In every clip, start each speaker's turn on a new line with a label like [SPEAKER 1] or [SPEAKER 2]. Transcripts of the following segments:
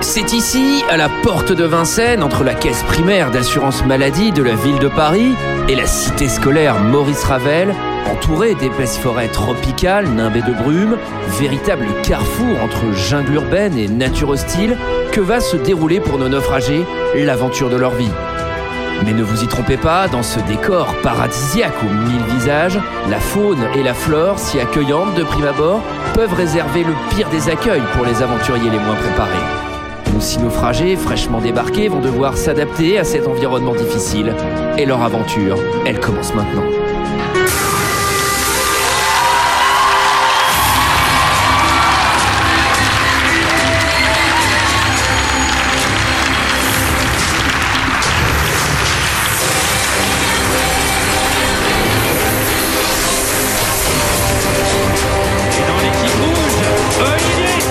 [SPEAKER 1] C'est ici, à la porte de Vincennes, entre la caisse primaire d'assurance maladie de la ville de Paris et la cité scolaire Maurice Ravel, entourée d'épaisses forêts tropicales nimbées de brume, véritable carrefour entre jungle urbaine et nature hostile, que va se dérouler pour nos naufragés l'aventure de leur vie. Mais ne vous y trompez pas, dans ce décor paradisiaque aux mille visages, la faune et la flore, si accueillantes de prime abord, peuvent réserver le pire des accueils pour les aventuriers les moins préparés. Nos six naufragés, fraîchement débarqués, vont devoir s'adapter à cet environnement difficile. Et leur aventure, elle commence maintenant.
[SPEAKER 2] Et dans l'équipe rouge, Olivier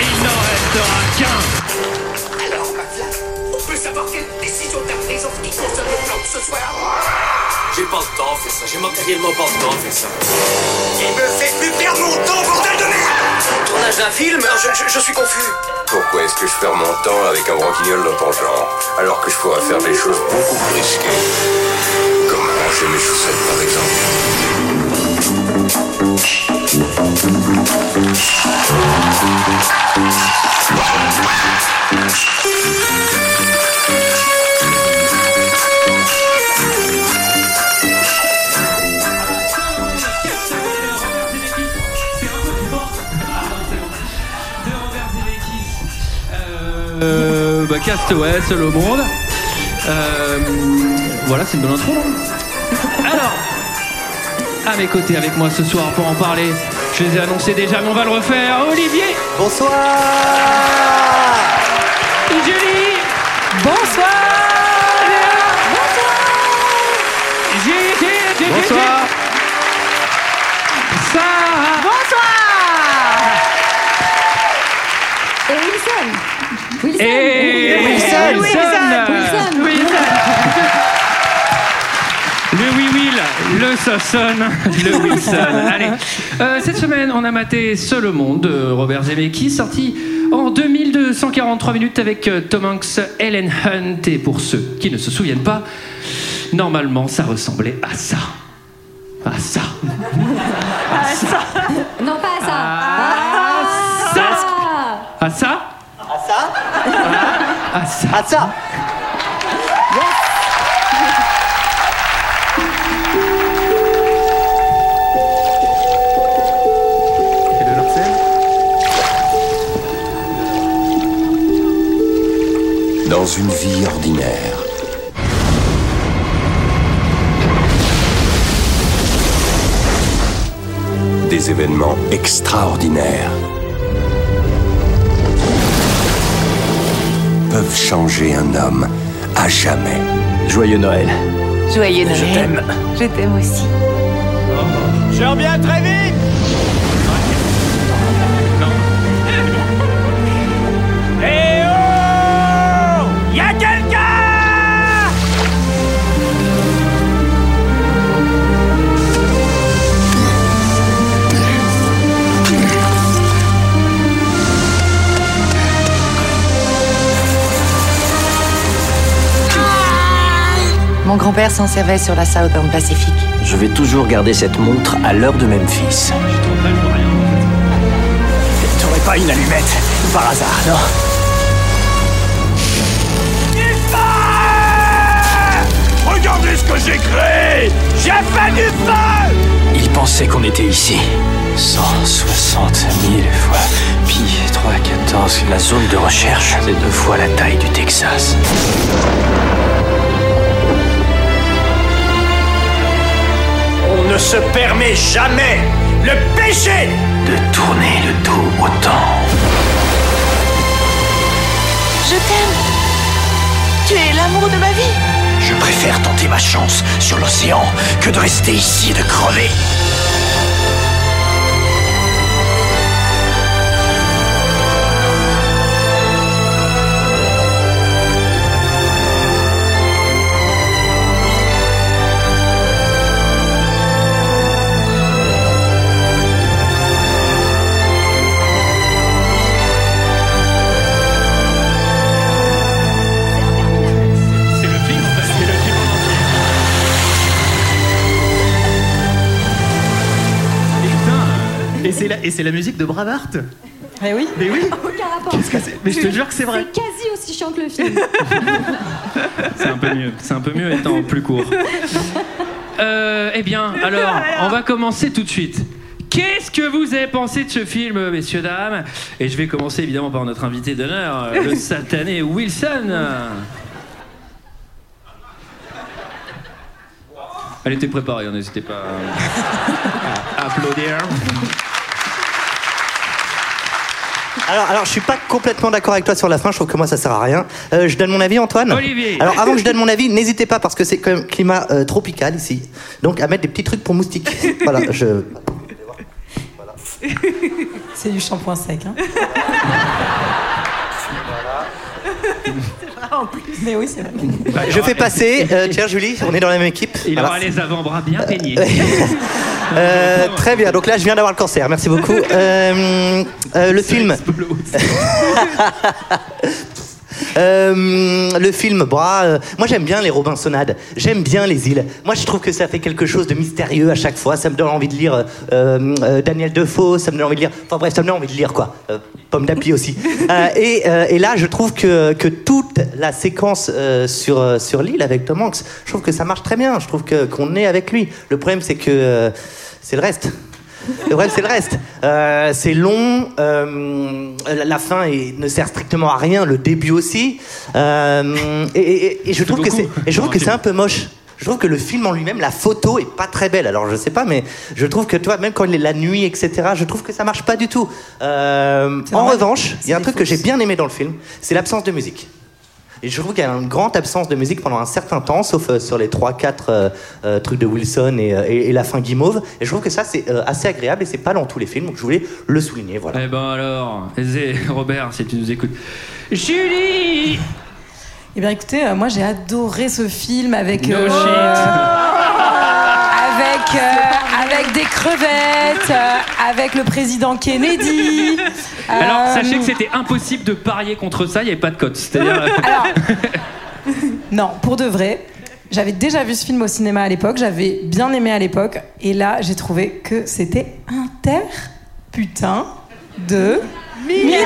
[SPEAKER 2] Il n'en restera qu'un
[SPEAKER 3] Alors, McFly, on peut savoir quelle décision t'as prise en ce qui concerne le plan de ce soir
[SPEAKER 4] J'ai pas le temps de faire ça, j'ai matériellement pas le temps de faire ça.
[SPEAKER 3] Il me fait plus perdre mon temps, bordel de merde Tournage d'un film je, suis confus.
[SPEAKER 5] Pourquoi est-ce que je perds mon temps avec un branquignol dans ton genre Alors que je pourrais faire des choses beaucoup plus risquées. Comme ranger mes chaussettes par exemple.
[SPEAKER 6] Euh, bah, Castaway, seul au monde. Euh, voilà, c'est une bonne intro. non Alors, à mes côtés, avec moi ce soir pour en parler, je les ai annoncés déjà, mais on va le refaire. Olivier
[SPEAKER 7] Bonsoir
[SPEAKER 6] Julie Bonsoir Bonsoir Bonsoir Sarah
[SPEAKER 8] Bonsoir Et Wilson Wilson
[SPEAKER 6] Et
[SPEAKER 7] Wilson.
[SPEAKER 6] Wilson
[SPEAKER 8] Wilson.
[SPEAKER 6] Le oui will, le Sosson, le Wilson. Allez, Euh, cette semaine, on a maté Seul au monde de Robert Zemeckis, sorti en 2002, 143 minutes avec euh, Tom Hanks, Helen Hunt. Et pour ceux qui ne se souviennent pas, normalement, ça ressemblait à ça. À ça.
[SPEAKER 8] Non, pas à ça Ah,
[SPEAKER 6] ça.
[SPEAKER 8] ah.
[SPEAKER 6] À ça
[SPEAKER 7] À ça
[SPEAKER 6] À ça.
[SPEAKER 7] À ça
[SPEAKER 5] Dans une vie ordinaire. Des événements extraordinaires peuvent changer un homme à jamais. Joyeux Noël.
[SPEAKER 9] Joyeux Noël. Je t'aime. Je t'aime aussi.
[SPEAKER 2] Je reviens très vite Eh oh Y'a quelqu'un
[SPEAKER 9] Mon grand-père s'en servait sur la Southern Pacific.
[SPEAKER 10] Je vais toujours garder cette montre à l'heure de Memphis. T'aurais pas une allumette Par hasard, non
[SPEAKER 2] Regardez ce que j'ai créé J'ai fait du feu
[SPEAKER 10] Il pensait qu'on était ici. 160 000 fois pi 3, 14. La zone de recherche, c'est deux fois la taille du Texas. On ne
[SPEAKER 2] se permet jamais le péché
[SPEAKER 11] de tourner le dos au temps.
[SPEAKER 12] Je t'aime. Tu es l'amour de ma vie.
[SPEAKER 11] Je préfère tenter ma chance sur l'océan que de rester ici et de crever.
[SPEAKER 13] Et c'est la, et c'est la musique de Bravart.
[SPEAKER 10] Eh oui.
[SPEAKER 13] Mais oui.
[SPEAKER 8] Aucun rapport.
[SPEAKER 13] Qu'est-ce que c'est Mais je te jure que c'est vrai.
[SPEAKER 8] C'est quasi aussi chiant que le film.
[SPEAKER 1] C'est un peu mieux. C'est un peu mieux étant plus court. Euh, eh bien, alors, on va commencer tout de suite. Qu'est-ce que vous avez pensé de ce film, messieurs, dames Et je vais commencer évidemment par notre invité d'honneur, le satané Wilson. Elle était préparée, hein, n'hésitez pas à applaudir.
[SPEAKER 13] Alors, alors, je suis pas complètement d'accord avec toi sur la fin. Je trouve que moi, ça sert à rien. Euh, je donne mon avis, Antoine.
[SPEAKER 1] Olivier.
[SPEAKER 13] Alors, avant que je donne mon avis, n'hésitez pas parce que c'est quand même climat euh, tropical ici. Donc, à mettre des petits trucs pour moustiques. voilà, je.
[SPEAKER 10] C'est du shampoing sec. Hein. Mais oui, c'est vrai.
[SPEAKER 1] Bah, il
[SPEAKER 13] Je
[SPEAKER 1] aura-
[SPEAKER 13] fais passer. euh, tiens, Julie, on est dans la même équipe.
[SPEAKER 1] Il
[SPEAKER 13] Voilà.
[SPEAKER 1] aura les avant-bras bien peignés.
[SPEAKER 13] Euh, très bien. Donc là, je viens d'avoir le cancer. Merci beaucoup. Euh, euh, le film. Euh, le film, bah, euh, moi j'aime bien les Robinsonades, j'aime bien les îles. Moi je trouve que ça fait quelque chose de mystérieux à chaque fois. Ça me donne envie de lire euh, euh, Daniel Defoe, ça me donne envie de lire. Enfin bref, ça me donne envie de lire quoi. Euh, Pomme d'api aussi. Euh, et, euh, et là je trouve que, que toute la séquence euh, sur, euh, sur l'île avec Tom Hanks, je trouve que ça marche très bien. Je trouve que- qu'on est avec lui. Le problème c'est que euh, c'est le reste. Le problème, c'est le reste. Euh, c'est long, euh, la, la fin est- ne sert strictement à rien, le début aussi. Euh, et, et- et- et je trouve que c'est, et je trouve que c'est un peu moche. Je trouve que le film en lui-même, la photo est pas très belle. Alors je sais pas, mais je trouve que toi, même quand il est la nuit, etc., je trouve que ça marche pas du tout. Euh, en revanche, il y a un truc que j'ai bien aimé dans le film, c'est l'absence de musique. Et je trouve qu'il y a une grande absence de musique pendant un certain temps, sauf euh, sur les 3-4 trucs de Wilson et, euh, et- et la fin Guimauve. Et je trouve que ça, c'est euh, assez agréable et c'est pas dans tous les films, donc je voulais le souligner. Voilà.
[SPEAKER 1] Eh ben alors, Zé, Robert, si tu nous écoutes. Julie
[SPEAKER 10] Eh bien, écoutez, euh, moi j'ai adoré ce film avec.
[SPEAKER 1] No
[SPEAKER 10] euh,
[SPEAKER 1] shit.
[SPEAKER 10] Avec, euh, avec des crevettes, euh, avec le président Kennedy.
[SPEAKER 1] Alors,
[SPEAKER 10] Euh,
[SPEAKER 1] sachez que c'était impossible de parier contre ça, il n'y avait pas de cote. C'est-à-dire,
[SPEAKER 10] Alors, non, pour de vrai, j'avais déjà vu ce film au cinéma à l'époque, j'avais bien aimé à l'époque, et là, j'ai trouvé que c'était inter putain de minable.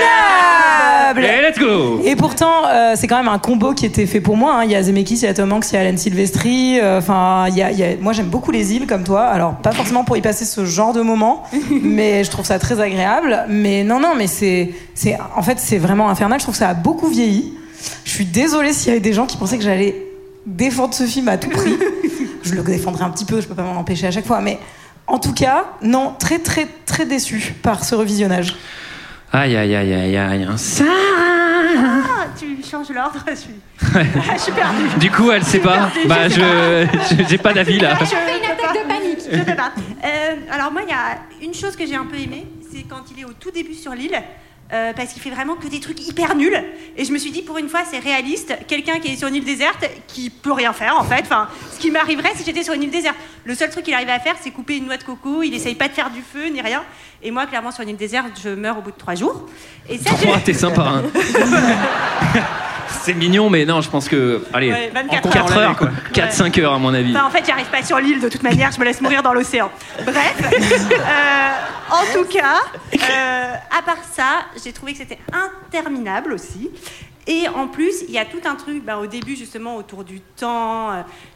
[SPEAKER 1] Et Eh, let's go
[SPEAKER 10] bah, Et pourtant, euh, c'est quand même un combo qui était fait pour moi. hein. Il y a Zemeckis, il y a Tom Hanks, il y a Alan Silvestri. euh, Enfin, il y a- il y a- moi j'aime beaucoup les îles comme toi. Alors pas forcément pour y passer ce genre de moment, mais je trouve ça très agréable. Mais non, non, mais c'est, c'est, en fait, c'est vraiment infernal. Je trouve que ça a beaucoup vieilli. Je suis désolée s'il y avait des gens qui pensaient que j'allais défendre ce film à tout prix. je le défendrai un petit peu, je peux pas m'en empêcher à chaque fois, mais. En tout cas, non, très très très déçu par ce revisionnage.
[SPEAKER 1] Aïe, aïe, aïe, aïe, aïe. hein. Ça-
[SPEAKER 9] Ah, tu changes l'ordre, je suis. je suis perdue.
[SPEAKER 1] Du coup, elle sait pas.
[SPEAKER 9] Je sais
[SPEAKER 1] Bah,
[SPEAKER 9] pas.
[SPEAKER 1] je je- j'ai pas d'avis là.
[SPEAKER 9] Je fais une attaque de panique. Je sais pas. Euh, alors moi, il y a une chose que j'ai un peu aimée, c'est quand il est au tout début sur l'île. euh, parce qu'il fait vraiment que des trucs hyper nuls. Et je me suis dit, pour une fois, c'est réaliste. Quelqu'un qui est sur une île déserte, qui peut rien faire, en fait. Enfin, ce qui m'arriverait si j'étais sur une île déserte. Le seul truc qu'il arrive à faire, c'est couper une noix de coco. Il essaye pas de faire du feu, ni rien. Et moi, clairement, sur une île déserte, je meurs au bout de trois jours. Et ça, j'ai-
[SPEAKER 1] Oh, t'es sympa. hein. C'est mignon, mais non, je pense que. Allez,
[SPEAKER 9] Ouais, 24
[SPEAKER 1] 4
[SPEAKER 9] heures.
[SPEAKER 1] heures, 4-5 heures à mon avis.
[SPEAKER 9] Enfin, Bah, en fait, j'arrive pas sur l'île de toute manière, je me laisse mourir dans l'océan. Bref, euh, en tout cas, euh, à part ça, j'ai trouvé que c'était interminable aussi. Et en plus, il y a tout un truc ben, au début, justement, autour du temps. Euh,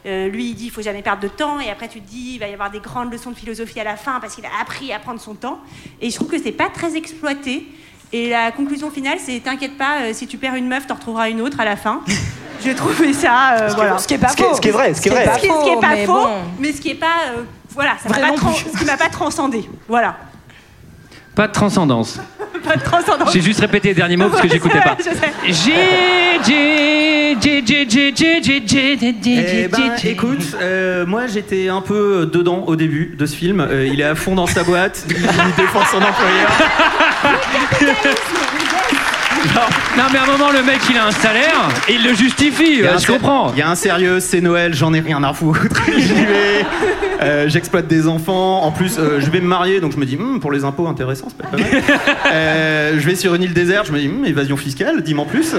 [SPEAKER 9] euh, lui, il dit il faut jamais perdre de temps. Et après, tu te dis il va y avoir des grandes leçons de philosophie à la fin parce qu'il a appris à prendre son temps. Et je trouve que c'est pas très exploité. Et la conclusion finale, c'est t'inquiète pas, euh, si tu perds une meuf, t'en retrouveras une autre à la fin. J'ai trouvé ça. euh,
[SPEAKER 10] Ce qui-
[SPEAKER 9] voilà.
[SPEAKER 10] ce qui est pas Ce qui est- faux. ce qui est vrai, ce qui est Ce qui est vrai. pas
[SPEAKER 9] Ce qui, ce qui est
[SPEAKER 10] faux,
[SPEAKER 9] pas
[SPEAKER 10] mais
[SPEAKER 9] faux,
[SPEAKER 10] bon.
[SPEAKER 9] mais ce qui est pas euh, Voilà, ça m'a pas tran- ce qui m'a pas transcendé. Voilà.
[SPEAKER 1] Pas de transcendance.
[SPEAKER 9] Pas de transcendance.
[SPEAKER 1] J'ai juste répété les derniers mots parce que
[SPEAKER 9] Ouais,
[SPEAKER 1] j'écoutais
[SPEAKER 9] c'est
[SPEAKER 1] pas.
[SPEAKER 9] vrai, je sais.
[SPEAKER 1] J'ai, j'ai, j'ai, j'ai, j'ai, j'ai, j'ai, j'ai, j'ai, j'ai,
[SPEAKER 4] Eh ben,
[SPEAKER 1] j'ai, j'ai.
[SPEAKER 4] écoute, euh, moi j'étais un peu dedans au début de ce film. Euh, il est à fond dans sa boîte, il, il défend son employeur.
[SPEAKER 1] Non mais à un moment le mec il a un salaire et il le justifie,
[SPEAKER 4] Il y a
[SPEAKER 1] euh,
[SPEAKER 4] un
[SPEAKER 1] je
[SPEAKER 4] sé-
[SPEAKER 1] comprends.
[SPEAKER 4] Il y a un sérieux, c'est Noël, j'en ai rien à foutre. J'y vais, euh, j'exploite des enfants. En plus, euh, je vais me marier, donc je me dis, Hmm, pour les impôts, intéressant, c'est pas mal. Euh, je vais sur une île déserte, je me dis, Hmm, évasion fiscale, dis-moi en plus.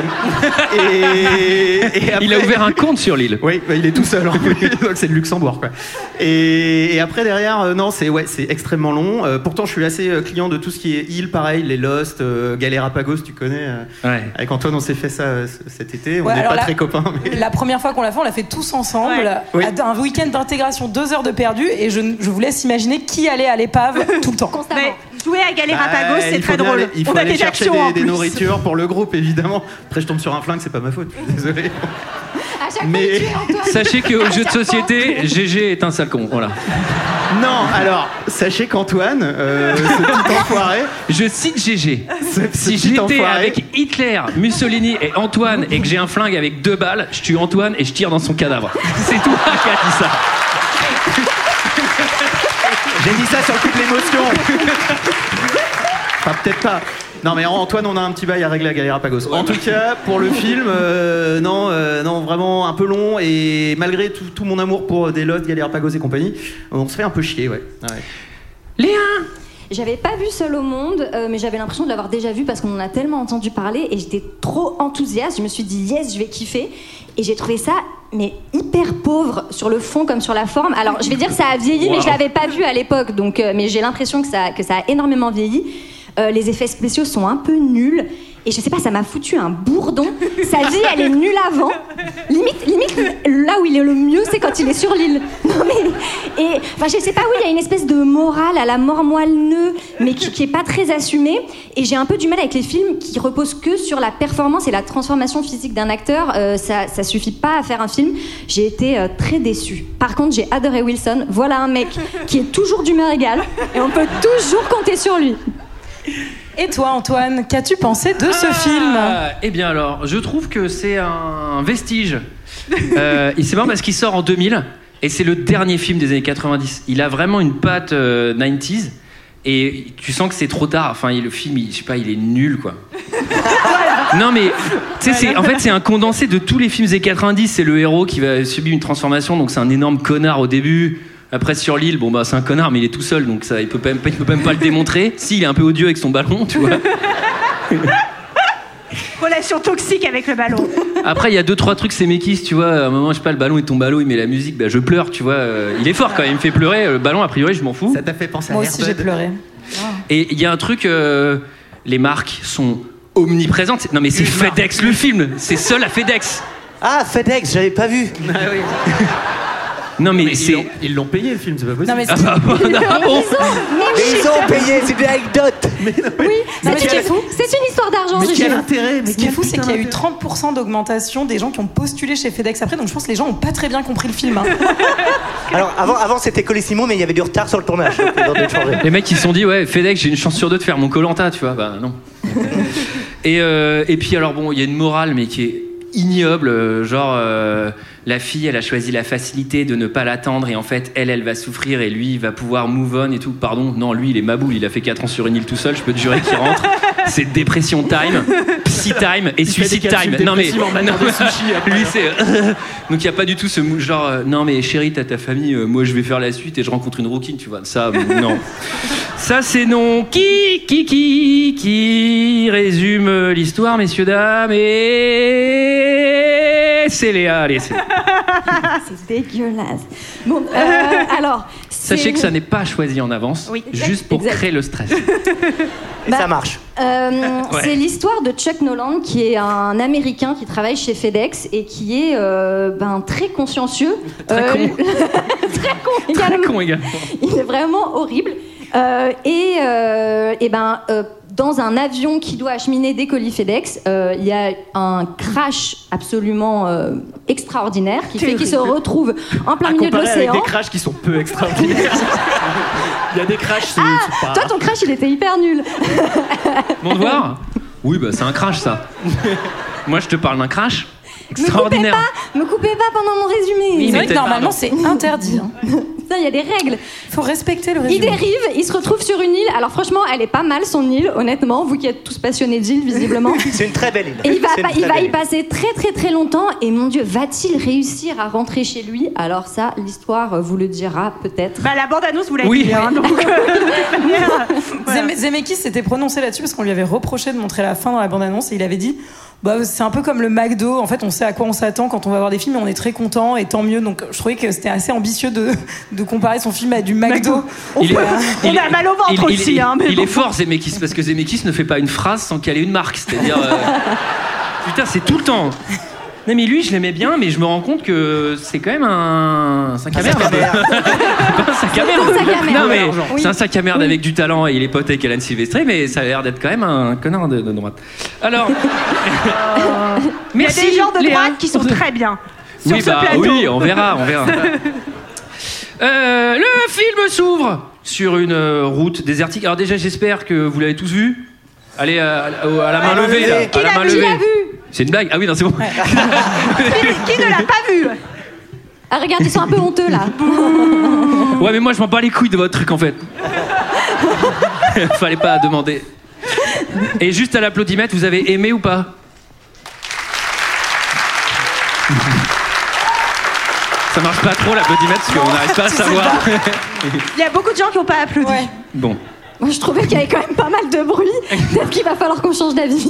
[SPEAKER 4] Et,
[SPEAKER 1] Il a ouvert un compte sur l'île.
[SPEAKER 4] Oui, bah, il est tout seul, en plus, donc c'est le Luxembourg. Quoi. Et, et après, derrière, euh, non, c'est ouais, c'est extrêmement long. Euh, pourtant, je suis assez euh, client de tout ce qui est île, pareil, les Lost, euh, Galerapagos, tu connais. euh, Avec Antoine, on s'est fait ça euh, c- cet été, on
[SPEAKER 10] Ouais,
[SPEAKER 4] n'est
[SPEAKER 10] alors
[SPEAKER 4] pas
[SPEAKER 10] là-
[SPEAKER 4] très copains. mais-
[SPEAKER 10] La première fois qu'on l'a fait, on l'a fait tous ensemble.
[SPEAKER 4] Oui.
[SPEAKER 10] À- Un week-end d'intégration, deux heures de perdu, et je, je vous laisse imaginer qui allait à l'épave tout le temps.
[SPEAKER 9] Mais jouer à Galerapagos,
[SPEAKER 4] Bah,
[SPEAKER 9] c'est
[SPEAKER 4] il faut
[SPEAKER 9] très
[SPEAKER 4] bien
[SPEAKER 9] drôle.
[SPEAKER 4] aller- il faut
[SPEAKER 9] On a
[SPEAKER 4] aller
[SPEAKER 9] des
[SPEAKER 4] chercher
[SPEAKER 9] actions en
[SPEAKER 4] des, des
[SPEAKER 9] plus.
[SPEAKER 4] nourritures pour le groupe, évidemment. Après, je tombe sur un flingue, c'est pas ma faute. je suis Désolé.
[SPEAKER 8] À chaque fois,
[SPEAKER 4] Mais
[SPEAKER 8] il tue Antoine.
[SPEAKER 1] Sachez qu'au jeu de société, GG est un sale con. Voilà.
[SPEAKER 4] non, alors sachez qu'Antoine, euh, ce petit enfoiré,
[SPEAKER 1] Je cite GG. Si
[SPEAKER 4] petit
[SPEAKER 1] j'étais
[SPEAKER 4] enfoiré.
[SPEAKER 1] avec Hitler, Mussolini et Antoine et que j'ai un flingue avec deux balles, je tue Antoine et je tire dans son cadavre. C'est toi qui as dit ça.
[SPEAKER 4] j'ai dit ça sur le coup de l'émotion. Enfin, peut-être pas. Non, mais Antoine, on a un petit bail à régler à Galerapagos. en tout cas, pour le film, euh, non, euh, non, vraiment un peu long. Et malgré tout, tout mon amour pour des lots, Galerapagos et compagnie, on se fait un peu chier, ouais. Ouais.
[SPEAKER 1] Léa
[SPEAKER 8] J'avais pas vu Seul au monde, euh, mais j'avais l'impression de l'avoir déjà vu parce qu'on en a tellement entendu parler et j'étais trop enthousiaste. Je me suis dit yes, je vais kiffer. Et j'ai trouvé ça, mais hyper pauvre sur le fond comme sur la forme. Alors, je vais dire ça a vieilli, mais je
[SPEAKER 14] Wow.
[SPEAKER 8] l'avais pas vu à l'époque, donc euh, mais j'ai l'impression que ça, que ça a énormément vieilli. Euh, les effets spéciaux sont un peu nuls. Et je sais pas, ça m'a foutu un bourdon. Sa vie, elle est nulle avant. Limite, limite, là où il est le mieux, c'est quand il est sur l'île. Non mais, et enfin, je sais pas oui, il y a une espèce de morale à la mort moelle-neu, mais qui, qui est pas très assumée. Et j'ai un peu du mal avec les films qui reposent que sur la performance et la transformation physique d'un acteur. Euh, ça, ça suffit pas à faire un film. J'ai été euh, très déçue. Par contre, j'ai adoré Wilson. Voilà un mec qui est toujours d'humeur égale et on peut toujours compter sur lui.
[SPEAKER 10] Et toi, Antoine, qu'as-tu pensé de ce film
[SPEAKER 1] Ah, eh bien alors, je trouve que c'est un vestige. Euh, il- c'est marrant parce qu'il sort en 2000 et c'est le dernier film des années 90. Il a vraiment une patte euh, 90s et tu sens que c'est trop tard. Enfin, il- le film, il- je sais pas, il est nul quoi. Non mais, tu sais, c'est- en fait c'est un condensé de tous les films des 90. C'est le héros qui va subir une transformation, donc c'est un énorme connard au début. Après sur l'île, bon bah c'est un connard, mais il est tout seul, donc ça, il peut pas- il peut même pas le démontrer. Si, il est un peu odieux avec son ballon, tu vois.
[SPEAKER 9] Relation toxique avec le ballon.
[SPEAKER 1] Après, il y a deux trois trucs, c'est Mekis, tu vois. À un moment, je sais pas, le ballon est tombe à l'eau, il met la musique, bah, je pleure, tu vois. euh, il est fort quand même, il me fait pleurer. Le ballon, a priori, je m'en fous. Ça
[SPEAKER 4] t'a fait penser
[SPEAKER 10] Moi aussi, j'ai pleuré.
[SPEAKER 1] Et il y a un truc, euh, les marques sont omniprésentes. C'est- Non, mais c'est FedEx le film, c'est seul à FedEx.
[SPEAKER 13] Ah, FedEx, j'avais pas vu.
[SPEAKER 1] Non, mais,
[SPEAKER 4] ils l'ont- ils l'ont payé le film, c'est pas possible.
[SPEAKER 10] Non, mais
[SPEAKER 4] Ah,
[SPEAKER 10] c'est-
[SPEAKER 4] bah, bah, non, ah bon
[SPEAKER 13] Mais ils ont payé, c'est une anecdote.
[SPEAKER 10] Non, mais
[SPEAKER 8] C'est
[SPEAKER 10] ce qui est
[SPEAKER 8] une,
[SPEAKER 10] fou,
[SPEAKER 8] c'est une histoire d'argent.
[SPEAKER 10] Mais
[SPEAKER 8] Gégé.
[SPEAKER 10] quel intérêt,
[SPEAKER 8] mais
[SPEAKER 10] ce qui est
[SPEAKER 8] quel
[SPEAKER 10] fou, c'est
[SPEAKER 8] putain
[SPEAKER 10] qu'il y a eu 30% d'augmentation des gens qui ont postulé chez FedEx après, donc je pense que les gens n'ont pas très bien compris le film. hein.
[SPEAKER 13] Alors, avant, avant c'était Colissimo, mais il y avait du retard sur le tournage. donc ils ont dû le changer.
[SPEAKER 1] Les mecs, ils se sont dit, ouais, FedEx, j'ai une chance sur deux de faire mon Colanta, tu vois. Bah non. et, euh, et puis, alors bon, il y a une morale, mais qui est ignoble. euh, Genre, euh, la fille, elle a choisi la facilité de ne pas l'attendre, et en fait, elle, elle va souffrir, et lui, il va pouvoir move on et tout. Pardon, non, lui, il est maboule, il a fait 4 ans sur une île tout seul, je peux te jurer qu'il rentre. C'est dépression time, psy time et
[SPEAKER 4] Il fait des
[SPEAKER 1] suicide
[SPEAKER 4] capsules
[SPEAKER 1] time. Non mais,
[SPEAKER 4] dépressives en
[SPEAKER 1] non,
[SPEAKER 4] mangeant des sushis après.
[SPEAKER 1] lui c'est. euh, Donc il y a pas du tout ce mou- genre euh, non mais chérie t'as ta famille, euh, moi je vais faire la suite et je rencontre une rouquine, tu vois. Ça non. Ça, c'est non. Qui, qui, qui, qui résume euh, l'histoire, messieurs, dames Et c'est Léa. Allez, c'est-
[SPEAKER 8] c'est dégueulasse. Bon, euh, alors.
[SPEAKER 1] sachez
[SPEAKER 8] c'est-
[SPEAKER 1] que ça n'est pas choisi en avance,
[SPEAKER 8] Oui.
[SPEAKER 1] juste pour
[SPEAKER 8] Exact.
[SPEAKER 1] créer le stress.
[SPEAKER 13] Et ça marche.
[SPEAKER 8] Euh,
[SPEAKER 1] Ouais.
[SPEAKER 8] C'est l'histoire de Chuck Noland, qui est un Américain qui travaille chez FedEx et qui est euh, ben, très consciencieux.
[SPEAKER 1] Très
[SPEAKER 8] Euh,
[SPEAKER 1] con.
[SPEAKER 8] très con
[SPEAKER 1] Très
[SPEAKER 8] également.
[SPEAKER 1] con également.
[SPEAKER 8] Il est vraiment horrible. Euh, et, euh, et ben, euh, dans un avion qui doit acheminer des colis FedEx, euh, il y a un crash absolument euh, extraordinaire qui fait qu'il se
[SPEAKER 4] Terrible.
[SPEAKER 8] retrouve en plein
[SPEAKER 4] À
[SPEAKER 8] milieu de
[SPEAKER 4] comparer avec
[SPEAKER 8] l'océan.
[SPEAKER 4] des crashs qui sont peu extraordinaires. Il y a des crashs, c'est c'est pas.
[SPEAKER 8] Toi, ton crash, il était hyper nul.
[SPEAKER 1] Mon devoir Oui, bah c'est un crash ça. Moi je te parle d'un crash extraordinaire.
[SPEAKER 8] Me coupez pas pendant mon résumé.
[SPEAKER 1] Mais c'est vrai que normalement,
[SPEAKER 10] c'est interdit. hein.
[SPEAKER 8] Ça, il y a des règles.
[SPEAKER 10] Faut respecter le
[SPEAKER 8] Il dérive, il se retrouve sur une île. Alors franchement, elle est pas mal son île, honnêtement, vous qui êtes tous passionnés d'île visiblement.
[SPEAKER 13] C'est une très belle île.
[SPEAKER 8] Et il va,
[SPEAKER 13] C'est une
[SPEAKER 8] pas- il
[SPEAKER 13] très
[SPEAKER 8] va
[SPEAKER 13] belle
[SPEAKER 8] y
[SPEAKER 13] île.
[SPEAKER 8] passer très très très longtemps et mon dieu, va-t-il réussir à rentrer chez lui Alors ça, l'histoire euh, vous le dira peut-être.
[SPEAKER 9] Bah la bande-annonce vous l'a
[SPEAKER 10] Oui.
[SPEAKER 9] dit, hein, donc, euh, de toute manière, voilà.
[SPEAKER 10] Zeme- Zemeckis s'était prononcé là-dessus parce qu'on lui avait reproché de montrer la fin dans la bande-annonce et il avait dit bah, c'est un peu comme le McDo, en fait on sait à quoi on s'attend quand on va voir des films et on est très content et tant mieux. Donc je trouvais que c'était assez ambitieux de, de comparer son film à du McDo.
[SPEAKER 1] Il est-
[SPEAKER 10] Voilà.
[SPEAKER 1] il est- il- il- il-
[SPEAKER 10] mais
[SPEAKER 1] il
[SPEAKER 10] bon.
[SPEAKER 1] est fort Zemeckis parce que Zemeckis ne fait pas une phrase sans qu'elle ait une marque. C'est-à-dire. euh, Putain, c'est tout le temps. Non mais lui, je l'aimais bien, mais je me rends compte que c'est quand même un sac à
[SPEAKER 2] Un
[SPEAKER 1] merde.
[SPEAKER 2] sac à merde.
[SPEAKER 1] C'est pas un sac à merde.
[SPEAKER 2] C'est un sac à merde.
[SPEAKER 1] Non mais
[SPEAKER 2] Oui.
[SPEAKER 1] c'est un sac à merde avec du talent et il est pote avec Alan Silvestri, mais ça a l'air d'être quand même un connard de, de droite. Alors,
[SPEAKER 9] Il y a
[SPEAKER 1] Merci,
[SPEAKER 9] des gens de
[SPEAKER 1] Léa.
[SPEAKER 9] droite qui sont très bien. Sur
[SPEAKER 1] oui
[SPEAKER 9] ce
[SPEAKER 1] bah
[SPEAKER 9] plateau.
[SPEAKER 1] oui, on verra, on verra. Euh, le film s'ouvre sur une euh, route désertique. Alors déjà, j'espère que vous l'avez tous vu. Allez euh, à, la- à la main
[SPEAKER 2] Ouais,
[SPEAKER 1] levée, là.
[SPEAKER 2] qui
[SPEAKER 1] à la
[SPEAKER 2] l'a
[SPEAKER 1] main
[SPEAKER 2] vu, qui
[SPEAKER 1] levée.
[SPEAKER 2] l'a vu
[SPEAKER 1] C'est une blague. Ah oui, non, c'est bon.
[SPEAKER 8] Qui ne l'a
[SPEAKER 9] pas vu
[SPEAKER 8] Ah regarde, ils sont un peu honteux là.
[SPEAKER 1] Ouais, mais moi, je m'en bats les couilles de votre truc en fait. Fallait pas demander. Et juste à l'applaudimètre, vous avez aimé ou pas Ça marche pas trop l'applaudimètre parce qu'on n'arrive pas à
[SPEAKER 9] tu sais
[SPEAKER 1] savoir.
[SPEAKER 9] Il y a beaucoup de gens qui n'ont pas applaudi.
[SPEAKER 1] bon.
[SPEAKER 8] Moi, je trouvais qu'il y avait quand même pas mal de bruit. Peut-être qu'il va falloir qu'on change d'avis.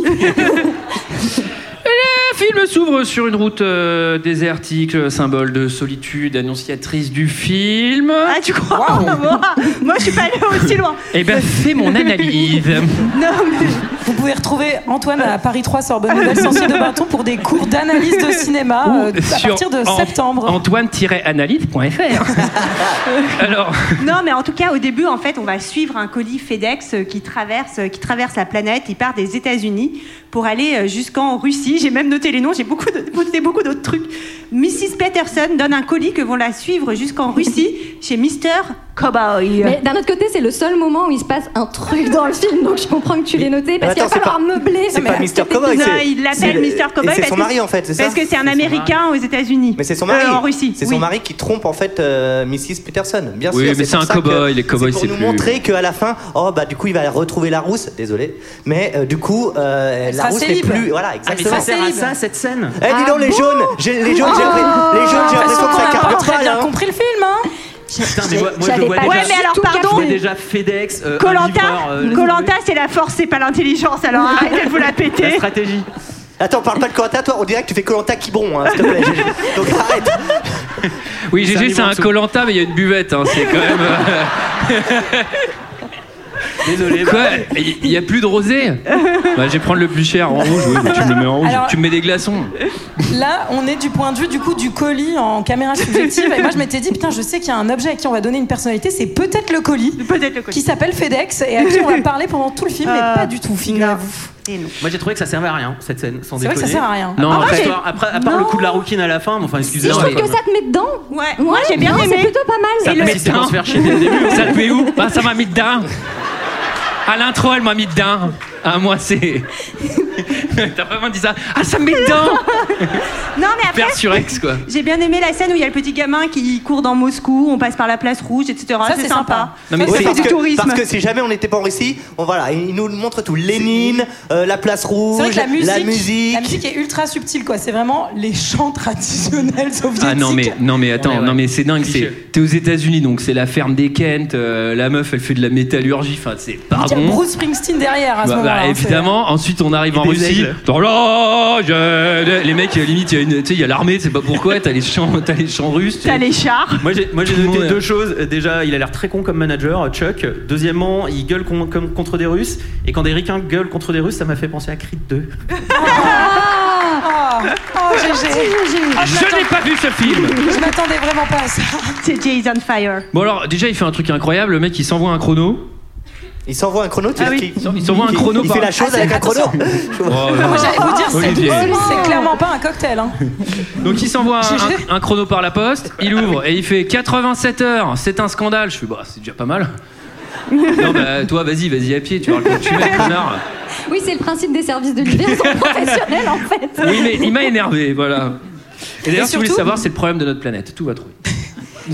[SPEAKER 1] Le film s'ouvre sur une route euh, désertique, euh, symbole de solitude, annonciatrice du film.
[SPEAKER 9] Ah, tu crois moi, moi, je suis pas allée aussi loin.
[SPEAKER 1] Eh ben, fais mon analyse.
[SPEAKER 10] Vous pouvez retrouver Antoine à Paris 3 Sorbonne Nouvelle Sentier de Bâton pour des cours d'analyse de cinéma euh, à
[SPEAKER 1] Sur
[SPEAKER 10] partir de
[SPEAKER 1] an-
[SPEAKER 10] septembre.
[SPEAKER 1] Antoine-analyse.fr. Alors.
[SPEAKER 9] Non, mais en tout cas, au début, en fait, on va suivre un colis FedEx euh, qui traverse, euh, qui traverse la planète. Il part des États-Unis pour aller euh, jusqu'en Russie. J'ai même noté les noms. J'ai beaucoup de- noté beaucoup d'autres trucs. Mrs. Peterson donne un colis que vont la suivre jusqu'en Russie chez Mr. Cowboy.
[SPEAKER 8] Mais d'un autre côté, c'est le seul moment où il se passe un truc dans le film, donc je comprends que tu l'aies noté parce qu'il va
[SPEAKER 13] Attends, c'est
[SPEAKER 8] falloir
[SPEAKER 13] pas-
[SPEAKER 8] meubler.
[SPEAKER 13] c'est pas Mr. Cowboy,
[SPEAKER 9] Non,
[SPEAKER 13] c'est-
[SPEAKER 9] il
[SPEAKER 13] c'est
[SPEAKER 9] l'appelle
[SPEAKER 13] le-
[SPEAKER 9] Mr. Cowboy.
[SPEAKER 13] et c'est
[SPEAKER 9] parce
[SPEAKER 13] son
[SPEAKER 9] que-
[SPEAKER 13] mari, en fait, c'est ça
[SPEAKER 9] Parce que c'est un
[SPEAKER 13] C'est son
[SPEAKER 9] Américain aux États-Unis.
[SPEAKER 13] Mais c'est son mari.
[SPEAKER 9] Euh, en Russie.
[SPEAKER 13] C'est
[SPEAKER 9] oui.
[SPEAKER 13] son mari qui trompe en fait euh, Mrs. Peterson. Bien
[SPEAKER 1] Oui,
[SPEAKER 13] sûr.
[SPEAKER 1] mais c'est
[SPEAKER 13] pour
[SPEAKER 1] un
[SPEAKER 13] ça que-
[SPEAKER 1] cow-boy, les cow-boys,
[SPEAKER 13] c'est
[SPEAKER 1] c'est
[SPEAKER 13] pour
[SPEAKER 1] plus-
[SPEAKER 13] nous montrer qu'à la fin, oh bah du coup il va retrouver la rousse. Désolé, mais euh, du coup euh, la
[SPEAKER 4] sera
[SPEAKER 13] rousse n'est
[SPEAKER 4] célibe.
[SPEAKER 13] plus. Voilà,
[SPEAKER 4] Ah, mais
[SPEAKER 13] exactement.
[SPEAKER 4] ça sert à ça, cette scène.
[SPEAKER 13] Eh dis donc
[SPEAKER 9] Ah
[SPEAKER 13] les jaunes, j'ai- les jaunes, j'ai
[SPEAKER 9] Oh
[SPEAKER 13] appris- les jaunes, j'ai l'impression que
[SPEAKER 10] On
[SPEAKER 13] ça
[SPEAKER 10] a
[SPEAKER 13] carbure
[SPEAKER 10] très
[SPEAKER 13] pas,
[SPEAKER 10] bien
[SPEAKER 13] là, hein.
[SPEAKER 10] compris le film, hein
[SPEAKER 4] Putain, mais moi, moi, je
[SPEAKER 9] J'avais
[SPEAKER 4] le vois
[SPEAKER 9] pas
[SPEAKER 4] déjà.
[SPEAKER 9] Ouais, mais alors,
[SPEAKER 4] Je
[SPEAKER 9] pardon.
[SPEAKER 4] vois déjà FedEx. euh, un livreur,
[SPEAKER 9] Colanta,
[SPEAKER 4] euh, laisse
[SPEAKER 9] Colanta, c'est la force, c'est pas l'intelligence. Alors arrêtez de vous la
[SPEAKER 4] tomber. La
[SPEAKER 9] péter.
[SPEAKER 4] stratégie.
[SPEAKER 13] Attends, parle pas de Colanta, toi. On dirait que tu fais Colanta qui bon, hein, s'il te plaît. Gégé. Donc arrête.
[SPEAKER 1] Oui,
[SPEAKER 13] C'est un
[SPEAKER 1] GG,
[SPEAKER 13] niveau
[SPEAKER 1] c'est
[SPEAKER 13] en
[SPEAKER 1] un
[SPEAKER 13] dessous.
[SPEAKER 1] Colanta, mais il y a une buvette. hein, c'est quand même. euh,
[SPEAKER 4] Désolé.
[SPEAKER 1] Quoi Il n'y a plus de rosé bah, Je vais prendre le plus cher en rouge. Oui, mais tu me le mets en rouge.
[SPEAKER 10] Alors-
[SPEAKER 1] Tu me mets des glaçons.
[SPEAKER 10] Là, on est du point de vue du coup du colis en caméra subjective. Et moi, je m'étais dit, putain, je sais qu'il y a un objet à qui on va donner une personnalité, c'est peut-être le colis.
[SPEAKER 9] Peut-être le colis.
[SPEAKER 10] Qui s'appelle FedEx et à qui on va parler pendant tout le film, mais
[SPEAKER 9] Ah.
[SPEAKER 10] pas du tout, figurez-vous.
[SPEAKER 4] Moi j'ai trouvé que ça servait à rien cette scène, sans
[SPEAKER 10] C'est vrai que
[SPEAKER 4] déconner.
[SPEAKER 10] ça sert à rien.
[SPEAKER 1] Non,
[SPEAKER 4] Non, après,
[SPEAKER 1] après-
[SPEAKER 4] histoire- après, à part le coup de la rouquine à la fin, mais enfin
[SPEAKER 8] Si je
[SPEAKER 4] excusez-moi.
[SPEAKER 8] trouve que
[SPEAKER 4] quoi.
[SPEAKER 8] ça te met dedans.
[SPEAKER 9] Ouais, moi j'ai bien
[SPEAKER 8] non,
[SPEAKER 9] aimé.
[SPEAKER 8] C'est plutôt pas mal.
[SPEAKER 4] Ça
[SPEAKER 8] Et le-
[SPEAKER 4] met dedans. On se faire chier dès le début.
[SPEAKER 1] Ça te met où Bah, ça m'a mis dedans. À l'intro, elle m'a mis dedans. À moi, c'est. T'as vraiment dit ça Ah, ça me met dedans
[SPEAKER 9] Non, mais après,
[SPEAKER 1] Père sur ex, quoi.
[SPEAKER 9] j'ai bien aimé la scène où il y a le petit gamin qui court dans Moscou, on passe par la place rouge, etc.
[SPEAKER 10] Ça,
[SPEAKER 9] c'est
[SPEAKER 10] c'est
[SPEAKER 9] sympa.
[SPEAKER 10] sympa.
[SPEAKER 1] Non, mais
[SPEAKER 9] Ça,
[SPEAKER 13] Oui,
[SPEAKER 9] c'est
[SPEAKER 13] parce,
[SPEAKER 9] du
[SPEAKER 13] que,
[SPEAKER 9] tourisme.
[SPEAKER 13] parce que si jamais on n'était pas en Russie, on, voilà, il nous montre tout. Lénine, euh, la place rouge,
[SPEAKER 10] C'est vrai que la musique,
[SPEAKER 13] musique.
[SPEAKER 10] la musique est ultra subtile, quoi. C'est vraiment les chants traditionnels soviétiques.
[SPEAKER 1] Ah non mais non mais attends
[SPEAKER 4] Ouais, ouais.
[SPEAKER 1] non mais c'est dingue c'est
[SPEAKER 4] Cliché.
[SPEAKER 1] t'es aux États-Unis donc c'est la ferme des Kent euh, la meuf elle fait de la métallurgie enfin c'est
[SPEAKER 10] Il y a
[SPEAKER 1] pardon
[SPEAKER 10] Bruce Springsteen derrière à ce
[SPEAKER 1] Bah, bah,
[SPEAKER 10] moment-là. hein, c'est-
[SPEAKER 1] évidemment ensuite on arrive en
[SPEAKER 4] des
[SPEAKER 1] Russie
[SPEAKER 4] aigles.
[SPEAKER 1] Dans l'orge- les mecs euh, limite il y a une- tu sais, il y a l'armée c'est pas pourquoi t'as les chants t'as les chants russes tu sais.
[SPEAKER 9] T'as les chars.
[SPEAKER 4] Moi j'ai moi, j'ai
[SPEAKER 1] Tout le
[SPEAKER 4] noté
[SPEAKER 1] monde est-
[SPEAKER 4] deux choses. Déjà, il a l'air très con comme manager, Chuck. Deuxièmement, il gueule con- comme contre des Russes. Et quand des Ricains gueulent contre des Russes, ça m'a fait penser à Creed 2.
[SPEAKER 10] Ah, oh, GG. Ah, je
[SPEAKER 1] je n'ai pas vu ce film
[SPEAKER 10] m'attendais- Je m'attendais vraiment pas à ça.
[SPEAKER 9] C'est Jason Fire.
[SPEAKER 1] Bon alors déjà il fait un truc incroyable, le mec il s'envoie un chrono.
[SPEAKER 13] Il s'envoie un chrono, tu
[SPEAKER 1] Ah
[SPEAKER 13] vois,
[SPEAKER 1] oui,
[SPEAKER 13] qui-
[SPEAKER 1] il s'envoie un chrono
[SPEAKER 13] Il
[SPEAKER 1] par-
[SPEAKER 13] fait la chose
[SPEAKER 1] Ah, c'est-
[SPEAKER 13] avec un chrono.
[SPEAKER 1] attention. Oh, là, là.
[SPEAKER 10] Moi, j'allais vous dire, Ah, c'est
[SPEAKER 1] Olivier.
[SPEAKER 10] doucement, c'est clairement pas un cocktail. Hein.
[SPEAKER 1] Donc il s'envoie un, un- un chrono par la poste, il ouvre et il fait 87 heures, c'est un scandale. Je suis bah c'est déjà pas mal. Non bah toi vas-y, vas-y à pied, tu verras le temps que tu mets, connard.
[SPEAKER 8] Oui, c'est le principe des services de l'hiver, ils sont professionnels en fait.
[SPEAKER 1] Oui mais il m'a énervé, voilà. Et d'ailleurs
[SPEAKER 10] Et
[SPEAKER 1] si vous voulez
[SPEAKER 10] surtout-
[SPEAKER 1] savoir, c'est le problème de notre planète, tout va trop vite.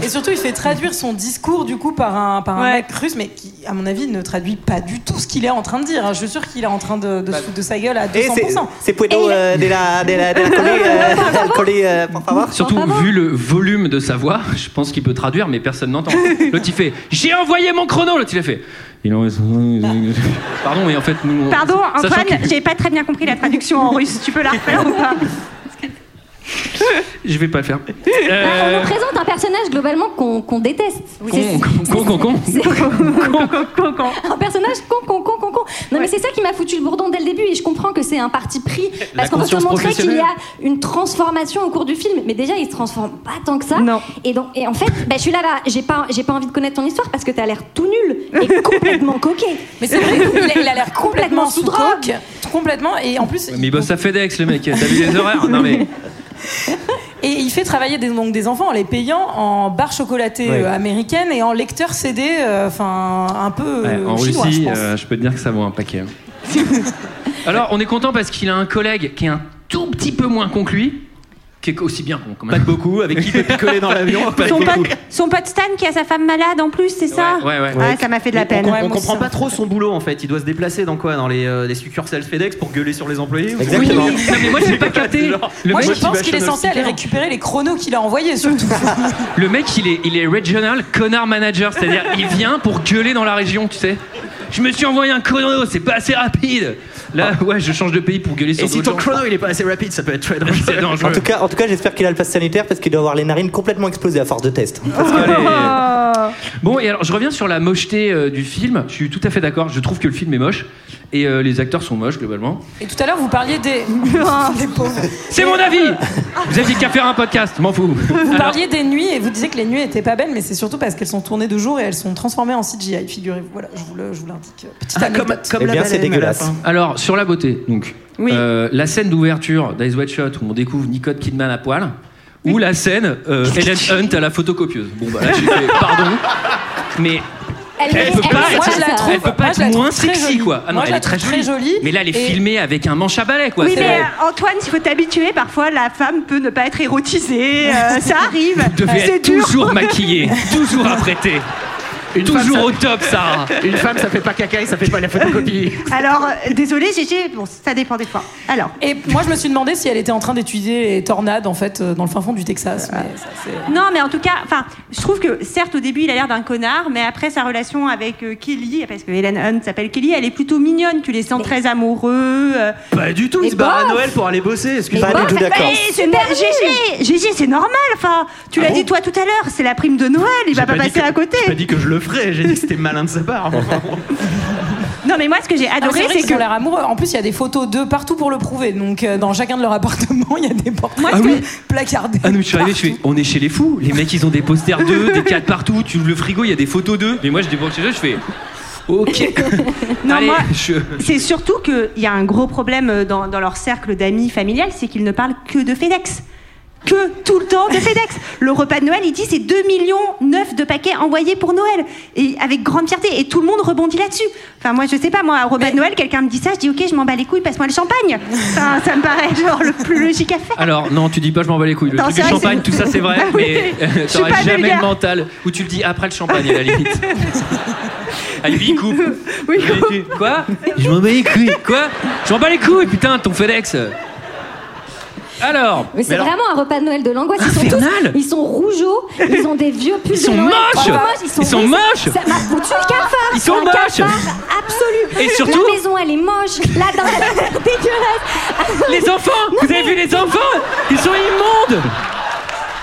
[SPEAKER 10] Et surtout, il fait traduire son discours du coup par un, par un mec russe, mais qui, à mon avis, ne traduit pas du tout ce qu'il est en train de dire. hein. Je suis sûr qu'il est en train de, de se foutre de sa gueule à 200%.
[SPEAKER 13] Bah, Et c'est- c'est Puedo euh, de la, de la, de la coller, euh, coller, euh, pour favor.
[SPEAKER 1] Surtout vu le volume de sa voix, je pense qu'il peut traduire mais personne n'entend. L'autre il fait "J'ai envoyé mon chrono", l'autre il a fait Il en reste- Pardon, mais en fait nous on-
[SPEAKER 9] Pardon,
[SPEAKER 1] sachant
[SPEAKER 9] Antoine,
[SPEAKER 1] que-
[SPEAKER 9] j'ai pas très bien compris la traduction en russe. Tu peux la refaire ou pas
[SPEAKER 1] je vais pas le faire.
[SPEAKER 8] On
[SPEAKER 10] Ah,
[SPEAKER 1] Euh,
[SPEAKER 9] Ah,
[SPEAKER 8] représente un personnage globalement qu'on qu'on déteste.
[SPEAKER 1] Con, con, con, con.
[SPEAKER 8] Un personnage con, con, con, con, con. Non, mais c'est ça qui m'a foutu le bourdon dès le début et je comprends que c'est un parti pris
[SPEAKER 14] La
[SPEAKER 8] parce qu'on veut te
[SPEAKER 14] conscience
[SPEAKER 8] montrer qu'il y a
[SPEAKER 14] professionnelle.
[SPEAKER 8] une transformation au cours du film. Mais déjà, il se transforme pas tant que ça. Et, donc, et en fait, bah, je suis là, bah, j'ai pas, j'ai pas envie de connaître ton histoire parce que t'as l'air tout nul et complètement coquet.
[SPEAKER 10] Mais c'est vrai qu'il a- il a l'air complètement sous
[SPEAKER 8] drogue.
[SPEAKER 10] coke, complètement, et en plus,
[SPEAKER 1] Mais il bosse à FedEx, le mec. T'as vu les horaires Non, mais.
[SPEAKER 10] et il fait travailler des, donc des enfants en les payant en barres chocolatées
[SPEAKER 1] Ouais.
[SPEAKER 10] euh, américaines et en lecteurs CD, euh, enfin un peu
[SPEAKER 1] Ouais,
[SPEAKER 10] euh,
[SPEAKER 1] en
[SPEAKER 10] chinois,
[SPEAKER 1] Russie,
[SPEAKER 10] je pense.
[SPEAKER 1] euh, je peux te dire que ça vaut un paquet. hein. Alors, on est content parce qu'il a un collègue qui est un tout petit peu moins con que lui, qui est aussi bien con quand même. Pas de beaucoup, avec qui il peut picoler dans l'avion.
[SPEAKER 9] son pote, son pote Stan qui a sa femme malade en plus, c'est ça
[SPEAKER 4] Ouais, ouais.
[SPEAKER 9] Ah, ça m'a fait de la
[SPEAKER 4] On-
[SPEAKER 9] peine.
[SPEAKER 4] On, comprend pas trop son boulot en fait. Il doit se déplacer dans quoi Dans les, euh, les succursales FedEx pour gueuler sur les employés ou-
[SPEAKER 10] Exactement. Oui.
[SPEAKER 1] Non, mais moi, j'ai pas capté. Le
[SPEAKER 10] Moi,
[SPEAKER 1] mec,
[SPEAKER 10] je
[SPEAKER 1] il
[SPEAKER 10] pense
[SPEAKER 1] va
[SPEAKER 10] qu'il est
[SPEAKER 1] chez le
[SPEAKER 10] censé aller
[SPEAKER 1] sticker.
[SPEAKER 10] récupérer les chronos qu'il a envoyés, surtout.
[SPEAKER 1] Le mec, il est, il est regional connard manager, c'est-à-dire il vient pour gueuler dans la région, tu sais. Je me suis envoyé un chrono, c'est pas assez rapide. Là, ouais, je change de pays pour gueuler sur
[SPEAKER 4] Ah. Et si
[SPEAKER 1] d'autres
[SPEAKER 4] ton
[SPEAKER 1] gens.
[SPEAKER 4] chrono il est pas assez rapide, ça peut être très
[SPEAKER 1] C'est
[SPEAKER 4] dangereux.
[SPEAKER 1] dangereux.
[SPEAKER 13] En tout cas, en tout cas, j'espère qu'il a le pass sanitaire parce qu'il doit avoir les narines complètement explosées à force de tests.
[SPEAKER 1] Bon, et alors je reviens sur la mocheté euh, du film. Je suis tout à fait d'accord. Je trouve que le film est moche et euh, les acteurs sont moches globalement.
[SPEAKER 10] Et tout à l'heure, vous parliez des. des pauvres.
[SPEAKER 1] C'est mon avis. Vous aviez qu'à faire un podcast, m'en fous.
[SPEAKER 10] Vous
[SPEAKER 1] Alors,
[SPEAKER 10] parliez des nuits et vous disiez que les nuits étaient pas belles, mais c'est surtout parce qu'elles sont tournées de jour et elles sont transformées en CGI, figurez-vous. Voilà, je vous le- je vous l'indique. Petite anecdote.
[SPEAKER 13] Eh bien, c'est dégueulasse.
[SPEAKER 1] Alors sur la beauté, donc. Euh, la scène d'ouverture d'Ice White Shot où on découvre Nicole Kidman à poil. Ou la scène euh, Helen Hunt à la photocopieuse. Bon bah là j'ai fait pardon, mais
[SPEAKER 10] Elle,
[SPEAKER 1] Elle peut pas
[SPEAKER 10] moi,
[SPEAKER 1] être-
[SPEAKER 10] je la
[SPEAKER 1] elle
[SPEAKER 10] trouve,
[SPEAKER 1] peut pas
[SPEAKER 10] moi, je la
[SPEAKER 1] être moins
[SPEAKER 10] trouve très
[SPEAKER 1] sexy
[SPEAKER 10] jolie.
[SPEAKER 1] quoi. Ah non,
[SPEAKER 10] Moi, je
[SPEAKER 1] elle
[SPEAKER 10] la
[SPEAKER 1] est très
[SPEAKER 10] trouve
[SPEAKER 1] jolie. Mais là elle est
[SPEAKER 10] Et-
[SPEAKER 1] filmée avec un manche à balai quoi.
[SPEAKER 9] oui,
[SPEAKER 1] C'est-
[SPEAKER 9] mais euh, Antoine, il faut t'habituer. Parfois, la femme peut ne pas être érotisée. euh, ça arrive.
[SPEAKER 1] Vous devez
[SPEAKER 9] C'est
[SPEAKER 1] être
[SPEAKER 9] dur.
[SPEAKER 1] toujours maquillée, toujours apprêtée. toujours
[SPEAKER 4] femme, ça-
[SPEAKER 1] au top, Sarah.
[SPEAKER 4] Une femme ça fait pas caca et ça fait pas la photocopie.
[SPEAKER 9] Alors, euh, désolé, GG, bon, ça dépend des fois. Alors.
[SPEAKER 10] Et moi, je me suis demandé si elle était en train d'étudier les tornades, en fait, euh, dans le fin fond du Texas.
[SPEAKER 9] Ah.
[SPEAKER 10] mais ça, c'est-
[SPEAKER 9] Non, mais en tout cas, enfin, je trouve que certes au début il a l'air d'un connard, mais après sa relation avec euh, Kelly, parce que Helen Hunt s'appelle Kelly, elle est plutôt mignonne. Tu les sens très amoureux. euh,
[SPEAKER 4] Pas du tout, il se barre à Noël pour aller bosser. Excuse-moi.
[SPEAKER 9] Bah, mais c'est nor- GG, GG, c'est normal. Enfin, tu l'as dit toi tout à l'heure, c'est la prime de Noël, il va pas, passer à côté.
[SPEAKER 4] J'ai Ah pas dit que je le ferais, j'ai dit que c'était malin de sa part.
[SPEAKER 9] Non, mais moi, ce que j'ai
[SPEAKER 10] Ah, mais
[SPEAKER 9] adoré,
[SPEAKER 10] c'est vrai
[SPEAKER 9] c'est
[SPEAKER 10] qu'ils
[SPEAKER 9] que
[SPEAKER 10] ont l'air amoureux. En plus, il y a des photos d'eux partout pour le prouver. Donc, euh, dans chacun de leur appartement, il y a des portraits
[SPEAKER 1] Ah oui.
[SPEAKER 10] placardés.
[SPEAKER 1] Ah non, mais je suis arrivé, je suis, on est chez les fous. Les mecs, ils ont des posters d'eux, des cadres partout. Tu ouvres le frigo, il y a des photos d'eux. Mais moi, je débranche chez eux, je fais. Ok.
[SPEAKER 9] Non,
[SPEAKER 1] Allez,
[SPEAKER 9] moi,
[SPEAKER 1] je-
[SPEAKER 9] c'est surtout qu'il y a un gros problème euh, dans, dans leur cercle d'amis familial, c'est qu'ils ne parlent que de FedEx. Que tout le temps de FedEx. Le repas de Noël, il dit c'est 2 millions 9 de paquets envoyés pour Noël. Et avec grande fierté. Et tout le monde rebondit là-dessus. Enfin, moi, je sais pas, moi, à repas de Noël, quelqu'un me dit ça, je dis ok, je m'en bats les couilles, passe-moi le champagne. Enfin, ça me paraît genre le plus logique à faire.
[SPEAKER 1] Alors, non, tu dis pas, je m'en bats les couilles. Le
[SPEAKER 9] Non,
[SPEAKER 1] truc
[SPEAKER 9] c'est
[SPEAKER 1] du
[SPEAKER 9] vrai,
[SPEAKER 1] champagne,
[SPEAKER 9] c'est-
[SPEAKER 1] tout ça, c'est vrai.
[SPEAKER 9] Ah oui.
[SPEAKER 1] Mais euh,
[SPEAKER 9] Je suis
[SPEAKER 1] t'auras
[SPEAKER 9] pas
[SPEAKER 1] jamais
[SPEAKER 9] vulgaire.
[SPEAKER 1] le mental où tu le dis après le champagne, à la limite. Allez, il coupe.
[SPEAKER 9] Oui,
[SPEAKER 1] il coupe. Quoi Je m'en bats les couilles. Quoi Je m'en bats les couilles, putain, ton FedEx. Alors.
[SPEAKER 8] Mais c'est
[SPEAKER 1] alors-
[SPEAKER 8] vraiment un repas de Noël de l'angoisse. Ils sont
[SPEAKER 1] Infernal.
[SPEAKER 8] tous, ils sont rougeaux, ils ont des vieux pulls
[SPEAKER 1] Ils sont
[SPEAKER 8] de Noël.
[SPEAKER 1] moches. Ils sont
[SPEAKER 8] moches.
[SPEAKER 1] moches.
[SPEAKER 8] Ça m'a foutu le cafard.
[SPEAKER 1] Ils sont
[SPEAKER 8] Un
[SPEAKER 1] moches.
[SPEAKER 8] cafard absolu.
[SPEAKER 1] Et surtout-
[SPEAKER 8] la maison elle est moche, la dinde elle est dégueulasse.
[SPEAKER 1] Les enfants Vous avez vu les enfants Ils sont immondes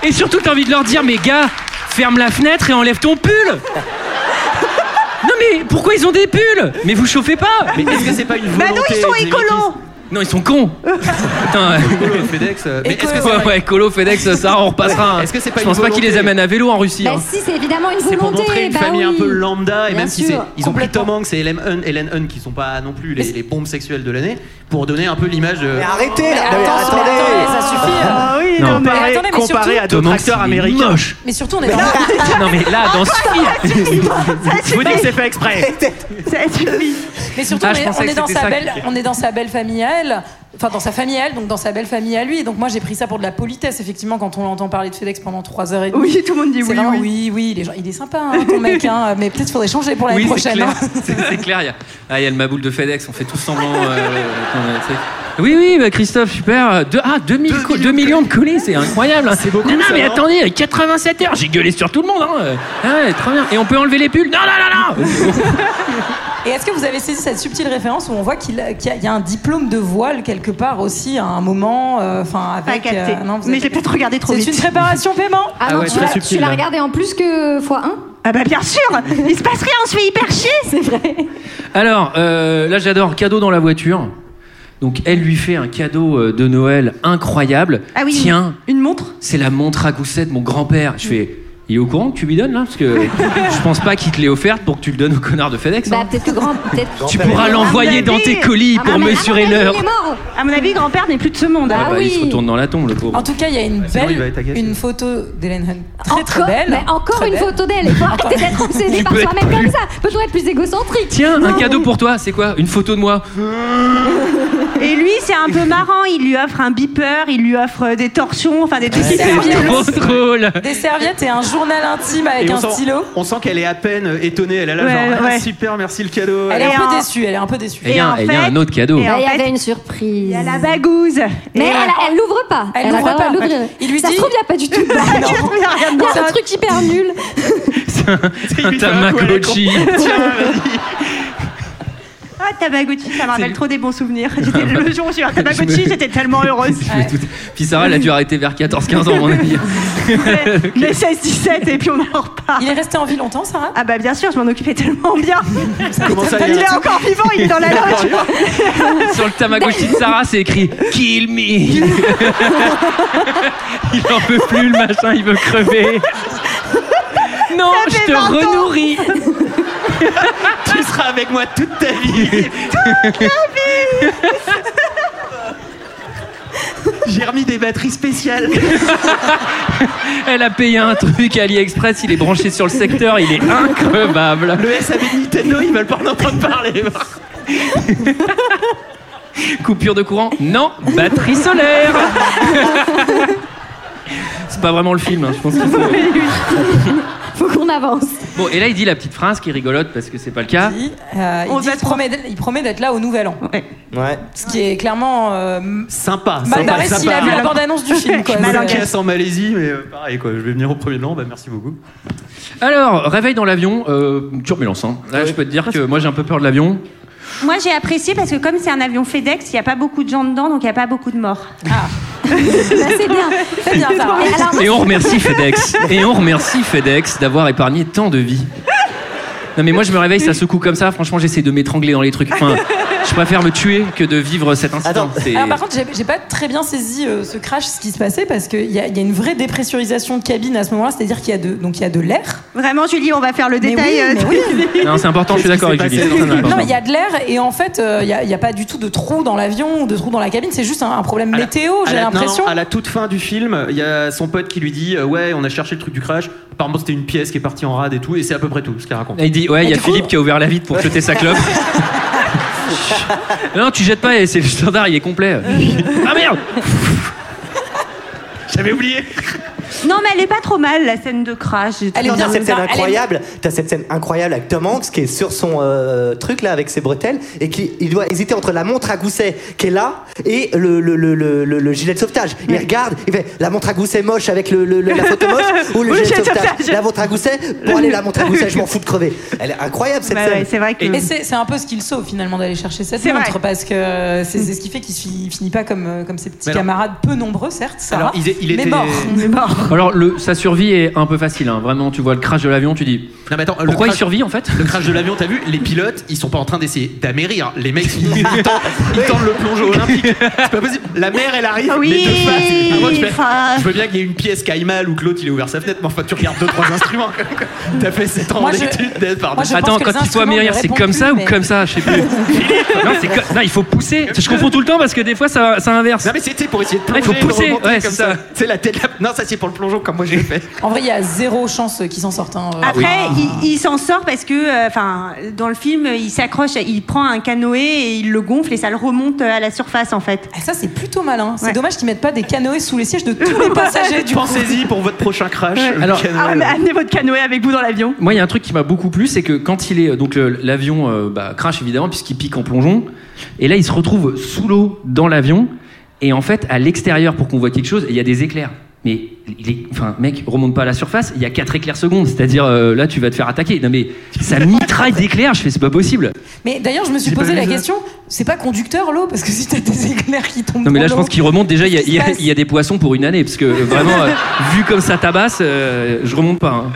[SPEAKER 1] Et surtout, t'as envie de leur dire, mais gars, ferme la fenêtre et enlève ton pull Non mais pourquoi ils ont des pulls Mais vous chauffez pas
[SPEAKER 4] Mais est-ce que c'est pas une
[SPEAKER 9] Bah non,
[SPEAKER 4] volonté
[SPEAKER 9] ils sont
[SPEAKER 4] des
[SPEAKER 9] écolos.
[SPEAKER 4] élitistes
[SPEAKER 1] Non, ils sont cons. Putain, ouais.
[SPEAKER 4] Colo, FedEx. euh, Mais est-ce que c'est
[SPEAKER 1] Ouais,
[SPEAKER 4] pas-
[SPEAKER 1] ouais, Colo, FedEx, ça, on repassera. hein.
[SPEAKER 4] Est-ce que c'est pas
[SPEAKER 1] Je
[SPEAKER 4] une
[SPEAKER 1] pense pas qu'ils les
[SPEAKER 4] volonté
[SPEAKER 1] amènent à vélo en Russie.
[SPEAKER 8] Bah
[SPEAKER 1] hein.
[SPEAKER 8] si, c'est évidemment une
[SPEAKER 4] C'est pour
[SPEAKER 8] volonté.
[SPEAKER 4] montrer une
[SPEAKER 8] bah
[SPEAKER 4] famille un
[SPEAKER 8] oui.
[SPEAKER 4] peu lambda, et
[SPEAKER 8] Bien
[SPEAKER 4] même si c'est,
[SPEAKER 8] sûr.
[SPEAKER 4] ils ont pris Tom Hanks et Helen Hunt, Helen Hunt qui sont pas non plus les, les bombes sexuelles de l'année, pour donner un peu l'image euh, de.
[SPEAKER 13] Mais arrêtez
[SPEAKER 10] Mais
[SPEAKER 13] là,
[SPEAKER 10] attends,
[SPEAKER 13] mais
[SPEAKER 10] mais
[SPEAKER 13] attendez.
[SPEAKER 10] attendez, ça suffit.
[SPEAKER 4] Ah oui,
[SPEAKER 1] non, mais
[SPEAKER 4] comparé,
[SPEAKER 10] attendez, mais
[SPEAKER 4] comparé
[SPEAKER 10] surtout-
[SPEAKER 4] à d'autres
[SPEAKER 1] Tom Hanks,
[SPEAKER 4] acteurs
[SPEAKER 1] il est
[SPEAKER 4] américains.
[SPEAKER 1] moche.
[SPEAKER 10] Mais surtout, on est dans.
[SPEAKER 1] Non, mais là, dans ce film.
[SPEAKER 4] Je vous dis que c'est fait exprès.
[SPEAKER 10] Mais surtout,
[SPEAKER 1] Ah,
[SPEAKER 10] on,
[SPEAKER 1] je
[SPEAKER 10] est,
[SPEAKER 1] pensais
[SPEAKER 10] on
[SPEAKER 1] que
[SPEAKER 10] est dans
[SPEAKER 1] c'était
[SPEAKER 10] sa
[SPEAKER 1] ça
[SPEAKER 10] belle,
[SPEAKER 1] qui-
[SPEAKER 10] on est dans sa belle famille à elle, enfin dans sa famille à elle, donc dans sa belle famille à lui. Donc moi, j'ai pris ça pour de la politesse, effectivement, quand on l'entend parler de FedEx pendant 3 heures et demie.
[SPEAKER 9] Oui, tout le monde dit
[SPEAKER 10] C'est
[SPEAKER 9] oui,
[SPEAKER 10] vraiment,
[SPEAKER 9] oui.
[SPEAKER 10] oui, oui, les gens- il est sympa, hein, ton mec, hein, mais peut-être faudrait changer pour l'année
[SPEAKER 1] Oui, c'est
[SPEAKER 10] prochaine.
[SPEAKER 1] clair.
[SPEAKER 10] hein.
[SPEAKER 1] C'est c'est clair. Il y, a... ah, il y a le maboule de FedEx, on fait tout semblant. euh, qu'on est- tu sais. oui, oui, bah, Christophe, super. Deux- ah, 2 millions, millions de colis, c'est incroyable. C'est beaucoup. hein. Non, non, mais attendez, 87 heures, j'ai gueulé sur tout le monde. Hein. Ah, ouais, très bien. Et on peut enlever les pulls Non, non, non, non
[SPEAKER 10] Et est-ce que vous avez saisi cette subtile référence où on voit qu'il qu'il y, a- il y a un diplôme de voile quelque part aussi à un moment, euh, enfin
[SPEAKER 9] Pas
[SPEAKER 10] avec.
[SPEAKER 9] capté. Mais j'ai peut-être regardé trop
[SPEAKER 10] C'est
[SPEAKER 9] vite.
[SPEAKER 10] une préparation paiement.
[SPEAKER 8] Ah, non,
[SPEAKER 1] ouais,
[SPEAKER 8] tu
[SPEAKER 1] très
[SPEAKER 8] l'as-
[SPEAKER 1] subtil,
[SPEAKER 8] tu l'as
[SPEAKER 1] là.
[SPEAKER 8] regardé en plus que x1
[SPEAKER 9] Ah bah bien sûr Il se passe rien, on se fait hyper chier
[SPEAKER 8] C'est vrai.
[SPEAKER 1] Alors, euh, là, j'adore. Cadeau dans la voiture. Donc, elle lui fait un cadeau euh, de Noël incroyable.
[SPEAKER 9] Ah oui,
[SPEAKER 1] Tiens,
[SPEAKER 9] une montre
[SPEAKER 1] c'est la montre à gousset de mon grand-père. Je fais, il est au courant que tu lui donnes là Parce que je pense pas qu'il te l'ait offerte pour que tu le donnes au connard de FedEx. hein.
[SPEAKER 8] Bah peut-être que grand, peut-être. Ah,
[SPEAKER 1] tu pourras l'envoyer dans tes colis pour mesurer l'heure.
[SPEAKER 8] bah, Il est mort.
[SPEAKER 9] À mon avis, grand-père n'est plus de ce monde.
[SPEAKER 8] Ah
[SPEAKER 1] Ah bah,
[SPEAKER 8] oui.
[SPEAKER 1] Il se retourne dans la tombe, le pauvre.
[SPEAKER 10] En tout cas, il y a une
[SPEAKER 4] sinon, Ah, il va
[SPEAKER 10] belle,
[SPEAKER 4] être agacé.
[SPEAKER 10] une photo d'Hélène Hunt très
[SPEAKER 8] encore,
[SPEAKER 10] très belle.
[SPEAKER 8] mais encore
[SPEAKER 10] Très
[SPEAKER 8] une
[SPEAKER 10] belle.
[SPEAKER 8] photo d'elle. Il faut arrêter d'être obsédé
[SPEAKER 1] Tu
[SPEAKER 8] par
[SPEAKER 1] peux être
[SPEAKER 8] soi-même
[SPEAKER 1] plus-
[SPEAKER 8] comme ça. Peut-on être plus égocentrique
[SPEAKER 1] Tiens, un cadeau pour toi, c'est quoi Une photo de moi
[SPEAKER 9] Et lui, c'est un peu marrant, il lui offre un beeper, il lui offre euh, des torsions, enfin des trucs qui
[SPEAKER 10] c'est
[SPEAKER 9] servent.
[SPEAKER 10] bien.
[SPEAKER 1] Trop drôle
[SPEAKER 10] Des serviettes et un journal intime avec
[SPEAKER 4] Bah, Et
[SPEAKER 10] un
[SPEAKER 4] on, sent,
[SPEAKER 10] stylo.
[SPEAKER 4] on sent qu'elle est à peine euh, étonnée. Elle a là,
[SPEAKER 9] Ouais,
[SPEAKER 4] genre, ah,
[SPEAKER 9] ouais.
[SPEAKER 4] super, merci le cadeau.
[SPEAKER 10] Elle est
[SPEAKER 9] Et
[SPEAKER 10] un peu
[SPEAKER 9] en-
[SPEAKER 10] déçue, elle est un peu déçue.
[SPEAKER 1] Et Eh, il y, a un-
[SPEAKER 9] en
[SPEAKER 1] et il y a
[SPEAKER 9] fait-
[SPEAKER 1] un autre cadeau.
[SPEAKER 9] Et
[SPEAKER 8] Bah,
[SPEAKER 9] en
[SPEAKER 8] Il y
[SPEAKER 9] fait-
[SPEAKER 8] avait une surprise.
[SPEAKER 9] Il y a la bagouze
[SPEAKER 8] Mais elle, elle l'ouvre pas.
[SPEAKER 10] Elle
[SPEAKER 8] a
[SPEAKER 10] l'ouvre
[SPEAKER 8] le droit
[SPEAKER 10] pas.
[SPEAKER 8] de l'ouvrir.
[SPEAKER 10] Il lui
[SPEAKER 8] ça
[SPEAKER 10] dit-
[SPEAKER 8] se trouve, il n'y a pas du tout de bague. Il y a un truc hyper nul.
[SPEAKER 1] Un Tamagotchi.
[SPEAKER 9] Ah, Tamagotchi, ça me rappelle trop des bons souvenirs. J'étais le jour où j'ai eu un Tamagotchi, j'étais tellement heureuse.
[SPEAKER 1] Je vais tout- Puis Sarah, elle a dû arrêter vers 14-15 ans, à mon avis.
[SPEAKER 9] Mais 16-17 et puis on en repart.
[SPEAKER 10] Il est resté en vie longtemps, Sarah
[SPEAKER 9] Ah bah bien sûr, je m'en occupais tellement bien.
[SPEAKER 4] Comment ça,
[SPEAKER 9] Il
[SPEAKER 4] il y
[SPEAKER 9] est
[SPEAKER 4] a-
[SPEAKER 9] encore vivant, il est dans la loge.
[SPEAKER 1] Sur le Tamagotchi de Sarah, c'est écrit Kill me Il en peut plus, le machin, il veut crever. Non,
[SPEAKER 9] Ça fait
[SPEAKER 1] je te
[SPEAKER 9] 20 ans.
[SPEAKER 1] renourris
[SPEAKER 4] Tu seras avec moi toute ta vie. toute ta vie. J'ai remis des batteries spéciales.
[SPEAKER 1] Elle a payé un truc AliExpress, il est branché sur le secteur, il est increvable.
[SPEAKER 4] Le SAV de Nintendo, ils veulent pas en entendre parler.
[SPEAKER 1] Coupure de courant Non, batterie solaire C'est pas vraiment le film, hein, je pense qu'il faut...
[SPEAKER 8] Faut qu'on avance.
[SPEAKER 1] Bon, et là, il dit la petite phrase qui est rigolote parce que c'est pas le cas.
[SPEAKER 10] Il, euh, il
[SPEAKER 9] On
[SPEAKER 10] dit,
[SPEAKER 9] va
[SPEAKER 10] il
[SPEAKER 9] te
[SPEAKER 10] promet d'être- il promet d'être là au nouvel an.
[SPEAKER 13] Ouais.
[SPEAKER 10] Ce qui est clairement euh, mal
[SPEAKER 4] Sympa,
[SPEAKER 10] barré
[SPEAKER 4] sympa,
[SPEAKER 10] s'il a vu la
[SPEAKER 4] sympa.
[SPEAKER 10] bande-annonce du film. Quoi.
[SPEAKER 4] Je
[SPEAKER 10] C'est-
[SPEAKER 4] me casse en Malaisie, mais euh, pareil quoi, je vais venir au premier de l'an, bah merci beaucoup.
[SPEAKER 1] Alors, réveil dans l'avion, euh, turbulence. Hein. Là, je peux te dire que moi, j'ai un peu peur de l'avion.
[SPEAKER 9] Moi j'ai apprécié parce que comme c'est un avion FedEx, il n'y a pas beaucoup de gens dedans, donc il n'y a pas beaucoup de morts.
[SPEAKER 8] Bah, c'est bien.
[SPEAKER 10] Très bien, Sarah.
[SPEAKER 8] Et alors,
[SPEAKER 1] Et on remercie FedEx. Et on remercie FedEx d'avoir épargné tant de vies. Non mais moi je me réveille, ça secoue comme ça. Franchement, j'essaie de m'étrangler dans les trucs. Enfin, je préfère me tuer que de vivre cet incident.
[SPEAKER 13] Attends.
[SPEAKER 1] C'est-
[SPEAKER 10] Alors par contre, j'ai- j'ai pas très bien saisi euh, ce crash, ce qui se passait, parce qu'il y, a- il y a une vraie dépressurisation de cabine à ce moment-là, c'est-à-dire qu'il y a de, donc il y a de l'air.
[SPEAKER 9] Vraiment Julie, on va faire le
[SPEAKER 10] Mais
[SPEAKER 9] détail.
[SPEAKER 10] oui,
[SPEAKER 9] euh,
[SPEAKER 10] mais oui.
[SPEAKER 1] Non, c'est important. Je suis d'accord avec
[SPEAKER 4] Qu'est-ce qui
[SPEAKER 1] Julie.
[SPEAKER 4] s'est
[SPEAKER 1] c'est très important.
[SPEAKER 10] Non, mais il y a de l'air et en fait, euh, il n'y a, pas du tout de trou dans l'avion ou de trou dans la cabine, c'est juste un, un problème
[SPEAKER 4] À la-
[SPEAKER 10] météo,
[SPEAKER 4] à
[SPEAKER 10] j'ai
[SPEAKER 4] la- non,
[SPEAKER 10] l'impression.
[SPEAKER 4] non, À la toute fin du film, il y a son pote qui lui dit euh, Ouais, on a cherché le truc du crash. Apparemment, c'était une pièce qui est partie en rade et tout, et c'est à peu près tout ce qu'elle raconte.
[SPEAKER 1] Il dit ouais, il y a
[SPEAKER 10] du coup-
[SPEAKER 1] Philippe qui a ouvert la vitre pour jeter sa clope. non, tu jettes pas. C'est le standard, il est complet. ah merde
[SPEAKER 4] J'avais oublié
[SPEAKER 9] Non mais elle est pas trop mal la scène de crash. j'ai
[SPEAKER 10] Elle est
[SPEAKER 9] trouvé.
[SPEAKER 10] bien.
[SPEAKER 13] T'as cette
[SPEAKER 10] Elle
[SPEAKER 13] scène
[SPEAKER 10] est-
[SPEAKER 13] incroyable, t'as cette scène incroyable avec Tom Hanks qui est sur son euh, truc là avec ses bretelles et qui il doit hésiter entre la montre à gousset qui est là et le, le, le, le, le- le gilet de sauvetage. Il regarde, il fait la montre à gousset moche avec le, le- le- la photo moche ou le gilet de sauvetage. La montre à gousset, bon allez la montre à gousset, je m'en fous de crever. Elle est incroyable cette
[SPEAKER 9] Bah
[SPEAKER 13] scène.
[SPEAKER 9] ouais, c'est vrai que.
[SPEAKER 10] Mais c'est c'est un peu ce qu'il sauve finalement d'aller chercher cette
[SPEAKER 9] C'est
[SPEAKER 10] montre
[SPEAKER 9] vrai.
[SPEAKER 10] parce que euh, c'est c'est ce qui fait qu'il fi- finit pas comme, euh, comme ses petits
[SPEAKER 4] Mais alors-
[SPEAKER 10] camarades peu nombreux, certes, ça
[SPEAKER 4] Alors,
[SPEAKER 10] va,
[SPEAKER 4] il est- il
[SPEAKER 10] mais
[SPEAKER 4] était-
[SPEAKER 10] mort.
[SPEAKER 9] On est mort.
[SPEAKER 1] Ah Alors, le, sa survie est un peu facile. hein. Vraiment, tu vois le crash de l'avion, tu dis
[SPEAKER 4] Non, mais attends, le
[SPEAKER 1] Pourquoi il
[SPEAKER 4] crash-
[SPEAKER 1] survit, en fait
[SPEAKER 4] Le crash de l'avion, t'as vu Les pilotes, ils sont pas en train d'essayer d'amérir. Les mecs, ils, ils tentent, ils tentent le plongeon olympique. C'est pas possible. La mer, elle arrive,
[SPEAKER 9] Ah oui,
[SPEAKER 4] les deux faces. Ah, moi, tu fais-
[SPEAKER 9] enfin.
[SPEAKER 4] Je veux bien qu'il y ait une pièce qui aille mal ou que l'autre il ait ouvert sa fenêtre, mais enfin, tu regardes deux, trois instruments. quand même, quoi. T'as fait 7 ans
[SPEAKER 1] Moi, je-
[SPEAKER 4] d'études d'être par
[SPEAKER 1] Moi, je Attends, pense que quand les il faut instruments amérir, ne c'est comme répondent ça plus, ou mais- comme ça Je sais plus. Non, c'est co- non, il faut pousser. Je confonds tout le temps parce que des fois ça, ça inverse.
[SPEAKER 4] Non, mais c'était pour essayer de
[SPEAKER 1] Il faut pousser. Ouais, c'est ça.
[SPEAKER 4] C'est la tête. Non, ça c'est pour le plongeon comme moi j'ai fait.
[SPEAKER 10] En vrai, il y a zéro chance qu'ils s'en sortent. hein.
[SPEAKER 9] Après, il, il s'en sort parce que, euh, enfin, dans le film, il s'accroche, il prend un canoë et il le gonfle et ça le remonte à la surface en fait.
[SPEAKER 10] ça, c'est plutôt malin. C'est dommage qu'ils mettent pas des canoës sous les sièges de tous les passagers. du coup.
[SPEAKER 4] Pensez-y pour votre prochain crash. le
[SPEAKER 1] Alors-
[SPEAKER 4] canoë.
[SPEAKER 1] Ah, mais
[SPEAKER 9] amenez votre canoë avec vous dans l'avion.
[SPEAKER 1] Moi, il y a un truc qui m'a beaucoup plu, c'est que quand il est donc le- l'avion euh, bah, crash évidemment puisqu'il pique en plongeon, et là il se retrouve sous l'eau dans l'avion, et en fait à l'extérieur pour qu'on voit quelque chose, il y a des éclairs. Mais il est, enfin mec, remonte pas à la surface, il y a 4 éclairs secondes, c'est-à-dire euh, là tu vas te faire attaquer. Non mais ça mitraille d'éclairs, je fais c'est pas possible.
[SPEAKER 10] Mais d'ailleurs, je me suis
[SPEAKER 1] J'ai
[SPEAKER 10] posé
[SPEAKER 1] pas vu
[SPEAKER 10] la
[SPEAKER 1] ça.
[SPEAKER 10] question c'est pas conducteur l'eau Parce que si t'as des éclairs qui tombent.
[SPEAKER 1] Non mais là
[SPEAKER 10] dans
[SPEAKER 1] je
[SPEAKER 10] l'eau-
[SPEAKER 1] pense qu'il remonte déjà, il y, a-
[SPEAKER 10] Qu'est-ce qui
[SPEAKER 1] il y
[SPEAKER 10] se
[SPEAKER 1] a-
[SPEAKER 10] passe
[SPEAKER 1] il y a des poissons pour une année, parce que euh, vraiment euh, vu comme ça tabasse, euh, je remonte pas. hein.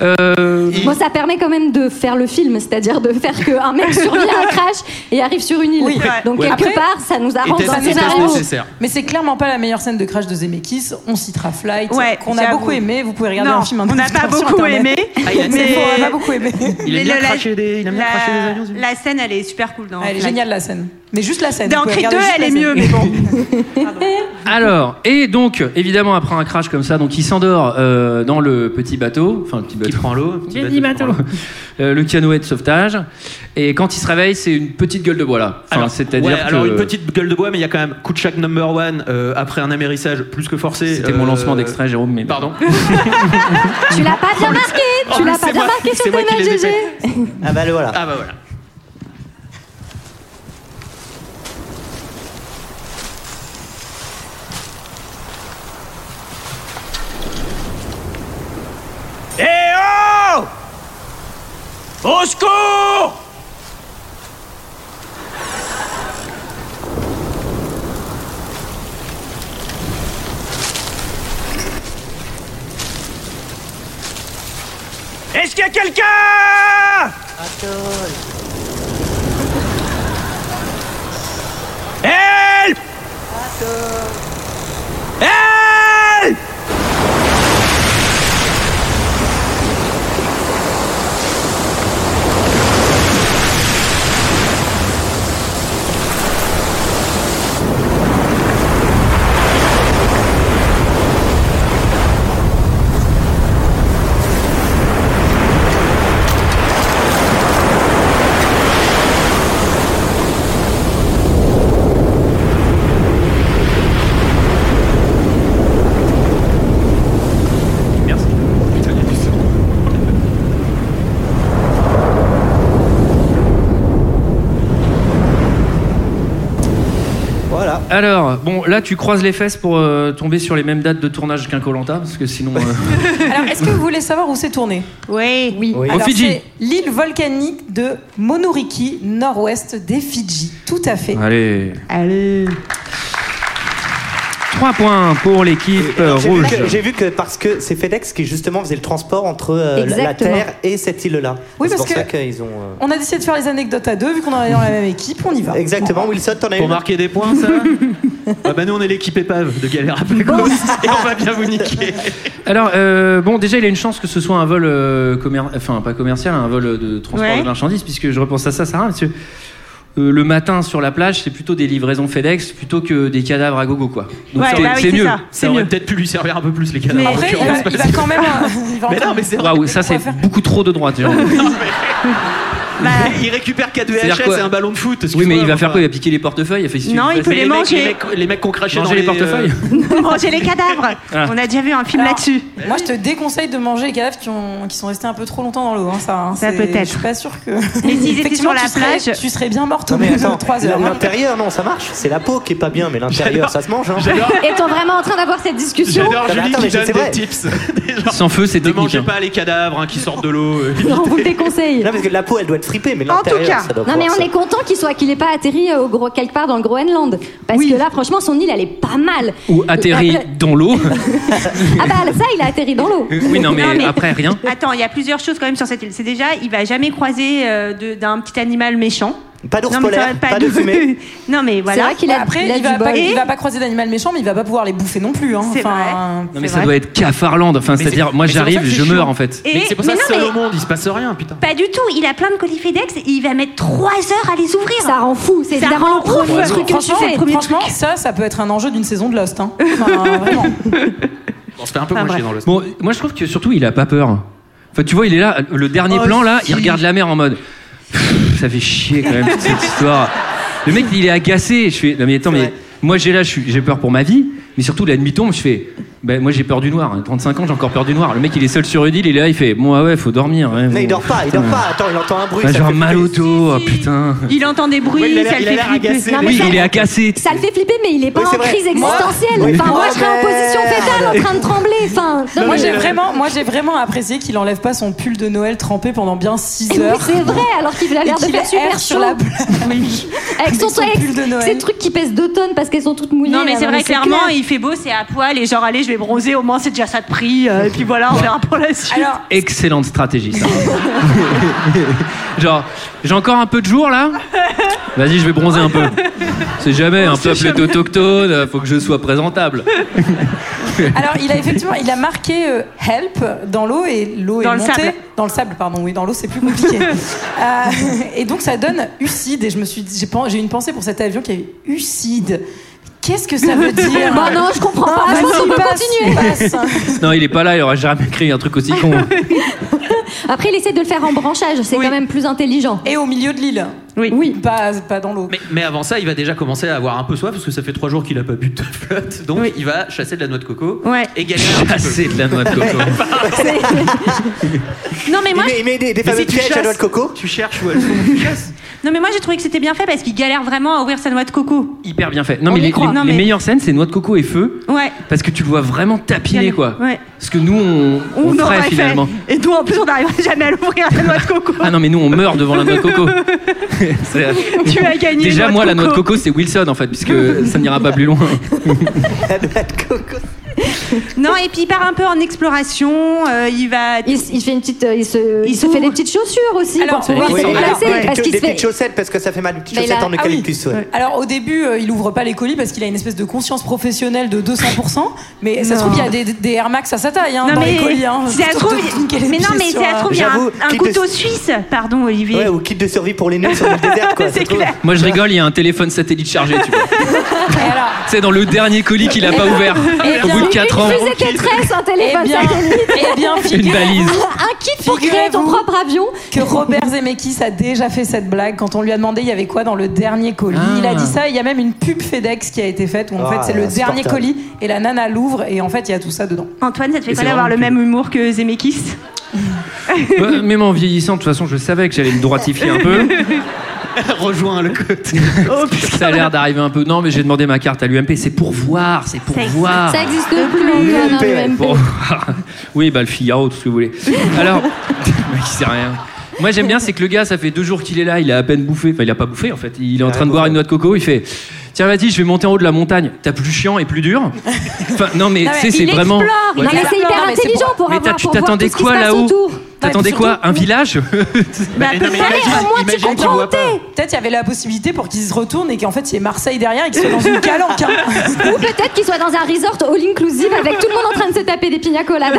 [SPEAKER 1] Euh,
[SPEAKER 8] Bon, ça permet quand même de faire le film, c'est-à-dire de faire qu'un mec survit à un crash et arrive sur une île.
[SPEAKER 10] Oui.
[SPEAKER 8] Donc,
[SPEAKER 10] Ouais.
[SPEAKER 8] quelque
[SPEAKER 10] Après-
[SPEAKER 8] part, ça nous arrange dans le
[SPEAKER 10] c'est
[SPEAKER 8] scénario.
[SPEAKER 4] nécessaire.
[SPEAKER 10] Mais c'est clairement pas la meilleure scène de Crash de Zemeckis. On citera Flight,
[SPEAKER 9] Ouais,
[SPEAKER 10] qu'on a
[SPEAKER 9] j'avoue.
[SPEAKER 10] beaucoup aimé. Vous pouvez regarder
[SPEAKER 9] Non,
[SPEAKER 10] un film
[SPEAKER 9] on n'a
[SPEAKER 10] indépendant
[SPEAKER 9] pas
[SPEAKER 10] sur
[SPEAKER 9] beaucoup
[SPEAKER 10] Internet. Ah,
[SPEAKER 9] aimé,
[SPEAKER 10] C'est
[SPEAKER 9] mais-
[SPEAKER 10] faux, on n'a pas beaucoup aimé.
[SPEAKER 9] Mais le- la- la-
[SPEAKER 10] avions,
[SPEAKER 9] La scène, elle est super cool. Dans
[SPEAKER 10] Elle est
[SPEAKER 9] Flight.
[SPEAKER 10] géniale la scène. Mais juste la scène.
[SPEAKER 9] Dans
[SPEAKER 10] vous pouvez
[SPEAKER 9] Creed
[SPEAKER 10] regarder
[SPEAKER 9] 2,
[SPEAKER 10] juste
[SPEAKER 9] elle
[SPEAKER 10] la
[SPEAKER 9] est mieux,
[SPEAKER 10] scène.
[SPEAKER 9] mais bon.
[SPEAKER 1] Alors, et donc, évidemment, après un crash comme ça, donc il s'endort euh, dans le petit bateau, enfin le petit bateau. Qui prend l'eau.
[SPEAKER 4] petit bateau qui prend l'eau.
[SPEAKER 1] le canoë de sauvetage. Et quand il se réveille, c'est une petite gueule de bois là. Enfin,
[SPEAKER 4] Alors,
[SPEAKER 1] c'est-à-dire
[SPEAKER 4] ouais, alors
[SPEAKER 1] que-
[SPEAKER 4] une petite gueule de bois, mais il y a quand même coup de chaque number one euh, après un amérissage plus que forcé.
[SPEAKER 1] C'était mon lancement d'extrait, Jérôme. Mais
[SPEAKER 4] euh, pardon.
[SPEAKER 8] Tu l'as pas bien marqué Tu
[SPEAKER 4] Oh,
[SPEAKER 8] l'as
[SPEAKER 4] c'est
[SPEAKER 8] pas bien
[SPEAKER 4] moi-
[SPEAKER 8] marqué
[SPEAKER 4] c'est
[SPEAKER 8] sur
[SPEAKER 4] moi
[SPEAKER 8] tes
[SPEAKER 4] qui
[SPEAKER 8] mails,
[SPEAKER 4] les ai
[SPEAKER 8] GG
[SPEAKER 13] Ah bah le voilà.
[SPEAKER 4] Ah bah voilà.
[SPEAKER 2] Eh oh Au secours Est-ce qu'il y a quelqu'un Help Help
[SPEAKER 4] Merci. Putain, il y a du son.
[SPEAKER 13] Voilà.
[SPEAKER 1] Alors, bon, là, tu croises les fesses pour euh, tomber sur les mêmes dates de tournage qu'un Colanta, parce que sinon. euh,
[SPEAKER 10] Alors, est-ce que vous voulez savoir où c'est tourné
[SPEAKER 9] Oui.
[SPEAKER 10] Oui.
[SPEAKER 1] Oui.
[SPEAKER 10] Alors,
[SPEAKER 1] Au Fidji.
[SPEAKER 10] c'est L'île volcanique de Monoriki, nord-ouest des Fidji. Tout à fait.
[SPEAKER 1] Allez.
[SPEAKER 10] Allez.
[SPEAKER 1] 3 points pour l'équipe euh,
[SPEAKER 13] Alors, J'ai vu,
[SPEAKER 1] rouge.
[SPEAKER 13] que- j'ai vu que parce que c'est FedEx qui justement faisait le transport entre euh, la- la
[SPEAKER 10] Exactement.
[SPEAKER 13] Terre et cette île-là.
[SPEAKER 10] Oui,
[SPEAKER 13] c'est
[SPEAKER 10] parce
[SPEAKER 13] pour ça
[SPEAKER 10] que-
[SPEAKER 13] qu'ils ont. euh,
[SPEAKER 10] On a décidé de faire les anecdotes à deux, vu qu'on est dans la même équipe, on y va.
[SPEAKER 13] Exactement, Wilson, t'en as
[SPEAKER 4] Pour
[SPEAKER 13] une
[SPEAKER 4] marquer des points, ça Ah bah nous on est l'équipe épave de Galère à Pagos et on va bien vous niquer.
[SPEAKER 1] Alors, euh, bon, déjà, il a une chance que ce soit un vol, euh, commer- enfin, pas commercial, un vol de transport
[SPEAKER 9] Ouais.
[SPEAKER 1] de marchandises, puisque je repense à ça, Sarah, parce que Ah, euh, le matin sur la plage, c'est plutôt des livraisons FedEx plutôt que des cadavres à gogo, quoi. Donc,
[SPEAKER 9] Ouais,
[SPEAKER 1] c'est
[SPEAKER 9] bah oui,
[SPEAKER 1] c'est
[SPEAKER 9] c'est
[SPEAKER 1] mieux.
[SPEAKER 9] ça, c'est
[SPEAKER 4] Ça aurait peut-être pu lui servir un peu plus les
[SPEAKER 10] Mais
[SPEAKER 4] canards.
[SPEAKER 10] après, il va, il va quand même. il va
[SPEAKER 4] Mais
[SPEAKER 10] encore-
[SPEAKER 4] non, mais c'est vrai.
[SPEAKER 1] Waouh, ça, c'est beaucoup trop de droite, genre.
[SPEAKER 4] Il récupère 4
[SPEAKER 1] C'est-à-dire
[SPEAKER 4] VHS
[SPEAKER 1] quoi
[SPEAKER 4] et un ballon de foot.
[SPEAKER 1] Oui, mais
[SPEAKER 4] excuse-moi,
[SPEAKER 1] il va faire
[SPEAKER 4] enfin.
[SPEAKER 1] quoi Il va piquer les portefeuilles Il va faire-
[SPEAKER 9] Non, il peut
[SPEAKER 1] Mais
[SPEAKER 9] les
[SPEAKER 1] mecs-
[SPEAKER 9] manger.
[SPEAKER 1] mecs- les mecs qu'on crachait
[SPEAKER 4] Manger
[SPEAKER 1] dans
[SPEAKER 4] les euh,
[SPEAKER 1] les portefeuilles
[SPEAKER 9] Manger les cadavres.
[SPEAKER 1] Ah.
[SPEAKER 9] On a déjà vu un film là-dessus.
[SPEAKER 10] Moi, je te déconseille de manger les cadavres qui, ont, qui sont restés un peu trop longtemps dans l'eau. hein, ça, hein,
[SPEAKER 9] Ça
[SPEAKER 10] c'est-
[SPEAKER 9] peut-être.
[SPEAKER 10] Je suis pas sûre que.
[SPEAKER 9] Mais s'ils étaient sur
[SPEAKER 10] Effectivement,
[SPEAKER 9] la
[SPEAKER 10] tu serais-
[SPEAKER 9] plage-
[SPEAKER 10] tu serais bien morte au
[SPEAKER 13] Non, mais
[SPEAKER 10] bout de
[SPEAKER 13] attends,
[SPEAKER 10] 3 heures.
[SPEAKER 13] l'intérieur, non, ça marche. C'est la peau qui est pas bien, mais l'intérieur, ça se mange. Hein.
[SPEAKER 8] Étant vraiment en train d'avoir cette discussion.
[SPEAKER 4] J'adore
[SPEAKER 13] Non, mais
[SPEAKER 4] Julie
[SPEAKER 13] attends,
[SPEAKER 4] qui
[SPEAKER 13] mais c'est
[SPEAKER 4] donne
[SPEAKER 13] vrai.
[SPEAKER 4] des tips. Des gens,
[SPEAKER 1] Sans feu, c'est
[SPEAKER 4] Ne
[SPEAKER 1] technique.
[SPEAKER 4] mangez
[SPEAKER 1] hein.
[SPEAKER 4] pas les cadavres hein, qui sortent de l'eau. euh,
[SPEAKER 8] Non, on vous le déconseille.
[SPEAKER 13] Non, parce que la peau, elle doit être fripper, mais
[SPEAKER 8] En tout
[SPEAKER 13] l'intérieur,
[SPEAKER 8] cas,
[SPEAKER 13] ça doit
[SPEAKER 8] non mais
[SPEAKER 13] pouvoir
[SPEAKER 8] on
[SPEAKER 13] se-
[SPEAKER 8] est content qu'il soit qu'il ait pas atterri euh, au gros quelque part dans le Groenland parce que là franchement son île elle est pas mal. Euh,
[SPEAKER 1] Ou atterri dans l'eau.
[SPEAKER 8] Ah bah ça il a atterri dans l'eau.
[SPEAKER 1] Oui, non, mais après, rien.
[SPEAKER 9] Attends, il y a plusieurs choses quand même sur cette île. C'est déjà, il va jamais croiser euh, de- d'un petit animal méchant.
[SPEAKER 13] Pas
[SPEAKER 10] d'ours
[SPEAKER 9] Non, mais ça
[SPEAKER 10] polaire,
[SPEAKER 9] va
[SPEAKER 10] pas de fumée.
[SPEAKER 9] non mais voilà.
[SPEAKER 10] C'est vrai qu'il a, après, il, va pas, il va pas croiser d'animal méchant, mais il va pas pouvoir les bouffer non plus. Hein. Enfin,
[SPEAKER 1] Non, mais ça doit être cafarlande. Enfin, c'est-à-dire, moi,
[SPEAKER 4] mais c'est pour
[SPEAKER 1] j'arrive,
[SPEAKER 4] ça que
[SPEAKER 1] je
[SPEAKER 4] c'est
[SPEAKER 1] meurs,
[SPEAKER 4] chaud.
[SPEAKER 1] en fait.
[SPEAKER 9] Et- Mais c'est pour ça mais que non, seul mais- au
[SPEAKER 4] monde, il se passe rien, putain.
[SPEAKER 9] Pas du tout, il a plein de colis FedEx et il va mettre 3 heures à les ouvrir. Ça
[SPEAKER 8] rend fou, c'est
[SPEAKER 9] ça rend ouf.
[SPEAKER 10] Franchement,
[SPEAKER 9] le truc que tu
[SPEAKER 10] franchement,
[SPEAKER 9] fais.
[SPEAKER 10] franchement, ça, ça peut être un enjeu d'une saison de Lost. Hein. Enfin, vraiment.
[SPEAKER 4] On se fait un peu moins chier dans le
[SPEAKER 1] Bon, moi, je trouve que surtout, il a pas peur. Enfin, tu vois, il est là, le dernier
[SPEAKER 4] Oh,
[SPEAKER 1] plan, là,
[SPEAKER 4] si.
[SPEAKER 1] il regarde la mer en mode. Pff, Ça fait chier, quand même, toute cette histoire. Le mec, il est agacé. Je fais, non, mais attends, mais moi, j'ai là, je suis- j'ai peur pour ma vie, mais surtout, la nuit tombe, je fais. Ben, moi j'ai peur du noir, 35 ans j'ai encore peur du noir. Le mec il est seul sur une île, il est là, il fait Bon ah ouais, faut dormir. ouais,
[SPEAKER 13] Non, il
[SPEAKER 1] bon,
[SPEAKER 13] dort pas, il dort
[SPEAKER 1] putain.
[SPEAKER 13] pas. Attends, il entend un bruit.
[SPEAKER 1] Ah,
[SPEAKER 13] ça
[SPEAKER 1] j'ai un
[SPEAKER 13] fait
[SPEAKER 1] mal
[SPEAKER 13] flipper.
[SPEAKER 1] au dos, ah, putain.
[SPEAKER 9] Il entend des bruits,
[SPEAKER 13] Ouais, il a l'air-
[SPEAKER 9] ça le
[SPEAKER 13] il a
[SPEAKER 9] fait
[SPEAKER 13] l'air
[SPEAKER 9] flipper.
[SPEAKER 13] agacé.
[SPEAKER 8] Non, mais
[SPEAKER 1] Oui,
[SPEAKER 8] ça-
[SPEAKER 1] il est agacé.
[SPEAKER 8] Ça le fait flipper mais il est pas
[SPEAKER 10] Oui,
[SPEAKER 8] en
[SPEAKER 10] c'est vrai.
[SPEAKER 8] crise
[SPEAKER 10] Moi-
[SPEAKER 8] existentielle.
[SPEAKER 10] Oui.
[SPEAKER 8] enfin moi je serais en position fétale en train de trembler. Enfin
[SPEAKER 10] Non, moi
[SPEAKER 8] mais-
[SPEAKER 10] j'ai vraiment, moi j'ai vraiment apprécié qu'il enlève pas son pull de Noël trempé pendant bien 6
[SPEAKER 8] Eh Oui,
[SPEAKER 10] heures.
[SPEAKER 8] c'est vrai, alors qu'il a
[SPEAKER 10] Et
[SPEAKER 8] l'air de
[SPEAKER 10] qu'il
[SPEAKER 8] faire super
[SPEAKER 10] erre
[SPEAKER 8] chaud.
[SPEAKER 10] sur la plage.
[SPEAKER 8] Avec son,
[SPEAKER 10] son
[SPEAKER 8] avec
[SPEAKER 10] pull de Noël.
[SPEAKER 8] Ces trucs qui pèsent 2 tonnes parce qu'elles sont toutes mouillées.
[SPEAKER 9] Non mais
[SPEAKER 8] là,
[SPEAKER 9] c'est vrai clairement,
[SPEAKER 8] clair.
[SPEAKER 9] il fait beau, c'est à poil et genre allez, je vais bronzer au moins c'est déjà ça de prix euh, et puis voilà, on verra pour la suite.
[SPEAKER 1] Excellente stratégie, ça. Genre, j'ai encore un peu de jour là Vas-y, je vais bronzer un peu. C'est jamais, un peuple est autochtone, euh, faut que je sois présentable.
[SPEAKER 10] Alors il a effectivement, il a marqué euh, help dans l'eau et l'eau est
[SPEAKER 9] Dans le
[SPEAKER 10] montée
[SPEAKER 9] sable.
[SPEAKER 10] dans le sable, pardon. Oui, dans l'eau c'est plus compliqué. Euh, et donc ça donne Ucide et je me suis, dit- j'ai pen- j'ai eu une pensée pour cet avion qui est Ucide. Qu'est-ce que ça veut dire
[SPEAKER 8] Bah non, je comprends pas. Je pense qu'on peut continuer.
[SPEAKER 1] Non, il est pas là, il aurait jamais créé un truc aussi con.
[SPEAKER 8] Après, il essaie de le faire en branchage, c'est quand même plus intelligent.
[SPEAKER 10] Et au milieu de l'île.
[SPEAKER 9] Oui.
[SPEAKER 10] Pas, pas dans l'eau.
[SPEAKER 4] Mais, mais avant ça, il va déjà commencer à avoir un peu soif parce que ça fait trois jours qu'il a pas bu de flotte. Donc il va chasser de la noix de coco et gagner
[SPEAKER 1] Chasser de la noix de coco.
[SPEAKER 9] Non mais moi
[SPEAKER 13] Il met- il met des, des fameux pièges à noix de coco.
[SPEAKER 4] Tu cherches où elles sont, tu chasses.
[SPEAKER 9] Non mais moi j'ai trouvé que c'était bien fait parce qu'il galère vraiment à ouvrir sa noix de coco.
[SPEAKER 1] Hyper bien fait. Non,
[SPEAKER 9] On
[SPEAKER 1] mais
[SPEAKER 9] y
[SPEAKER 1] les,
[SPEAKER 9] croit.
[SPEAKER 1] les-
[SPEAKER 9] Non,
[SPEAKER 1] les
[SPEAKER 9] mais-
[SPEAKER 1] meilleures scènes, c'est noix de coco et feu.
[SPEAKER 9] Ouais.
[SPEAKER 1] Parce que tu le vois vraiment tapiner, quoi.
[SPEAKER 9] Ouais.
[SPEAKER 1] Ce que nous, on, on,
[SPEAKER 9] On
[SPEAKER 1] ferait
[SPEAKER 9] aurait fait.
[SPEAKER 1] finalement.
[SPEAKER 9] Et nous en plus on n'arrivera jamais à l'ouvrir la noix de coco.
[SPEAKER 1] Ah non, mais nous, on meurt devant la noix de coco. C'est-
[SPEAKER 9] Tu as gagné
[SPEAKER 1] Déjà,
[SPEAKER 9] noix de
[SPEAKER 1] moi, la
[SPEAKER 9] coco.
[SPEAKER 1] noix de coco, c'est Wilson, en fait, puisque ça n'ira pas plus loin.
[SPEAKER 9] Non, et puis il part un peu en exploration. euh, il va.
[SPEAKER 8] Il, s- il fait une petite, euh, il se, il se fait des petites chaussures aussi
[SPEAKER 10] Alors,
[SPEAKER 8] pour pouvoir
[SPEAKER 10] oui,
[SPEAKER 8] se
[SPEAKER 10] oui,
[SPEAKER 8] déplacer.
[SPEAKER 10] alors,
[SPEAKER 8] parce
[SPEAKER 13] Des
[SPEAKER 8] qu'il se fait.
[SPEAKER 13] petites chaussettes parce que ça fait mal, des petites
[SPEAKER 10] Mais il
[SPEAKER 13] chaussettes
[SPEAKER 10] a-
[SPEAKER 13] en
[SPEAKER 10] ah oui.
[SPEAKER 13] eucalyptus. ouais.
[SPEAKER 10] Alors au début, euh, il ouvre pas les colis parce qu'il a une espèce de conscience professionnelle de 200%, mais ça se trouve, il y a des, des Air Max à sa taille hein,
[SPEAKER 9] Non,
[SPEAKER 10] dans
[SPEAKER 9] mais
[SPEAKER 10] les colis. Hein,
[SPEAKER 9] si ça se trouve, il- mais non, mais si ça se trouve, il y a un,
[SPEAKER 13] J'avoue,
[SPEAKER 9] un
[SPEAKER 13] quitte
[SPEAKER 9] couteau
[SPEAKER 13] de-
[SPEAKER 9] suisse, pardon, Olivier.
[SPEAKER 13] Ouais, ou kit de survie pour les nuls sur le désert, quoi. ça se trouve.
[SPEAKER 1] Moi, je rigole, il y a un téléphone satellite chargé, tu vois.
[SPEAKER 10] Et alors,
[SPEAKER 1] C'est dans le dernier colis qu'il a pas ouvert.
[SPEAKER 10] Eh
[SPEAKER 1] Au
[SPEAKER 10] bien,
[SPEAKER 1] bout de 4 ans.
[SPEAKER 8] Une fusée Tetris, un téléphone
[SPEAKER 10] Eh bien,
[SPEAKER 8] satellite.
[SPEAKER 10] eh bien,
[SPEAKER 1] Une balise.
[SPEAKER 8] Un kit pour créer ton
[SPEAKER 10] Figurez-vous
[SPEAKER 8] propre avion.
[SPEAKER 10] que Robert Zemeckis a déjà fait cette blague quand on lui a demandé il y avait quoi dans le dernier colis.
[SPEAKER 1] Ah.
[SPEAKER 10] Il a dit ça et il y a même une pub FedEx qui a été faite où en
[SPEAKER 13] Ah,
[SPEAKER 10] fait c'est le dernier
[SPEAKER 13] insupportable.
[SPEAKER 10] colis et la nana l'ouvre et en fait il y a tout ça dedans.
[SPEAKER 9] Antoine, ça te fait
[SPEAKER 1] Et
[SPEAKER 9] pas
[SPEAKER 1] c'est
[SPEAKER 9] d'avoir le
[SPEAKER 1] vraiment
[SPEAKER 9] même humour que Zemeckis
[SPEAKER 1] Ouais, Bah, Même en vieillissant, de toute façon, je savais que j'allais me droitifier un peu.
[SPEAKER 4] Rejoins le côté.
[SPEAKER 1] Ça a l'air d'arriver un peu. Non, mais j'ai demandé ma carte à l'UMP. C'est pour voir, c'est pour
[SPEAKER 9] Ça existe-
[SPEAKER 1] voir.
[SPEAKER 8] Ça existe plus, Antoine, hein,
[SPEAKER 1] Ouais,
[SPEAKER 8] l'UMP.
[SPEAKER 1] bon. oui, bah le Figaro, tout ce que vous voulez. Alors, le mec, il sait rien. Moi, j'aime bien, c'est que le gars, ça fait deux jours qu'il est là, il a à peine bouffé. Enfin, il a pas bouffé, en fait. Il est
[SPEAKER 4] Ah,
[SPEAKER 1] en train de boire une noix de coco. Il fait Tiens, vas-y, je vais monter en haut de la montagne. T'as plus chiant et plus dur. Enfin, non, mais
[SPEAKER 10] Non,
[SPEAKER 1] tu
[SPEAKER 10] mais
[SPEAKER 1] sais, c'est
[SPEAKER 10] il
[SPEAKER 1] vraiment.
[SPEAKER 10] explore, il
[SPEAKER 1] Ouais.
[SPEAKER 8] Non, mais c'est hyper
[SPEAKER 10] Non, mais c'est
[SPEAKER 8] intelligent
[SPEAKER 10] pour-
[SPEAKER 8] pour
[SPEAKER 1] Mais
[SPEAKER 8] avoir
[SPEAKER 1] t'as- tu
[SPEAKER 8] pour voir
[SPEAKER 1] t'attendais
[SPEAKER 8] tout ce qui
[SPEAKER 1] quoi
[SPEAKER 8] se passe
[SPEAKER 1] là-haut
[SPEAKER 8] autour.
[SPEAKER 1] T'attendais quoi Un village
[SPEAKER 9] Bah, peut-être pas.
[SPEAKER 8] au moins, tu
[SPEAKER 4] imagine qu'il
[SPEAKER 8] comprends
[SPEAKER 4] voit
[SPEAKER 8] où t'es.
[SPEAKER 4] pas.
[SPEAKER 10] Peut-être il y avait la possibilité pour qu'ils se retournent et qu'en fait il y ait Marseille derrière et qu'ils soient dans une calanque. hein.
[SPEAKER 8] Ou peut-être qu'il soit dans un resort all inclusive avec tout le monde en train de se taper des pina coladas.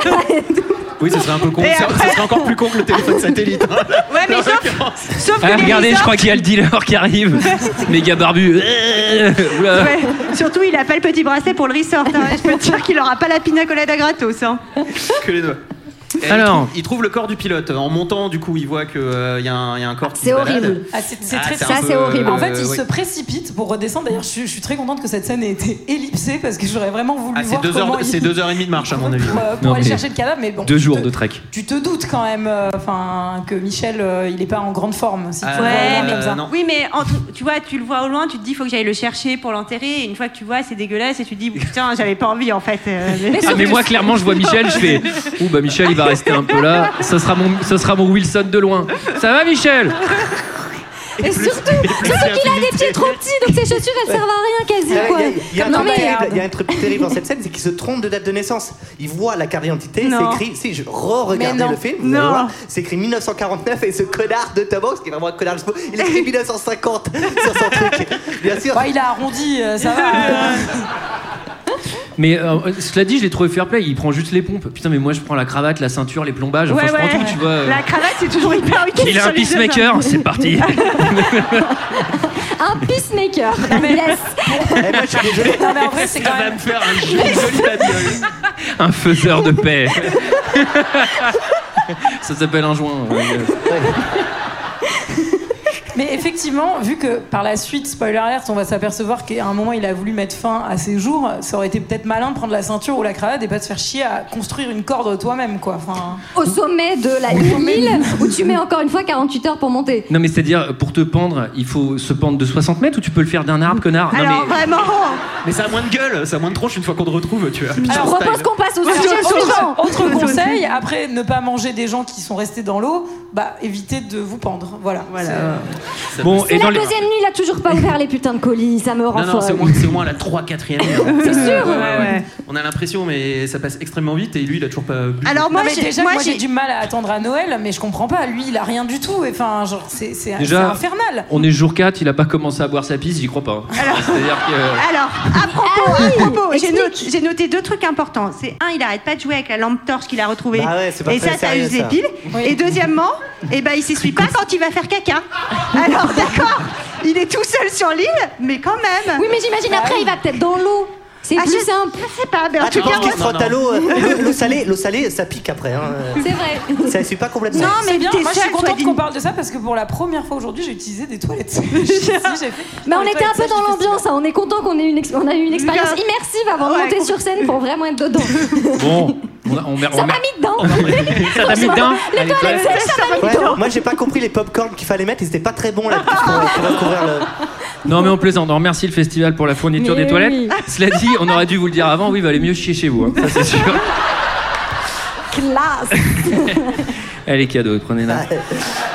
[SPEAKER 4] Oui, ce serait un peu con.
[SPEAKER 9] Et
[SPEAKER 4] Ça,
[SPEAKER 9] après-
[SPEAKER 4] ça serait encore plus con que le téléphone satellite. hein, là,
[SPEAKER 9] Ouais, mais
[SPEAKER 4] en
[SPEAKER 9] sauf-
[SPEAKER 4] l'occurrence.
[SPEAKER 9] Sauf que
[SPEAKER 1] Ah,
[SPEAKER 9] les
[SPEAKER 1] Regardez, je
[SPEAKER 9] resorts-
[SPEAKER 1] crois qu'il y a le dealer qui arrive. Méga barbu. Euh, Oula.
[SPEAKER 9] Ouais. Surtout, il a pas le petit bracelet pour le resort. hein. Je peux te dire qu'il aura pas la pina colada gratos. hein.
[SPEAKER 4] que les doigts. Et il
[SPEAKER 1] Alors.
[SPEAKER 4] trouve- il, trouve, le corps du pilote. En montant, du coup, il voit qu'il y, a un- y a un corps qui
[SPEAKER 8] C'est
[SPEAKER 4] se balade.
[SPEAKER 8] horrible.
[SPEAKER 10] Ah, c'est c'est
[SPEAKER 4] Ah,
[SPEAKER 10] très
[SPEAKER 4] c'est un
[SPEAKER 10] ça,
[SPEAKER 4] peu,
[SPEAKER 10] c'est horrible.
[SPEAKER 4] euh,
[SPEAKER 10] En fait, il
[SPEAKER 4] oui.
[SPEAKER 10] se précipite pour redescendre. D'ailleurs, je, suis- je suis très contente que cette scène ait été ellipsée parce que j'aurais vraiment voulu
[SPEAKER 4] Ah, c'est
[SPEAKER 10] voir
[SPEAKER 4] deux,
[SPEAKER 10] comment
[SPEAKER 4] heures,
[SPEAKER 10] il-
[SPEAKER 4] c'est deux heures et demie de marche, à mon avis.
[SPEAKER 10] pour, euh, pour
[SPEAKER 1] Non,
[SPEAKER 10] aller
[SPEAKER 1] mais
[SPEAKER 10] chercher le cadavre. Mais bon,
[SPEAKER 1] Deux
[SPEAKER 10] tu
[SPEAKER 1] jours
[SPEAKER 10] te-
[SPEAKER 1] de trek.
[SPEAKER 10] Tu te doutes quand même, euh, enfin, que Michel, euh, il est pas en grande forme. Si tu
[SPEAKER 4] Ah,
[SPEAKER 10] le vois
[SPEAKER 4] ouais,
[SPEAKER 10] vraiment
[SPEAKER 4] mais-
[SPEAKER 10] comme ça.
[SPEAKER 4] non.
[SPEAKER 9] Oui, mais en tout- tu vois, tu le vois au loin, tu te dis, faut que j'aille le chercher pour l'enterrer. Et une fois que tu vois, c'est dégueulasse. Et tu te dis, putain, j'avais pas envie en fait. euh, mais-
[SPEAKER 1] Ah, mais moi, clairement, je vois Michel, je fais Ouh, bah Michel, il va rester un peu là. Ce sera mon, ce sera mon Wilson de loin. Ça va, Michel
[SPEAKER 8] Et Ah, surtout, surtout qu'il a des pieds trop petits, donc ses chaussures elles servent à rien
[SPEAKER 13] Il y
[SPEAKER 8] quasi
[SPEAKER 13] a-
[SPEAKER 8] quoi.
[SPEAKER 13] il y a un
[SPEAKER 8] Comme dans
[SPEAKER 13] truc
[SPEAKER 8] Bayard.
[SPEAKER 13] terrible- il y a un truc terrible dans cette scène, c'est qu'il se trompe de date de naissance. Il voit la carte d'identité,
[SPEAKER 8] Non.
[SPEAKER 13] c'est écrit. Si je re-regardais
[SPEAKER 8] Mais non.
[SPEAKER 13] le film, vous allez
[SPEAKER 8] Non.
[SPEAKER 13] voir, c'est écrit 1949 et ce connard de Tom Hanks, qui est vraiment un connard de il a écrit 1950 sur son truc. Bien sûr.
[SPEAKER 10] il a arrondi, euh, ça va.
[SPEAKER 1] Mais euh, cela dit, je l'ai trouvé fair play. Il prend juste les pompes. Putain, mais moi, je prends la cravate, la ceinture, les plombages. Enfin,
[SPEAKER 9] Ouais,
[SPEAKER 1] je prends
[SPEAKER 9] ouais.
[SPEAKER 1] tout, tu vois. euh.
[SPEAKER 9] La cravate, c'est toujours hyper utile.
[SPEAKER 1] Il a
[SPEAKER 9] sur
[SPEAKER 1] un
[SPEAKER 9] les
[SPEAKER 1] peacemaker,
[SPEAKER 9] jeunes.
[SPEAKER 1] c'est parti.
[SPEAKER 8] Un peacemaker. Yes.
[SPEAKER 10] Non, mais en vrai, c'est quand même.
[SPEAKER 1] faire un un faiseur de paix. Ça s'appelle un joint.
[SPEAKER 10] Mais effectivement, vu que par la suite, spoiler alert, on va s'apercevoir qu'à un moment il a voulu mettre fin à ses jours, ça aurait été peut-être malin de prendre la ceinture ou la cravate et pas de se faire chier à construire une corde toi-même, quoi. Enfin,
[SPEAKER 8] Au sommet de la île où tu mets encore une fois 48 heures pour monter.
[SPEAKER 1] Non, mais c'est-à-dire, pour te pendre, il faut se pendre de 60 mètres ou tu peux le faire d'un arbre, connard Non, mais-
[SPEAKER 9] vraiment
[SPEAKER 4] Mais ça a moins de gueule, ça a moins de tronche une fois qu'on te retrouve, tu vois. Putain,
[SPEAKER 10] Alors,
[SPEAKER 4] style.
[SPEAKER 8] propose qu'on passe au
[SPEAKER 10] Autre-
[SPEAKER 8] sujet
[SPEAKER 10] autre-
[SPEAKER 8] suivant.
[SPEAKER 10] Autre conseil, après ne pas manger des gens qui sont restés dans l'eau, bah évitez de vous pendre. Voilà.
[SPEAKER 1] Bon,
[SPEAKER 8] C'est
[SPEAKER 1] et dans
[SPEAKER 8] la
[SPEAKER 1] les-
[SPEAKER 8] deuxième nuit, il a toujours pas ouvert les putains de colis, ça me rend
[SPEAKER 4] Non, non, c'est au
[SPEAKER 8] folle.
[SPEAKER 4] moins, c'est au moins la 3 4 e
[SPEAKER 8] C'est sûr.
[SPEAKER 4] On a l'impression, mais ça passe extrêmement vite et lui, il a toujours pas. bu.
[SPEAKER 10] Alors
[SPEAKER 9] moi,
[SPEAKER 10] moi,
[SPEAKER 9] j'ai-
[SPEAKER 10] déjà,
[SPEAKER 9] moi,
[SPEAKER 10] moi j'ai
[SPEAKER 9] j'ai-
[SPEAKER 10] du mal à attendre à Noël, mais je comprends pas. Lui, il a rien du tout. Et Enfin, genre, c'est c'est- c'est
[SPEAKER 1] Déjà,
[SPEAKER 10] infernal.
[SPEAKER 1] on est jour 4, il a pas commencé à boire sa pisse, j'y crois pas. C'est-à-dire que. euh,
[SPEAKER 9] Alors,
[SPEAKER 10] Ah
[SPEAKER 9] à propos, à propos, j'ai noté, j'ai noté deux trucs importants. C'est un, il arrête pas de jouer avec la lampe torche qu'il a retrouvée.
[SPEAKER 1] Bah ouais, c'est pas
[SPEAKER 9] et
[SPEAKER 1] très
[SPEAKER 9] ça, t'as
[SPEAKER 1] sérieux,
[SPEAKER 9] usé
[SPEAKER 1] ça.
[SPEAKER 9] pile.
[SPEAKER 1] Oui.
[SPEAKER 9] Et deuxièmement, eh ben, il s'essuie pas quand il va faire caca. Alors, d'accord, il est tout seul sur l'île, mais quand même.
[SPEAKER 8] Oui, mais j'imagine
[SPEAKER 13] Bah
[SPEAKER 8] après, il va peut-être dans l'eau. C'est
[SPEAKER 9] Ah,
[SPEAKER 8] plus
[SPEAKER 9] je-
[SPEAKER 8] simple.
[SPEAKER 9] Je sais pas, mais en
[SPEAKER 13] Ah, tu
[SPEAKER 9] tout
[SPEAKER 13] penses
[SPEAKER 9] cas,
[SPEAKER 13] qu'il
[SPEAKER 9] on-
[SPEAKER 13] se frotte à l'eau euh, L'eau l'eau salée, l'eau salée, ça pique après. hein.
[SPEAKER 8] C'est vrai.
[SPEAKER 13] Ça ne suit pas complètement.
[SPEAKER 10] C'est bien. Moi, je suis
[SPEAKER 9] seule, toi,
[SPEAKER 10] contente
[SPEAKER 9] Dine.
[SPEAKER 10] qu'on parle de ça parce que pour la première fois aujourd'hui, j'ai utilisé des toilettes. sèches. Si, j'ai fait-
[SPEAKER 8] Mais on
[SPEAKER 10] les
[SPEAKER 8] était un
[SPEAKER 10] toilettes
[SPEAKER 8] peu
[SPEAKER 10] sèches
[SPEAKER 8] dans
[SPEAKER 10] du
[SPEAKER 8] l'ambiance, hein. on est content qu'on ait une ex- on a eu une expérience
[SPEAKER 9] Bien.
[SPEAKER 8] immersive avant de
[SPEAKER 9] Ouais,
[SPEAKER 8] monter
[SPEAKER 9] com-
[SPEAKER 8] sur scène pour vraiment être dedans.
[SPEAKER 1] Bon, on, a- on, mer-
[SPEAKER 8] Ça
[SPEAKER 1] on
[SPEAKER 8] m'a
[SPEAKER 1] mer-
[SPEAKER 8] mis dedans.
[SPEAKER 1] Ça t'a mis dedans
[SPEAKER 8] Les
[SPEAKER 1] Allez,
[SPEAKER 8] toilettes
[SPEAKER 1] toi.
[SPEAKER 8] sèches, ça m'a mis
[SPEAKER 13] Ouais,
[SPEAKER 8] dedans.
[SPEAKER 13] moi j'ai pas compris les pop-corn qu'il fallait mettre, ils étaient pas très bons là pour, pour recouvrir le.
[SPEAKER 1] Non, mais on plaisante. On remercie le festival pour la fourniture
[SPEAKER 8] Mais
[SPEAKER 1] des toilettes.
[SPEAKER 8] oui.
[SPEAKER 1] Cela dit, on aurait dû vous le dire avant. Oui, valait mieux chier chez vous. hein. Ça, c'est sûr.
[SPEAKER 8] Classe.
[SPEAKER 1] Elle est cadeau, prenez-la.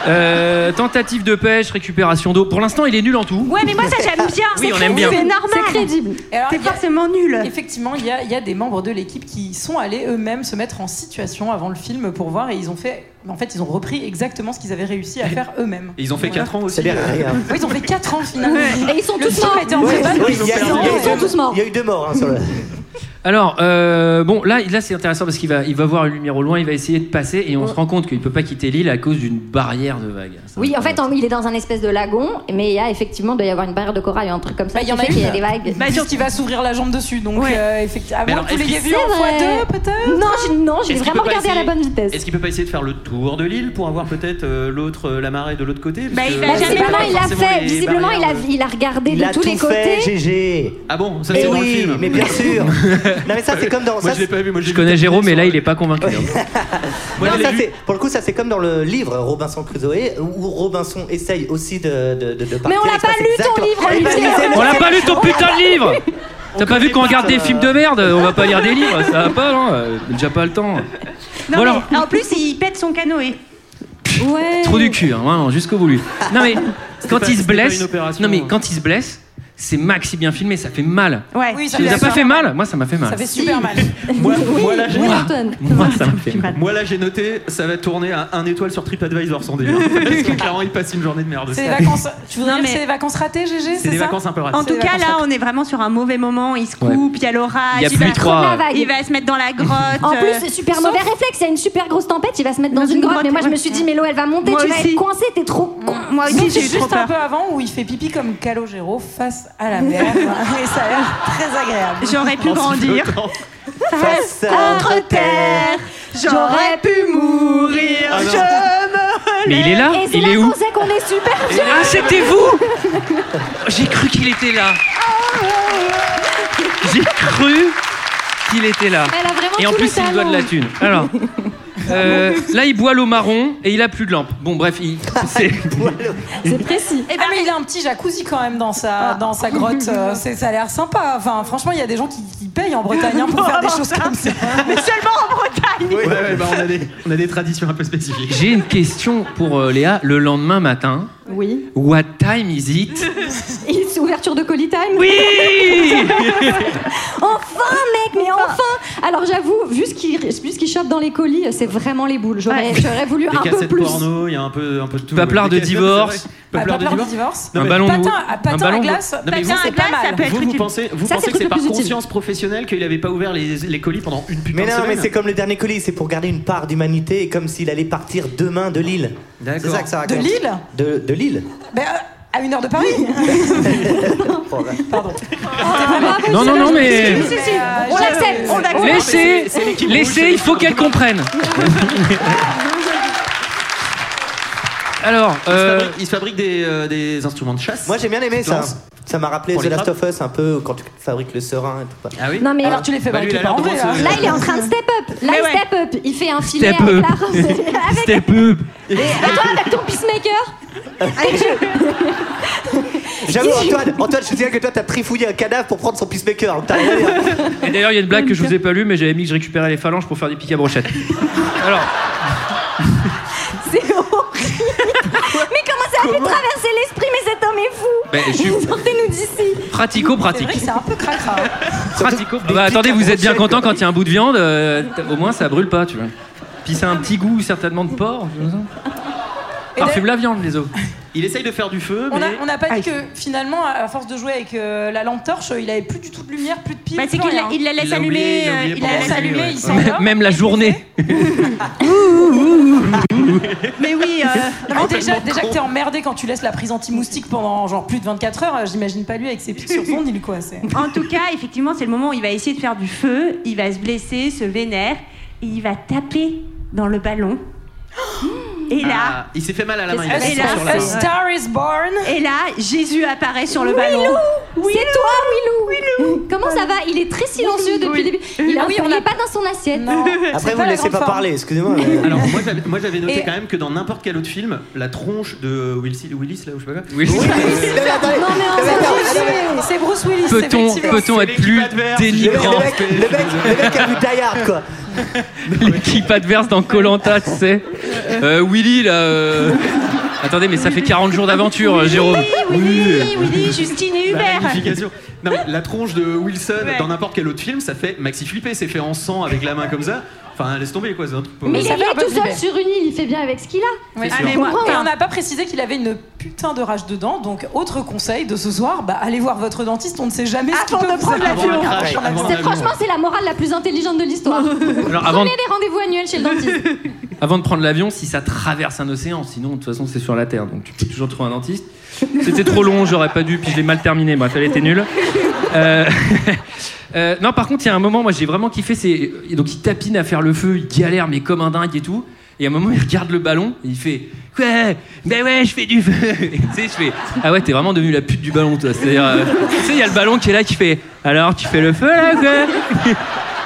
[SPEAKER 1] Euh, tentative de pêche, récupération d'eau. Pour l'instant, il est nul en tout.
[SPEAKER 9] Ouais, mais moi, ça, j'aime bien.
[SPEAKER 1] Oui, on
[SPEAKER 9] C'est
[SPEAKER 1] aime bien.
[SPEAKER 9] C'est normal.
[SPEAKER 8] C'est crédible.
[SPEAKER 10] Et alors,
[SPEAKER 9] T'es
[SPEAKER 10] il y a-
[SPEAKER 9] forcément nul.
[SPEAKER 10] Effectivement, il y, a, il y a des membres de l'équipe qui sont allés eux-mêmes se mettre en situation avant le film pour voir et ils ont fait. En fait, ils ont repris exactement ce qu'ils avaient réussi à faire eux-mêmes.
[SPEAKER 4] Et ils ont fait 4 ans aussi.
[SPEAKER 13] C'est-à-dire rien.
[SPEAKER 10] Ouais, ils ont fait 4 ans finalement.
[SPEAKER 8] Et ils sont
[SPEAKER 10] Le
[SPEAKER 8] tous
[SPEAKER 10] film
[SPEAKER 8] morts.
[SPEAKER 10] était en
[SPEAKER 13] Ouais,
[SPEAKER 10] prépa,
[SPEAKER 13] ouais,
[SPEAKER 10] ils ont
[SPEAKER 13] il y a-
[SPEAKER 10] fait un
[SPEAKER 13] il y a-
[SPEAKER 10] an.
[SPEAKER 8] Ils sont tous morts.
[SPEAKER 13] Il y a eu deux morts hein, sur le.
[SPEAKER 1] Alors, euh, bon, là, là c'est intéressant parce qu'il va, il va voir une lumière au loin, il va essayer de passer et on se rend compte qu'il peut pas quitter l'île à cause d'une barrière de vagues. Ça
[SPEAKER 8] Oui,
[SPEAKER 1] va
[SPEAKER 8] en
[SPEAKER 1] pas.
[SPEAKER 8] fait, en- il est dans un espèce de lagon, mais il y a effectivement, doit y avoir une barrière de corail, un truc comme ça.
[SPEAKER 10] Bah, il y en
[SPEAKER 8] qui
[SPEAKER 10] a
[SPEAKER 8] fait
[SPEAKER 10] une.
[SPEAKER 8] qu'il y a des vagues.
[SPEAKER 10] Bah, sûr qu'il va s'ouvrir la jambe dessus, donc euh, effectivement.
[SPEAKER 4] Mais
[SPEAKER 10] Avant
[SPEAKER 4] alors,
[SPEAKER 10] que vous
[SPEAKER 4] est-ce
[SPEAKER 10] l'ayez
[SPEAKER 4] qu'il-
[SPEAKER 10] vu en
[SPEAKER 8] C'est
[SPEAKER 10] fois
[SPEAKER 8] vrai.
[SPEAKER 10] deux, peut-être
[SPEAKER 8] Non, je, non, je l'ai
[SPEAKER 4] Est-ce qu'il
[SPEAKER 8] vraiment
[SPEAKER 4] peut pas
[SPEAKER 8] regardé à la
[SPEAKER 4] essayer-
[SPEAKER 8] bonne vitesse.
[SPEAKER 4] Est-ce qu'il peut pas essayer de faire le tour de l'île pour avoir peut-être euh, l'autre, euh, la marée de l'autre côté Parce
[SPEAKER 9] Bah, il
[SPEAKER 4] que-
[SPEAKER 9] va
[SPEAKER 8] Bah,
[SPEAKER 4] c'est
[SPEAKER 8] visiblement,
[SPEAKER 4] pas
[SPEAKER 8] il l'a
[SPEAKER 4] forcément
[SPEAKER 8] fait.
[SPEAKER 4] les
[SPEAKER 8] Visiblement, il a,
[SPEAKER 4] barrières de-
[SPEAKER 8] il a regardé
[SPEAKER 13] Il
[SPEAKER 8] de
[SPEAKER 13] a
[SPEAKER 8] tous
[SPEAKER 13] tout
[SPEAKER 8] les
[SPEAKER 13] fait,
[SPEAKER 8] côtés.
[SPEAKER 13] GG.
[SPEAKER 4] Ah bon,
[SPEAKER 1] Eh
[SPEAKER 4] ça
[SPEAKER 13] Mais
[SPEAKER 4] c'est dans le
[SPEAKER 13] oui,
[SPEAKER 4] film.
[SPEAKER 13] mais bien sûr. non mais ça c'est comme dans.
[SPEAKER 4] Moi
[SPEAKER 13] ça,
[SPEAKER 4] je l'ai pas vu, moi
[SPEAKER 1] Je connais Jérôme, mais là, il est pas convaincu. hein.
[SPEAKER 4] Moi,
[SPEAKER 13] Non,
[SPEAKER 4] je l'ai
[SPEAKER 13] ça,
[SPEAKER 4] vu.
[SPEAKER 13] c'est- pour le coup, ça c'est comme dans le livre Robinson Crusoe où Robinson essaye aussi de de, de, de partir.
[SPEAKER 8] on l'a
[SPEAKER 13] il se passe
[SPEAKER 8] pas lu, ton livre,
[SPEAKER 13] exactement- On l'a pas lu,
[SPEAKER 8] Olivier.
[SPEAKER 13] c'est-
[SPEAKER 1] On l'a pas lu ton putain de livre T'as pas vu qu'on regarde des
[SPEAKER 13] euh,
[SPEAKER 1] films de merde On va pas lire des livres, ça va pas, non Euh, Déjà pas le temps.
[SPEAKER 9] Non,
[SPEAKER 1] Bon, alors-
[SPEAKER 9] mais en plus, il pète son canoë.
[SPEAKER 8] Ouais.
[SPEAKER 1] Trou du cul, hein, vraiment, jusqu'au bout lui. Non mais quand
[SPEAKER 4] euh, pas-
[SPEAKER 1] il se
[SPEAKER 4] c'était pas
[SPEAKER 1] blesse,
[SPEAKER 4] une opération.
[SPEAKER 1] non
[SPEAKER 4] hein.
[SPEAKER 1] mais quand il se blesse, c'est maxi bien filmé, ça fait mal.
[SPEAKER 9] Ouais.
[SPEAKER 10] Oui, ça
[SPEAKER 1] Tu nous
[SPEAKER 10] fait
[SPEAKER 1] as pas
[SPEAKER 10] super
[SPEAKER 1] fait
[SPEAKER 10] mal.
[SPEAKER 1] mal Moi ça m'a fait mal.
[SPEAKER 10] Ça fait super mal.
[SPEAKER 4] Moi, moi, là, j'ai-
[SPEAKER 8] Oui, Antoine.
[SPEAKER 1] Moi ça m'a fait mal.
[SPEAKER 4] moi, là, j'ai noté, ça va tourner à 1 étoile sur TripAdvisor sans délire. Parce que clairement, il passe une journée de merde.
[SPEAKER 10] C'est des vacances. Tu voudrais
[SPEAKER 9] Non,
[SPEAKER 10] dire que
[SPEAKER 9] mais-
[SPEAKER 10] c'est des vacances ratées, GG
[SPEAKER 4] C'est
[SPEAKER 10] C'est
[SPEAKER 4] des
[SPEAKER 10] ça
[SPEAKER 4] vacances un peu rapides.
[SPEAKER 9] En tout
[SPEAKER 10] C'est
[SPEAKER 9] cas,
[SPEAKER 10] la
[SPEAKER 9] là, on est vraiment sur un mauvais moment. Il se
[SPEAKER 1] Ouais.
[SPEAKER 9] coupe, il y a l'orage.
[SPEAKER 10] Ah,
[SPEAKER 1] Il y a
[SPEAKER 9] il va-
[SPEAKER 1] plus trois.
[SPEAKER 8] la vague.
[SPEAKER 9] Il va se mettre dans la grotte.
[SPEAKER 8] En
[SPEAKER 9] euh,
[SPEAKER 8] plus, super mauvais réflexe, il y a une super grosse tempête, il va se mettre dans, une, grotte. Mais moi, je me suis dit, mais l'eau, elle va monter,
[SPEAKER 9] Moi
[SPEAKER 8] tu vas
[SPEAKER 9] aussi.
[SPEAKER 8] être coincé, t'es trop con.
[SPEAKER 9] Moi
[SPEAKER 10] Donc,
[SPEAKER 9] aussi,
[SPEAKER 10] c'est
[SPEAKER 9] j'ai eu trop
[SPEAKER 10] juste un
[SPEAKER 9] peur.
[SPEAKER 10] peu avant où il fait pipi comme Calogero face à la mer. et ça a l'air très agréable.
[SPEAKER 9] J'aurais pu grandir.
[SPEAKER 13] Face à-
[SPEAKER 9] Contre terre, j'aurais pu mourir.
[SPEAKER 4] Ah non.
[SPEAKER 9] je me
[SPEAKER 1] Mais il est là
[SPEAKER 8] Et c'est
[SPEAKER 1] Il
[SPEAKER 8] là
[SPEAKER 1] est où
[SPEAKER 8] qu'on sait qu'on est super vieux.
[SPEAKER 1] Ah c'était vous J'ai cru qu'il était là. J'ai cru qu'il était là.
[SPEAKER 8] Elle a vraiment
[SPEAKER 1] Et en
[SPEAKER 8] tous les
[SPEAKER 1] plus il me doit de la
[SPEAKER 8] talents.
[SPEAKER 1] thune. Alors. Euh, là, il boit l'eau marron et il a plus de lampe. Bon, bref, il. c'est-
[SPEAKER 10] C'est précis.
[SPEAKER 8] Eh ben,
[SPEAKER 10] ah, mais il a un petit jacuzzi quand même dans
[SPEAKER 9] Ah.
[SPEAKER 10] sa, dans sa grotte. euh, c'est- ça a l'air sympa. Enfin, franchement, il y a des gens qui, qui payent en Bretagne hein, pour faire des choses comme ça.
[SPEAKER 9] Mais seulement en Bretagne
[SPEAKER 4] Ouais, ouais, bah, on, a des, on a des traditions un peu spécifiques.
[SPEAKER 1] J'ai une question pour euh, Léa. Le lendemain matin,
[SPEAKER 8] Oui.
[SPEAKER 1] what time is it
[SPEAKER 8] Et c'est ouverture de Collie Time
[SPEAKER 1] Oui
[SPEAKER 8] Enfin, mec, mais enfin Alors, j'avoue, vu ce qui, vu ce qui chope dans les colis, c'est vraiment les boules. J'aurais j'aurais voulu
[SPEAKER 4] Des
[SPEAKER 8] un peu
[SPEAKER 4] cassettes
[SPEAKER 8] plus.
[SPEAKER 4] porno, il y a un peu, un peu de tout.
[SPEAKER 1] Paplard de
[SPEAKER 4] Des cassettes,
[SPEAKER 1] divorce.
[SPEAKER 4] c'est vrai.
[SPEAKER 10] Ah,
[SPEAKER 4] Paplard de
[SPEAKER 10] paplard
[SPEAKER 4] divorce.
[SPEAKER 10] de divorce.
[SPEAKER 4] Non,
[SPEAKER 1] Un
[SPEAKER 4] mais-
[SPEAKER 1] ballon de
[SPEAKER 10] patin,
[SPEAKER 1] wood.
[SPEAKER 10] à, patin
[SPEAKER 1] Un
[SPEAKER 10] à
[SPEAKER 1] ballon de
[SPEAKER 10] glace,
[SPEAKER 1] wood.
[SPEAKER 4] Non, mais
[SPEAKER 10] patin
[SPEAKER 4] vous-
[SPEAKER 10] à glace, ça peut être
[SPEAKER 4] vous, vous
[SPEAKER 10] utile.
[SPEAKER 4] pensez, vous
[SPEAKER 10] Ça,
[SPEAKER 4] pensez
[SPEAKER 10] c'est
[SPEAKER 4] que c'est
[SPEAKER 10] le
[SPEAKER 4] par
[SPEAKER 10] truc plus utile.
[SPEAKER 4] conscience professionnelle qu'il n'avait pas ouvert les, les colis pendant une putain
[SPEAKER 13] Mais
[SPEAKER 4] de
[SPEAKER 13] non,
[SPEAKER 4] semaine
[SPEAKER 13] mais c'est comme le dernier colis, c'est pour garder une part d'humanité et comme s'il allait partir demain de Lille.
[SPEAKER 4] D'accord.
[SPEAKER 13] C'est ça que ça raconte.
[SPEAKER 10] De Lille
[SPEAKER 13] De, de Lille. Oh,
[SPEAKER 10] Ben, euh, à une heure de Paris
[SPEAKER 13] bah.
[SPEAKER 8] Ah,
[SPEAKER 1] Non, non, non, mais.
[SPEAKER 10] Si, si,
[SPEAKER 9] Euh,
[SPEAKER 10] si.
[SPEAKER 8] On l'accepte, on l'accepte.
[SPEAKER 1] Laissez, laissez, il faut qu'elle comprenne. Alors,
[SPEAKER 4] Il se
[SPEAKER 1] euh,
[SPEAKER 4] fabrique- il se fabrique des, euh, des instruments de chasse.
[SPEAKER 13] Moi j'ai bien aimé ça.
[SPEAKER 4] Lance.
[SPEAKER 13] Ça m'a rappelé
[SPEAKER 4] Pour
[SPEAKER 13] The
[SPEAKER 4] les
[SPEAKER 13] Last
[SPEAKER 4] frappes.
[SPEAKER 13] of Us un peu quand tu fabriques le serin et tout.
[SPEAKER 4] Ah oui
[SPEAKER 8] Non, mais-
[SPEAKER 10] Alors, tu les fais
[SPEAKER 4] Bah, lui,
[SPEAKER 10] fabriquer
[SPEAKER 4] il a
[SPEAKER 10] par
[SPEAKER 4] l'air
[SPEAKER 10] André,
[SPEAKER 4] de
[SPEAKER 10] hein. là.
[SPEAKER 4] penser-
[SPEAKER 8] Là, il est en train de step up. Là,
[SPEAKER 10] Mais
[SPEAKER 8] il
[SPEAKER 10] ouais.
[SPEAKER 8] step up. Il fait un filet
[SPEAKER 1] Step
[SPEAKER 8] avec
[SPEAKER 1] up.
[SPEAKER 8] la rose. Avec-
[SPEAKER 1] step up.
[SPEAKER 8] Et toi, avec ton peacemaker
[SPEAKER 13] J'avoue, Antoine, Antoine, je te souviens que toi t'as trifouillé un cadavre pour prendre son peacemaker. hein, T'as rien dit.
[SPEAKER 1] Et d'ailleurs, il y a une blague que je vous ai pas lue, mais j'avais mis que je récupérais les phalanges pour faire des pics à brochette. Alors,
[SPEAKER 8] C'est horrible. Mais comment ça a pu traverser l'esprit Mais cet homme est fou.
[SPEAKER 1] ben, je suis
[SPEAKER 8] Sortez-nous d'ici.
[SPEAKER 10] C'est
[SPEAKER 1] pratico-pratique.
[SPEAKER 10] vrai que c'est un peu cracra.
[SPEAKER 1] Pratico. Ah bah, attendez, vous êtes bien content quand il y a un bout de viande, euh, t- au moins ça brûle pas, tu vois. Puis ça a un petit goût certainement de porc. je sais pas.
[SPEAKER 10] Et
[SPEAKER 1] Parfume la viande, les os.
[SPEAKER 4] Il essaye de faire du feu,
[SPEAKER 10] On
[SPEAKER 4] mais.
[SPEAKER 10] a- on n'a pas dit que finalement, à force de jouer avec euh, la lampe torche, il avait plus du tout de lumière, plus de piles.
[SPEAKER 9] Bah, c'est
[SPEAKER 10] plus
[SPEAKER 9] qu'il
[SPEAKER 10] rien.
[SPEAKER 9] la- il la
[SPEAKER 4] Il
[SPEAKER 9] laisse
[SPEAKER 4] l'a oublié, il l'a
[SPEAKER 9] allumer. euh,
[SPEAKER 4] oublié
[SPEAKER 9] Il
[SPEAKER 4] pendant la
[SPEAKER 9] la laisse
[SPEAKER 4] nuit,
[SPEAKER 9] allumer.
[SPEAKER 4] ouais.
[SPEAKER 9] Il s'endort.
[SPEAKER 1] Même la journée.
[SPEAKER 9] Mais oui. euh,
[SPEAKER 10] Non, mais déjà, déjà que Ah, t'es emmerdé quand tu laisses la prise anti-moustique pendant genre plus de 24 heures, euh, j'imagine pas lui avec ses pics sur son île quoi. c'est-
[SPEAKER 9] En tout cas, effectivement, c'est le moment où il va essayer de faire du feu, il va se blesser, se vénère, et il va taper dans le ballon. Et là,
[SPEAKER 4] Ah, il s'est fait mal à la main. Il
[SPEAKER 9] Qu'est-ce
[SPEAKER 4] a
[SPEAKER 9] que
[SPEAKER 4] laissé
[SPEAKER 9] c'est
[SPEAKER 4] sur
[SPEAKER 9] ça
[SPEAKER 4] la
[SPEAKER 10] A
[SPEAKER 4] main.
[SPEAKER 10] Star is Born.
[SPEAKER 9] et là, Jésus apparaît sur le ballon.
[SPEAKER 8] C'est toi, Willou. Comment ça va Il est très silencieux depuis le début. Il a
[SPEAKER 10] Oui, Euh, on
[SPEAKER 8] on
[SPEAKER 10] l'a-
[SPEAKER 8] n'est pas dans son assiette.
[SPEAKER 10] Non. C'est
[SPEAKER 13] Après, vous
[SPEAKER 10] pas
[SPEAKER 13] ne
[SPEAKER 10] la
[SPEAKER 13] laissez
[SPEAKER 10] grande
[SPEAKER 13] pas
[SPEAKER 10] forme.
[SPEAKER 13] parler, excusez-moi. mais-
[SPEAKER 4] Alors moi j'avais, moi, j'avais noté
[SPEAKER 10] Et-
[SPEAKER 4] quand même que dans n'importe quel autre film, la tronche de Willis, Willis là ou je sais pas quoi.
[SPEAKER 1] Oui.
[SPEAKER 13] Non, mais attendez,
[SPEAKER 10] Non, mais en
[SPEAKER 13] non, mais
[SPEAKER 10] fait,
[SPEAKER 13] attendez,
[SPEAKER 10] Jésus, c'est Bruce Willis.
[SPEAKER 1] Peut-on
[SPEAKER 10] effectivement.
[SPEAKER 1] peut-on
[SPEAKER 4] C'est
[SPEAKER 1] être plus
[SPEAKER 4] l'équipe adverse.
[SPEAKER 13] Le mec,
[SPEAKER 1] dénigrant
[SPEAKER 13] le mec, le mec, le mec a vu Die Hard, quoi.
[SPEAKER 1] L'équipe adverse dans Colanta, tu sais. Euh, Willy, là. euh, Attendez, mais ça fait 40 jours d'aventure, euh, Jérôme.
[SPEAKER 9] Willy, Willy, Justine et
[SPEAKER 4] La
[SPEAKER 9] Hubert.
[SPEAKER 4] magnification. Non, mais la tronche de Wilson
[SPEAKER 9] Ouais.
[SPEAKER 4] dans n'importe quel autre film, ça fait maxi flipper, c'est fait en sang avec la main comme ça. Enfin laisse tomber quoi, c'est un truc.
[SPEAKER 8] Mais il
[SPEAKER 10] ça
[SPEAKER 8] est
[SPEAKER 10] fait un peu
[SPEAKER 8] tout seul
[SPEAKER 10] flipper.
[SPEAKER 8] sur une île, il fait bien avec ce qu'il a.
[SPEAKER 10] Ouais.
[SPEAKER 4] C'est sûr.
[SPEAKER 10] Et moi-
[SPEAKER 8] Comprends,
[SPEAKER 10] et
[SPEAKER 8] hein.
[SPEAKER 10] on n'a pas précisé qu'il avait une putain de rage dedans, donc autre conseil de ce soir, bah, allez voir votre dentiste, on ne sait jamais ce qu'il
[SPEAKER 9] Avant
[SPEAKER 10] peut
[SPEAKER 9] de
[SPEAKER 10] vous
[SPEAKER 9] prendre
[SPEAKER 10] arriver.
[SPEAKER 4] l'avion. Avant un crash,
[SPEAKER 10] Avant un
[SPEAKER 4] avant
[SPEAKER 10] accident.
[SPEAKER 8] C'est
[SPEAKER 4] un
[SPEAKER 8] franchement, c'est la morale la plus intelligente de l'histoire.
[SPEAKER 1] Alors, avant, de-
[SPEAKER 8] Prenez des rendez-vous annuels chez le dentiste.
[SPEAKER 1] avant de prendre l'avion, si ça traverse un océan, sinon, de toute façon, c'est sur la Terre, donc tu peux toujours trouver un dentiste. C'était trop long, j'aurais pas dû, puis je l'ai mal terminé, bref, elle était nulle. Euh, euh, non, par contre, il y a un moment, moi, j'ai vraiment kiffé, c'est. Donc, il tapine à faire le feu, il galère, mais comme un dingue et tout. Et à un moment, il regarde le ballon, et il fait Ouais, ben ouais, je fais du feu. Et tu sais, je fais Ah ouais, t'es vraiment devenu la pute du ballon, toi. C'est-à-dire, euh, tu sais, il y a le ballon qui est là, qui fait Alors, tu fais le feu, là, quoi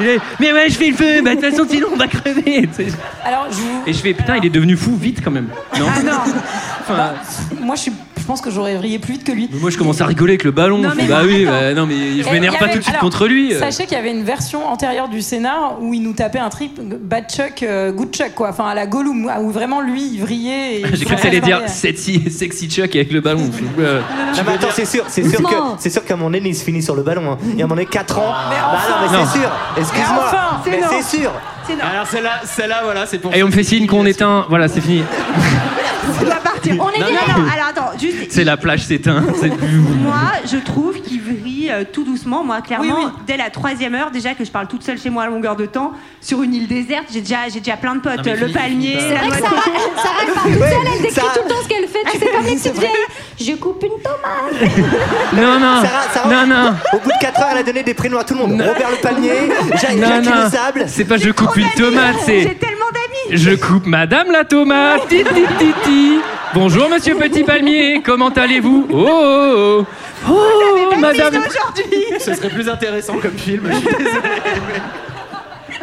[SPEAKER 1] Il est, Mais ouais, je fais le feu, bah, de toute façon, sinon, on va crever. Tu sais, je-
[SPEAKER 10] Alors, je vous-
[SPEAKER 1] et je fais putain, il est devenu fou vite quand même. Non,
[SPEAKER 10] bah, moi, je, suis- je pense que j'aurais rié plus vite que lui.
[SPEAKER 1] Mais Moi je commence à rigoler avec le ballon.
[SPEAKER 10] Non,
[SPEAKER 1] Je fais,
[SPEAKER 10] mais
[SPEAKER 1] bah oui,
[SPEAKER 10] attends.
[SPEAKER 1] bah, non mais je
[SPEAKER 10] Et il
[SPEAKER 1] m'énerve
[SPEAKER 10] y
[SPEAKER 1] pas
[SPEAKER 10] avait-
[SPEAKER 1] tout de suite
[SPEAKER 10] alors,
[SPEAKER 1] contre lui. euh.
[SPEAKER 10] Sachez qu'il y avait une version antérieure du scénar où il nous tapait un trip bad chuck, euh, good chuck, quoi. Enfin, à la Gollum, où vraiment lui, il vrillait. et il
[SPEAKER 1] J'ai cru que
[SPEAKER 10] s'en
[SPEAKER 1] t'allais dire
[SPEAKER 10] parlait.
[SPEAKER 1] sexy, sexy Chuck avec le ballon. Je- euh,
[SPEAKER 13] Non, mais attends, c'est sûr, c'est sûr que,
[SPEAKER 8] Doucement.
[SPEAKER 13] c'est sûr qu'à mon aîné, il se finit sur le ballon. hein. Il y a mon aîné 4 ans. bah non, mais
[SPEAKER 1] Non.
[SPEAKER 13] c'est sûr. Excuse-moi.
[SPEAKER 10] Mais enfin,
[SPEAKER 9] c'est
[SPEAKER 13] mais
[SPEAKER 9] non.
[SPEAKER 13] c'est sûr.
[SPEAKER 9] C'est non,
[SPEAKER 4] Alors celle-là, celle-là voilà, c'est pour.
[SPEAKER 1] Et on me fait signe qu'on éteint. Voilà, c'est fini.
[SPEAKER 9] on va partir.
[SPEAKER 8] On est
[SPEAKER 9] Non,
[SPEAKER 8] viré.
[SPEAKER 9] non, non, alors attends, juste.
[SPEAKER 1] C'est la plage s'éteint. C'est-
[SPEAKER 9] Moi, je trouve qu'il vrille euh, tout doucement. Moi, clairement,
[SPEAKER 10] Oui, oui.
[SPEAKER 9] dès la troisième heure, déjà que je parle toute seule chez moi à longueur de temps, sur une île déserte, j'ai déjà, j'ai déjà plein de
[SPEAKER 4] Non,
[SPEAKER 9] potes.
[SPEAKER 4] mais
[SPEAKER 9] euh, le
[SPEAKER 4] finis, finis
[SPEAKER 9] palmier,
[SPEAKER 4] pas.
[SPEAKER 9] la
[SPEAKER 4] C'est
[SPEAKER 8] C'est vrai que
[SPEAKER 9] noix de
[SPEAKER 8] Sarah, Sarah, elle parle toute
[SPEAKER 13] Ouais,
[SPEAKER 8] seule, elle décrit
[SPEAKER 13] Sarah-
[SPEAKER 8] tout le temps ce qu'elle fait. Tu sais, c'est comme les petites vieilles. Je coupe une tomate.
[SPEAKER 1] Non, non,
[SPEAKER 13] Sarah, Sarah.
[SPEAKER 1] non, non.
[SPEAKER 13] Au bout de 4 heures, elle a donné des prénoms à tout le monde. Robert le Palmier, Jacques,
[SPEAKER 1] Non,
[SPEAKER 13] Jacques
[SPEAKER 1] non,
[SPEAKER 13] le Sable.
[SPEAKER 1] c'est pas je coupe une
[SPEAKER 9] Trop d'amis.
[SPEAKER 1] tomate,
[SPEAKER 9] J'ai
[SPEAKER 1] c'est
[SPEAKER 9] tellement d'amis.
[SPEAKER 1] je coupe madame la tomate. Ti, ti, ti, ti. Bonjour monsieur Petit Palmier, comment allez-vous Oh, oh, oh, oh
[SPEAKER 9] Mais
[SPEAKER 1] madame.
[SPEAKER 9] aujourd'hui.
[SPEAKER 4] Ce serait plus intéressant comme film.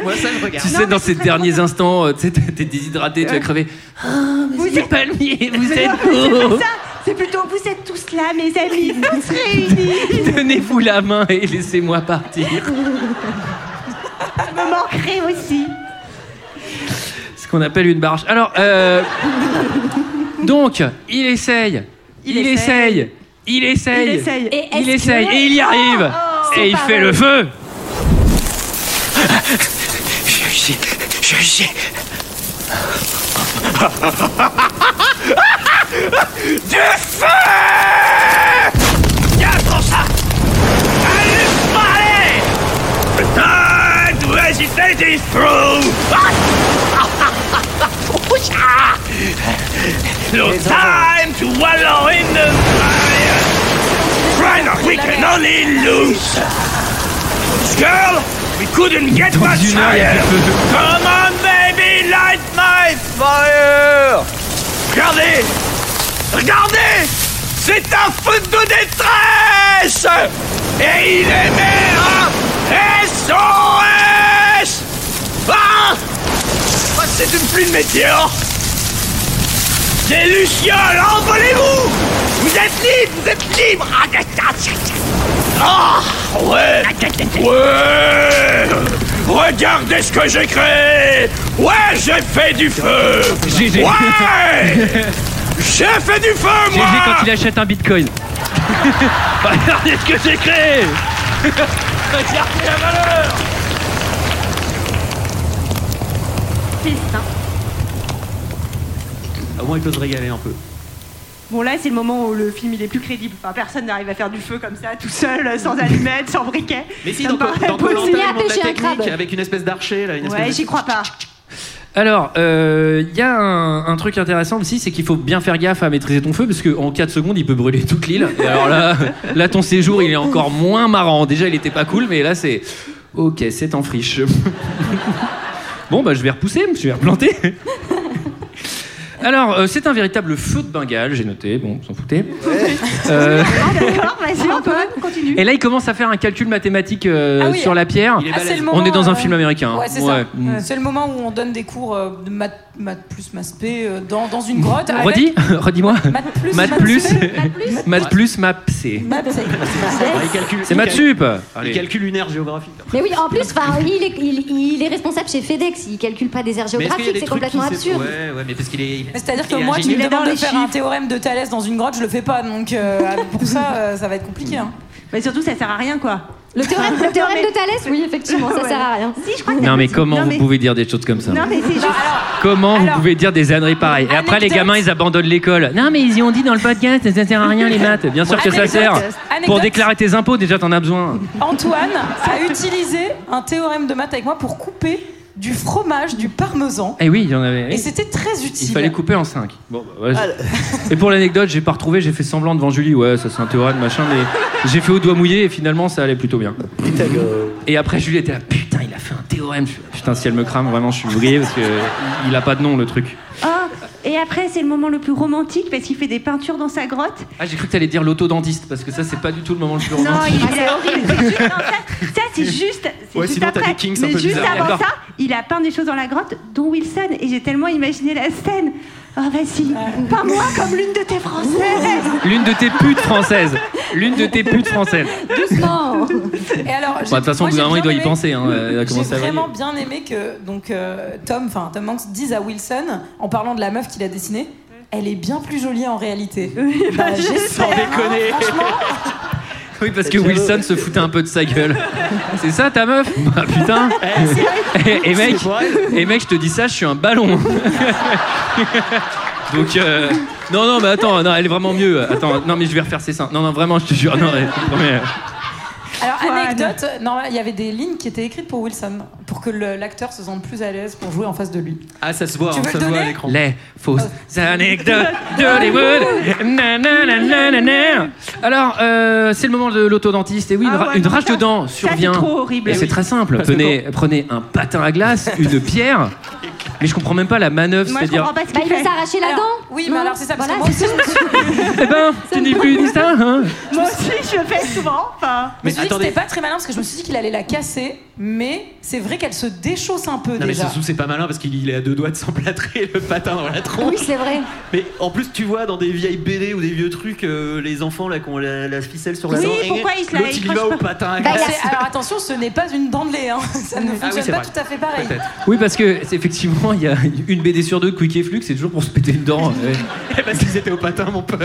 [SPEAKER 4] Moi, ça, je regarde.
[SPEAKER 1] Tu sais, dans ces derniers instants, euh, tu sais, t'es t'es déshydraté, tu vas crever.
[SPEAKER 9] Ah, vous êtes
[SPEAKER 1] palmier, vous êtes
[SPEAKER 9] C'est
[SPEAKER 1] beau.
[SPEAKER 9] pas ça, c'est plutôt vous êtes tous là, mes amis, tous réunis.
[SPEAKER 1] Tenez-vous la main et laissez-moi partir.
[SPEAKER 9] Je me manquerai aussi.
[SPEAKER 1] Ce qu'on appelle une barge. Alors, euh, donc, il essaye, il,
[SPEAKER 9] Il
[SPEAKER 1] essaye,
[SPEAKER 9] essaye.
[SPEAKER 1] il essaye,
[SPEAKER 9] Il essaye. Et
[SPEAKER 1] il
[SPEAKER 9] est-ce
[SPEAKER 1] essaye,
[SPEAKER 9] que-
[SPEAKER 1] et il y arrive,
[SPEAKER 9] Oh, oh.
[SPEAKER 1] et il
[SPEAKER 9] C'est pas
[SPEAKER 1] fait
[SPEAKER 9] vrai.
[SPEAKER 1] le feu.
[SPEAKER 15] J'ai réussi. J'ai réussi.
[SPEAKER 10] Du feu Viens, ça Allez, parlez The time to hesitate is through The time to wallow in the fire Try not we can only lose Girl, we couldn't get much higher Come on, baby, light my fire Regardez Regardez C'est un feu de détresse Et il émet un SOS Ah Ah, C'est une pluie de météores Des lucioles, envolez-vous Vous êtes libre, vous êtes libre Ah Ouais Ouais Regardez ce que j'ai créé Ouais, j'ai fait du feu
[SPEAKER 1] GG.
[SPEAKER 10] Ouais J'ai fait du feu,
[SPEAKER 1] GG
[SPEAKER 10] moi
[SPEAKER 1] quand il achète un bitcoin.
[SPEAKER 10] Regardez ce que j'ai créé Regardez la valeur
[SPEAKER 9] Festin.
[SPEAKER 4] Au moins, il peut se régaler un peu.
[SPEAKER 9] Bon là c'est le moment où le film il est plus crédible. Enfin, personne n'arrive à faire du feu comme ça, tout seul, sans allumettes, sans briquet.
[SPEAKER 4] Mais si,
[SPEAKER 9] Ça
[SPEAKER 4] dans
[SPEAKER 9] me paraît
[SPEAKER 4] Koh
[SPEAKER 9] possible.
[SPEAKER 4] Lanta, ils montrent la technique avec une espèce d'archer, là, une espèce
[SPEAKER 9] Ouais,
[SPEAKER 4] de-
[SPEAKER 9] j'y crois pas.
[SPEAKER 1] Alors, euh, il y a un, un truc intéressant aussi, c'est qu'il faut bien faire gaffe à maîtriser ton feu, parce qu'en 4 secondes, il peut brûler toute l'île. Et alors là, là, ton séjour, il est encore moins marrant. Déjà, il était pas cool, mais là, c'est... Ok, c'est en friche. bon, bah, je vais repousser, je vais replanter. Alors, euh, c'est un véritable feu de Bengale, j'ai noté, bon, vous s'en foutez. Euh,
[SPEAKER 9] Ah, D'accord, vas-y Antoine, continue.
[SPEAKER 1] et là, il commence à faire un calcul mathématique euh,
[SPEAKER 13] Ah oui.
[SPEAKER 1] sur la pierre.
[SPEAKER 13] Ah, c'est le
[SPEAKER 1] On est
[SPEAKER 13] moment,
[SPEAKER 1] dans un
[SPEAKER 13] euh,
[SPEAKER 1] film américain. hein.
[SPEAKER 13] Ouais, c'est
[SPEAKER 1] Ouais.
[SPEAKER 13] ça. Euh, C'est le moment où on donne des cours euh, de maths, maths plus maths P euh, dans, dans une grotte. avec-
[SPEAKER 1] Redis, redis-moi.
[SPEAKER 13] Maths plus,
[SPEAKER 1] Maths
[SPEAKER 13] maths
[SPEAKER 1] plus,
[SPEAKER 13] maths
[SPEAKER 1] maths plus, maths C.
[SPEAKER 13] Maths, c'est-
[SPEAKER 4] Ah, Il calcule-
[SPEAKER 1] C'est
[SPEAKER 4] il
[SPEAKER 1] maths
[SPEAKER 4] calcule-
[SPEAKER 1] sup.
[SPEAKER 4] Il calcule une aire géographique.
[SPEAKER 8] Mais oui, en plus, enfin, il, est, il- il est responsable chez FedEx, il calcule pas des aires
[SPEAKER 4] Mais est-ce qu'il y a
[SPEAKER 8] géographiques,
[SPEAKER 4] des
[SPEAKER 8] c'est
[SPEAKER 4] trucs qui
[SPEAKER 8] complètement
[SPEAKER 4] sait-
[SPEAKER 8] absurde.
[SPEAKER 4] Ouais, ouais, mais parce qu'il est.
[SPEAKER 13] Mais C'est-à-dire que
[SPEAKER 4] il est
[SPEAKER 13] moi, tu me
[SPEAKER 4] ingénieur.
[SPEAKER 13] demandes
[SPEAKER 9] dans
[SPEAKER 13] de
[SPEAKER 9] les
[SPEAKER 13] faire un théorème de Thalès dans une grotte, je le fais pas. Donc euh, pour ça, euh, ça va être compliqué. hein.
[SPEAKER 9] Mais surtout ça sert à rien quoi.
[SPEAKER 8] Le théorème, le théorème
[SPEAKER 9] Non, mais-
[SPEAKER 8] de Thalès, oui, effectivement, ça
[SPEAKER 9] Ouais.
[SPEAKER 8] sert à rien.
[SPEAKER 9] Si, je crois que
[SPEAKER 1] Non
[SPEAKER 9] t'as
[SPEAKER 1] mais
[SPEAKER 9] petit-
[SPEAKER 1] comment
[SPEAKER 9] non,
[SPEAKER 1] vous
[SPEAKER 9] mais-
[SPEAKER 1] pouvez dire des choses comme ça
[SPEAKER 9] Non mais c'est juste.
[SPEAKER 1] Comment vous pouvez dire des âneries pareilles Et après les
[SPEAKER 13] Anecdote.
[SPEAKER 1] gamins ils abandonnent l'école. Non mais ils y ont dit dans le podcast ça sert à rien les maths. Bien sûr que ça
[SPEAKER 13] Anecdote.
[SPEAKER 1] sert. Pour
[SPEAKER 13] Anecdote.
[SPEAKER 1] déclarer tes impôts déjà t'en as besoin.
[SPEAKER 13] Antoine a utilisé un théorème de maths avec moi pour couper du fromage du parmesan.
[SPEAKER 1] Eh oui, il y en avait.
[SPEAKER 13] Et c'était très
[SPEAKER 1] Il
[SPEAKER 13] utile. Ah,
[SPEAKER 1] fallait couper en 5. Bon, bah, voilà. Et pour l'anecdote, j'ai pas retrouvé, j'ai fait semblant devant Julie. Ouais, ça c'est un théorème, machin, mais j'ai fait au doigt mouillé et finalement ça allait plutôt bien. Et après, Julie était là, putain, il a fait un théorème. Je suis là, Putain, si elle me crame, vraiment, je suis brillé parce que il a pas de nom le truc.
[SPEAKER 9] Oh, et après c'est le moment le plus romantique parce qu'il fait des peintures dans sa grotte.
[SPEAKER 1] Ah, j'ai cru que t'allais dire l'autodentiste parce que ça, c'est pas du tout le moment le plus
[SPEAKER 9] Non,
[SPEAKER 1] romantique.
[SPEAKER 9] il est horrible. Ah, C'est juste- non, ça, ça, c'est juste. c'est
[SPEAKER 1] Ouais,
[SPEAKER 9] juste
[SPEAKER 1] sinon, t'as
[SPEAKER 9] après.
[SPEAKER 1] des kinks un
[SPEAKER 9] Mais
[SPEAKER 1] peu
[SPEAKER 9] juste
[SPEAKER 1] bizarres.
[SPEAKER 9] avant
[SPEAKER 1] D'accord.
[SPEAKER 9] ça, il a peint des choses dans la grotte, dont Wilson. Et j'ai tellement imaginé la scène. Oh, vas-y, peins-moi comme l'une de tes françaises.
[SPEAKER 1] L'une de tes putes françaises. L'une de tes putes françaises.
[SPEAKER 8] Doucement
[SPEAKER 13] Et alors,
[SPEAKER 1] Bon, Bah, de toute façon, au bout
[SPEAKER 13] moi, j'ai
[SPEAKER 1] d'un moment, il
[SPEAKER 13] bien
[SPEAKER 1] doit y
[SPEAKER 13] aimé-
[SPEAKER 1] penser. Hein. Elle a
[SPEAKER 13] J'ai
[SPEAKER 1] commencé à vriller.
[SPEAKER 13] vraiment bien aimé que donc euh, Tom, enfin Tom Hanks dise à Wilson en parlant de la meuf qu'il a dessinée, elle est bien plus jolie en réalité. Bah, j'espère.
[SPEAKER 4] Sans déconner.
[SPEAKER 1] Oui, parce que Wilson se foutait un peu de sa gueule. C'est ça ta meuf
[SPEAKER 13] Eh,
[SPEAKER 1] Bah putain Eh, et, et mec, et mec, je te dis ça, je suis un ballon. Donc, euh, non, non, mais attends, non, elle est vraiment mieux. Attends, non, mais je vais refaire ses seins. Non, non, vraiment, je te jure. Non, mais- mais-
[SPEAKER 13] Alors anecdote, non, il y avait des lignes qui étaient écrites pour Wilson pour que le- l'acteur se sente plus à l'aise pour jouer en face de lui.
[SPEAKER 4] Ah, ça se voit,
[SPEAKER 13] Tu
[SPEAKER 4] hein,
[SPEAKER 13] veux
[SPEAKER 4] ça
[SPEAKER 13] le
[SPEAKER 4] se voit à
[SPEAKER 13] donner
[SPEAKER 4] l'écran.
[SPEAKER 1] Les
[SPEAKER 10] Oh,
[SPEAKER 1] fausses anecdotes d'Hollywood. Na, na, na, na, na, na. Alors, euh, c'est le moment de l'autodentiste. Et oui, une,
[SPEAKER 9] Ah
[SPEAKER 1] ra-
[SPEAKER 9] ouais,
[SPEAKER 1] une
[SPEAKER 9] non,
[SPEAKER 1] rage
[SPEAKER 9] ça-
[SPEAKER 1] de dents
[SPEAKER 9] ça, c'est
[SPEAKER 1] survient.
[SPEAKER 9] trop horrible,
[SPEAKER 1] Et
[SPEAKER 9] oui.
[SPEAKER 1] c'est très simple.
[SPEAKER 9] Parce que
[SPEAKER 1] Prenez, prenez un patin à glace, une pierre. Mais je comprends même pas la manœuvre,
[SPEAKER 9] Moi, je
[SPEAKER 1] c'est-à-dire.
[SPEAKER 9] comprends pas ce
[SPEAKER 8] Bah, il
[SPEAKER 9] qu'il
[SPEAKER 8] veut
[SPEAKER 9] fait.
[SPEAKER 8] s'arracher la
[SPEAKER 13] Alors,
[SPEAKER 8] dent
[SPEAKER 13] Oui, mais
[SPEAKER 8] Non
[SPEAKER 13] alors c'est ça parce
[SPEAKER 8] Voilà,
[SPEAKER 13] que moi aussi, je me suis-
[SPEAKER 16] Eh ben, tu n'es plus une star, hein
[SPEAKER 9] Moi aussi, je le fais souvent. Enfin,
[SPEAKER 10] Mais je me suis dit que c'était pas très malin parce que je me suis dit qu'il allait la casser, mais c'est vrai qu'elle se déchausse un peu
[SPEAKER 4] Non, mais
[SPEAKER 10] déjà.
[SPEAKER 4] Sassou, c'est pas malin parce qu'il il est à deux doigts de s'emplâtrer le patin dans la tronche.
[SPEAKER 10] Oui, c'est vrai.
[SPEAKER 4] Mais en plus, tu vois dans des vieilles BD ou des vieux trucs, euh, les enfants là qui ont la, la ficelle sur la
[SPEAKER 10] Oui,
[SPEAKER 4] dent.
[SPEAKER 10] pourquoi ils se la
[SPEAKER 4] L'autre, il y va
[SPEAKER 10] accrochent
[SPEAKER 4] au patin à
[SPEAKER 10] Bah,
[SPEAKER 4] glace.
[SPEAKER 10] c'est- alors attention, ce n'est pas une dent de lait, hein. ça ne
[SPEAKER 4] Ah oui,
[SPEAKER 10] fonctionne
[SPEAKER 4] c'est
[SPEAKER 10] pas
[SPEAKER 4] vrai.
[SPEAKER 10] tout à fait pareil.
[SPEAKER 4] Peut-être.
[SPEAKER 1] Oui, parce que c'est- effectivement, il y a une BD sur deux de Quick et Flux, c'est toujours pour se péter une dent. hein.
[SPEAKER 4] Eh ben, s'ils étaient au patin, mon pote.